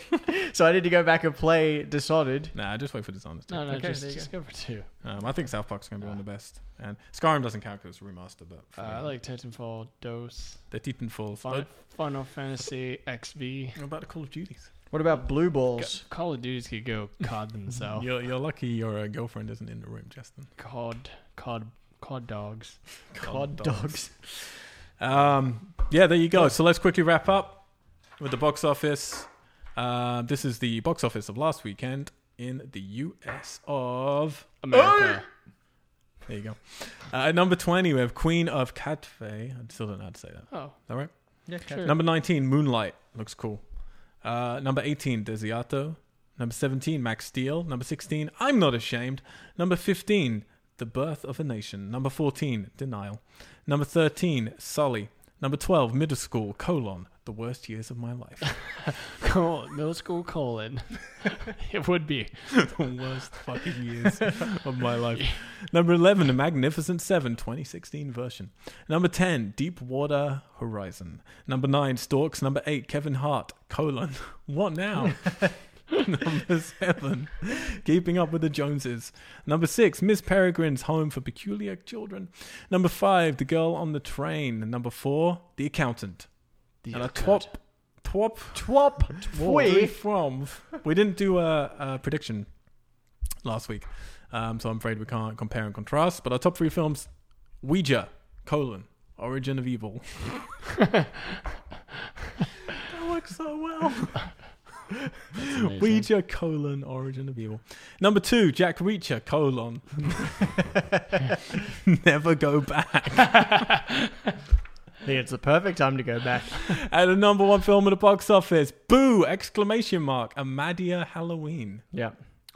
S2: so I need to go back and play Dishonored.
S1: Nah, just wait for Dishonored.
S3: No, no,
S2: Okay,
S3: just,
S2: there you
S3: just go for two.
S1: Um, I think South Park's going to be one of the best. And Skyrim doesn't count because it's a remaster, but
S3: Uh, I like Titanfall, Dose,
S1: the Titanfall.
S3: Final, Final Fantasy XV.
S1: What about the Call of Duties?
S2: What about Blue Balls?
S3: Call of Duties could go COD
S2: Oh.
S3: themselves.
S1: You're, you're lucky your uh, girlfriend isn't in the room, Justin.
S3: COD, COD, COD dogs.
S2: Cod dogs.
S1: Um, yeah, there you go. So let's quickly wrap up with the box office. Uh, this is the box office of last weekend in the US of.
S3: Oh, America.
S1: There you go. Uh, at number 20, we have Queen of Catfe. I still don't know how to say that. Is
S3: Oh,
S1: that right?
S2: Yeah,
S3: sure.
S1: Number 19, Moonlight. Looks cool. Uh, number 18, Desiato. Number 17, Max Steel. Number 16, I'm Not Ashamed. Number 15, The Birth of a Nation. Number 14, Denial. Number 13, Sully. Number 12, Middle School, colon, The Worst Years of My Life.
S3: Col- middle school colon. it would be.
S1: the worst fucking years of my life. Number 11, The Magnificent Seven, 2016 version. Number 10, Deep Water Horizon. Number 9, Storks. Number 8, Kevin Hart, colon, What Now? Number 7, Keeping Up with the Joneses. Number 6, Miss Peregrine's Home for Peculiar Children. Number 5, The Girl on the Train. Number 4, The Accountant.
S3: The
S1: and a
S3: Accountant.
S1: twop. Twop.
S2: Twop.
S1: Where
S2: Twee.
S1: from? We didn't do a, a prediction last week, um, so I'm afraid we can't compare and contrast. But our top three films: Ouija, colon, Origin of Evil. that works so well.
S3: amazing.
S1: Ouija, colon, Origin of Evil. Number two: Jack Reacher, colon, Never Go Back.
S2: I think it's the perfect time to go back.
S1: And the number one film at the box office: Boo! Exclamation mark! Amadia Halloween.
S2: Yeah.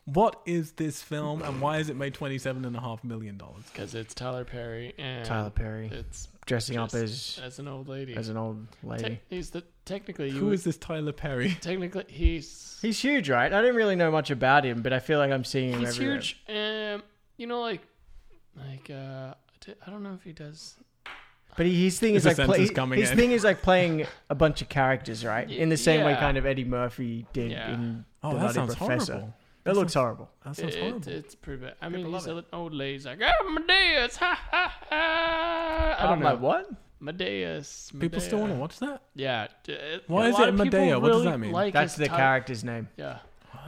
S1: What is this film and why has it made $27.5 million?
S3: Because it's Tyler Perry and
S2: Tyler Perry
S3: It's
S2: dressing up
S3: just
S2: as
S3: as an old lady.
S2: as an old lady.
S3: Te- he's the technically you
S1: Who
S3: would-
S1: is this Tyler Perry?
S3: technically he's
S2: He's huge, right? I didn't really know much about him, but I feel like I'm seeing him
S3: he's
S2: everywhere.
S3: huge. Um, you know, like like uh, t- I don't know if he does.
S2: But he, his thing
S1: Is
S2: is
S1: the
S2: like play,
S1: sentence coming
S2: his
S1: in?
S2: thing is like playing a bunch of characters, right? In the same way,
S3: Yeah.
S2: kind of Eddie Murphy did
S3: Yeah.
S2: in
S1: Oh,
S2: The
S1: that
S2: Nutty
S1: sounds
S2: Professor.
S1: horrible.
S2: It looks horrible.
S1: That sounds
S3: It,
S1: horrible.
S3: it's pretty bad. I mean,
S1: People
S3: he's
S1: love
S3: an old lady. He's like, oh, Medeus, ha ha ha. I
S2: I'm
S3: don't know.
S2: like, what?
S3: Medeus.
S1: People still want to
S3: Medea.
S1: watch that?
S3: Yeah. d- it-
S1: Why
S3: a
S1: is
S3: lot
S1: it
S3: of people
S1: Medea? What does
S3: really
S1: that mean?
S3: Like
S2: That's
S3: his
S2: the
S3: type-
S2: character's name.
S3: Yeah.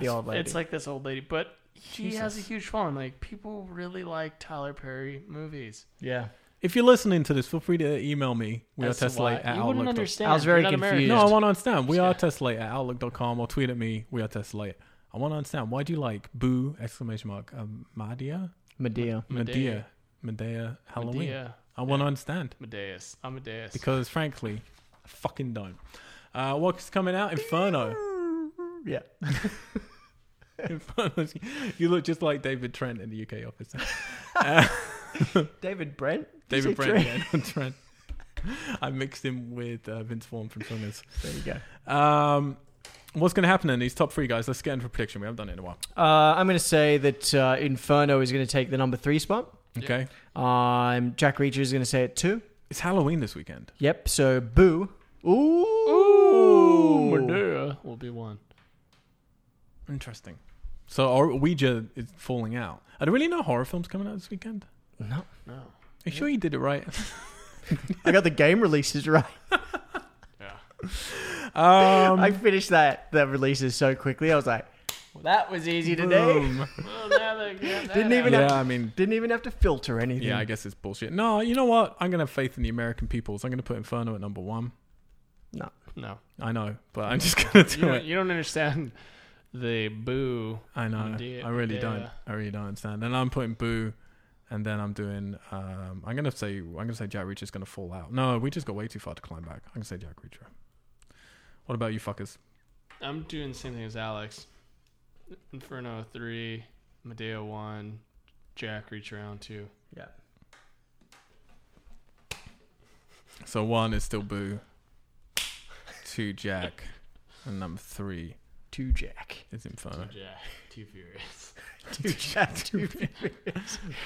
S2: The old lady.
S3: It's like this old lady, but he has a
S1: Jesus.
S3: huge following. Like people really like Tyler Perry movies.
S2: yeah.
S1: If you're listening to this, feel free to email me. We are
S3: As to why-
S1: Tesla at
S3: You wouldn't
S1: outlook.com.
S3: understand.
S2: I was very
S3: You're not American.
S2: confused.
S1: No, I want to understand. We are
S3: Yeah.
S1: Tesla at outlook.com or tweet at me. We are Tesla. I want to understand. Why do you like Boo! exclamation mark um, Madia?
S2: Medea.
S1: Medea.
S3: Medea.
S1: Medea Halloween.
S3: Medea.
S1: I want to understand.
S3: Amadeus. Amadeus.
S1: Because frankly, I fucking don't. Uh, what's coming out? Inferno.
S2: Yeah.
S1: Inferno's- you look just like David Trent in the UK office.
S2: David Brent. Did you
S1: David
S2: say
S1: Brent.
S2: Trent?
S1: yeah, not Trent. I mixed him with uh, Vince Vaughn from Swingers.
S2: There you go.
S1: Um, what's going to happen in these top three guys? Let's get into prediction. We haven't done it in a while.
S2: Uh, I'm going to say that uh, Inferno is going to take the number three spot.
S1: Okay.
S2: Um, Jack Reacher is going to say it two.
S1: It's Halloween this weekend.
S2: Yep. So Boo. Ooh.
S3: Ooh, Medea will be one.
S1: Interesting. So our Ouija is falling out. I don't really know horror films coming out this weekend.
S2: No.
S3: No.
S1: Are you sure you did it right?
S2: I got the game releases right.
S3: Yeah.
S1: Um,
S2: I finished that the releases so quickly. I was like, well, that was easy today.
S1: boom.
S3: Well, now they got that
S2: Didn't even-
S3: out.
S1: Yeah, I mean,
S2: Didn't even have to filter anything.
S1: yeah, I guess it's bullshit. No, you know what? I'm going to have faith in the American people, so I'm going to put Inferno at number one.
S2: no.
S3: No.
S1: I know, but I'm just going to
S3: You
S1: do it.
S3: don't, you don't understand the boo.
S1: I know.
S3: Indeed,
S1: I really
S3: yeah.
S1: don't. I really don't understand. And I'm putting Boo, and then I'm doing. Um, I'm gonna say. I'm gonna say Jack Reacher's gonna fall out. No, we just got way too far to climb back. I'm gonna say Jack Reacher. What about you fuckers?
S3: I'm doing the same thing as Alex. Inferno 3, Medea 1, Jack Reach Around 2.
S2: Yeah.
S1: So one is still Boo. Two Jack, and number three
S2: Two Jack.
S1: is Inferno.
S3: Jack, too furious.
S2: Two Jack. Two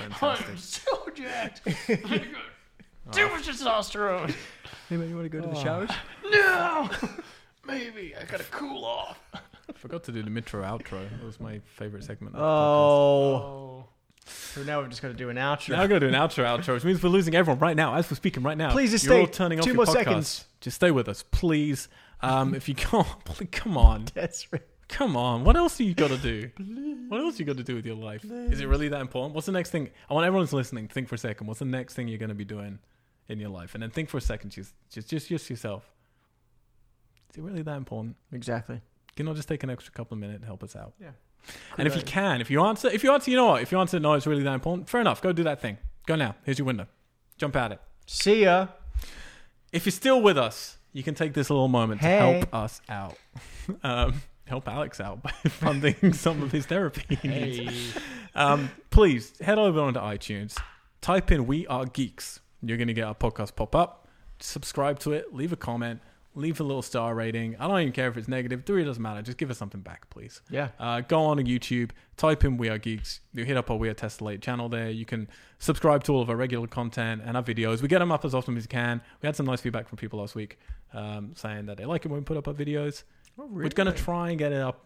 S3: I'm
S1: Fantastic.
S3: so jacked. Too much testosterone.
S2: Oh. Anybody want to go to the showers?
S3: No! Maybe I gotta cool off.
S1: Forgot to do the Mitro outro. That was my favorite segment. Of the podcast.
S2: Oh,
S3: Oh,
S2: so now we've just got to do an
S1: Now
S2: outro.
S1: we're gonna do an outro outro, which means we're losing everyone right now. As we're speaking right now,
S2: Please just
S1: you're all
S2: stay
S1: turning off
S2: two
S1: your
S2: more
S1: podcast.
S2: seconds.
S1: Just stay with us, please. Um, if you can't, please, come on,
S2: That's right.
S1: come on. What else do you got to do? What else you got to do with your life? Is it really that important? What's the next thing? I want everyone who's listening to think for a second. What's the next thing you're gonna be doing in your life? And then think for a second. Just, just, just, just yourself. Is it really that important?
S2: exactly.
S1: Can I just take an extra couple of minutes and help us out?
S2: Yeah.
S1: And if you can, if you answer, if you answer, you know what? If you answer, no, it's really that important. Fair enough. Go do that thing. Go now. Here's your window. Jump at it.
S2: See ya.
S1: If you're still with us, you can take this little moment
S2: Hey.
S1: to help us out. um, help Alex out by funding some of his therapy. needs.
S3: hey,
S1: Um, please head over onto iTunes, type in We Are Geeks. You're going to get our podcast pop up. Subscribe to it, leave a comment, leave a little star rating. I don't even care if it's negative, it really doesn't matter. Just give us something back, please.
S2: Yeah.
S1: Uh, go on to YouTube, type in We Are Geeks. You hit up our We Are Tessellate channel there. You can subscribe to all of our regular content and our videos. We get them up as often as we can. We had some nice feedback from people last week um, saying that they like it when we put up our videos. We're going to try and get it up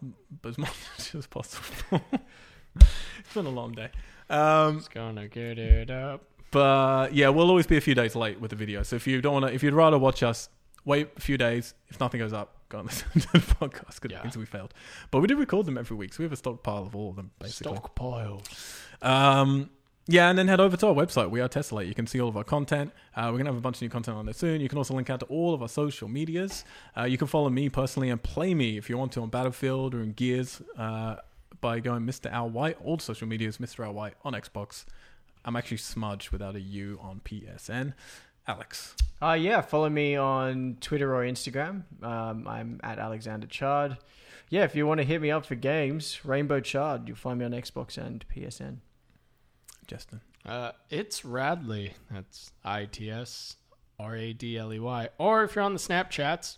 S1: as much as possible. it's been a long day. Um,
S3: it's gonna get it up.
S1: but yeah, we'll always be a few days late with the video. So if you don't want to, if you'd rather watch us, wait a few days. If nothing goes up, go and listen to the podcast because
S3: Yeah.
S1: it means we failed. But we do record them every week, so we have a stockpile of all of them basically.
S3: Stockpile.
S1: Um, yeah, and then head over to our website. We are Tessellate. You can see all of our content. Uh, we're going to have a bunch of new content on there soon. You can also link out to all of our social medias. Uh, you can follow me personally and play me if you want to on Battlefield or in Gears uh, by going Mr. Al White. All social medias, Mr. Al White on Xbox. I'm actually Smudge without a U on PSN. Alex.
S2: Uh, yeah, follow me on Twitter or Instagram. Um, I'm at Alexander Chard. Yeah, if you want to hit me up for games, Rainbow Chard, you'll find me on Xbox and PSN.
S1: Justin.
S3: Uh, it's Radley. That's I T S R A D L E Y. Or if you're on the Snapchats,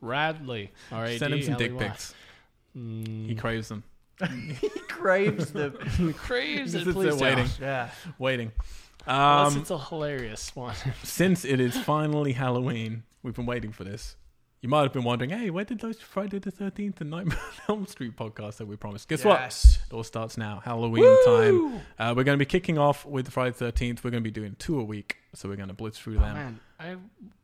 S3: Radley. R A D
S1: Send
S3: L E
S1: him
S3: Y.
S1: some dick pics. He
S3: Mm,
S1: craves them.
S2: Craves the.
S3: craves
S1: Sits
S3: it.
S1: there
S3: Please don't.
S1: waiting.
S2: yeah.
S1: Waiting.
S3: Unless
S1: Um,
S3: it's a hilarious one.
S1: since it is finally Halloween, we've been waiting for this. You might have been wondering, hey, where did those Friday the 13th and Nightmare on Elm Street podcasts that we promised? Guess what?
S2: Yes.
S1: It all starts now. Halloween time. Uh, we're going to be kicking off with Friday the 13th. We're going to be doing two a week. So we're going to blitz through
S3: Oh,
S1: them.
S3: man, I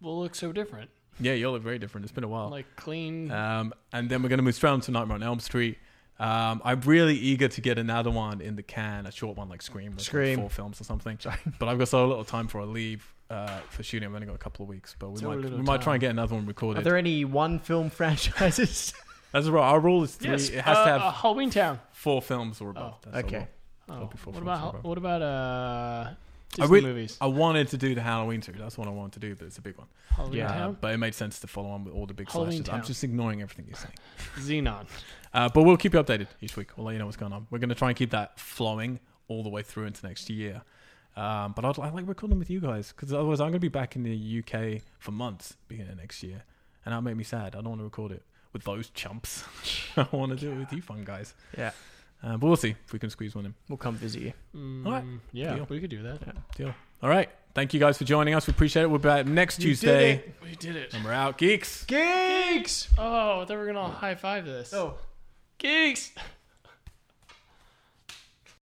S3: will look so different.
S1: yeah, you all look very different. It's been a while.
S3: Like clean.
S1: Um, and then we're going to move straight on to Nightmare on Elm Street. Um, I'm really eager to get another one in the can, a short one like Scream, with like
S2: Scream.
S1: four films or something. But I've got so little time before I leave uh, for shooting. I've only got a couple of weeks, but we
S3: So
S1: might
S3: little
S1: we might try
S3: time.
S1: and get another one
S2: Are
S1: recorded.
S2: there any one film franchises?
S1: That's right. Our rule is three.
S3: yes,
S1: it has
S3: uh,
S1: to have
S3: uh, Halloween Town.
S1: four films or above. That's our
S2: okay.
S1: rule.
S3: Oh,
S1: Hope you fall
S3: what
S1: from
S3: about
S1: somewhere.
S3: what about uh
S1: I
S3: Disney
S1: really-
S3: movies?
S1: I wanted to do the Halloween two. That's what I wanted to do, but it's a big one.
S3: Halloween
S2: Yeah.
S1: Uh,
S3: Town,
S1: but it made sense to follow on with all the big
S3: Halloween
S1: slashes. I'm
S3: Town.
S1: just ignoring everything you're saying.
S3: Xenon.
S1: Uh, but we'll keep you updated each week. We'll let you know what's going on. We're going to try and keep that flowing all the way through into next year. Um, but I'd, I like recording with you guys because otherwise I'm going to be back in the UK for months beginning of next year, and that'll make me sad. I don't want to record it with those chumps. I want to do it with you, fun guys.
S2: Yeah.
S1: Uh, but we'll see if we can squeeze one in.
S2: We'll come visit you.
S3: Mm,
S1: All right.
S3: Yeah,
S1: Deal.
S3: we could do that.
S1: Deal. All right. Thank you guys for joining us. We appreciate it. We'll be back next
S2: You did
S1: Tuesday,
S2: it.
S3: We did it.
S1: and we're out, geeks.
S2: Geeks!
S3: Oh, I thought we were gonna all high five this.
S2: Oh.
S3: Geeks.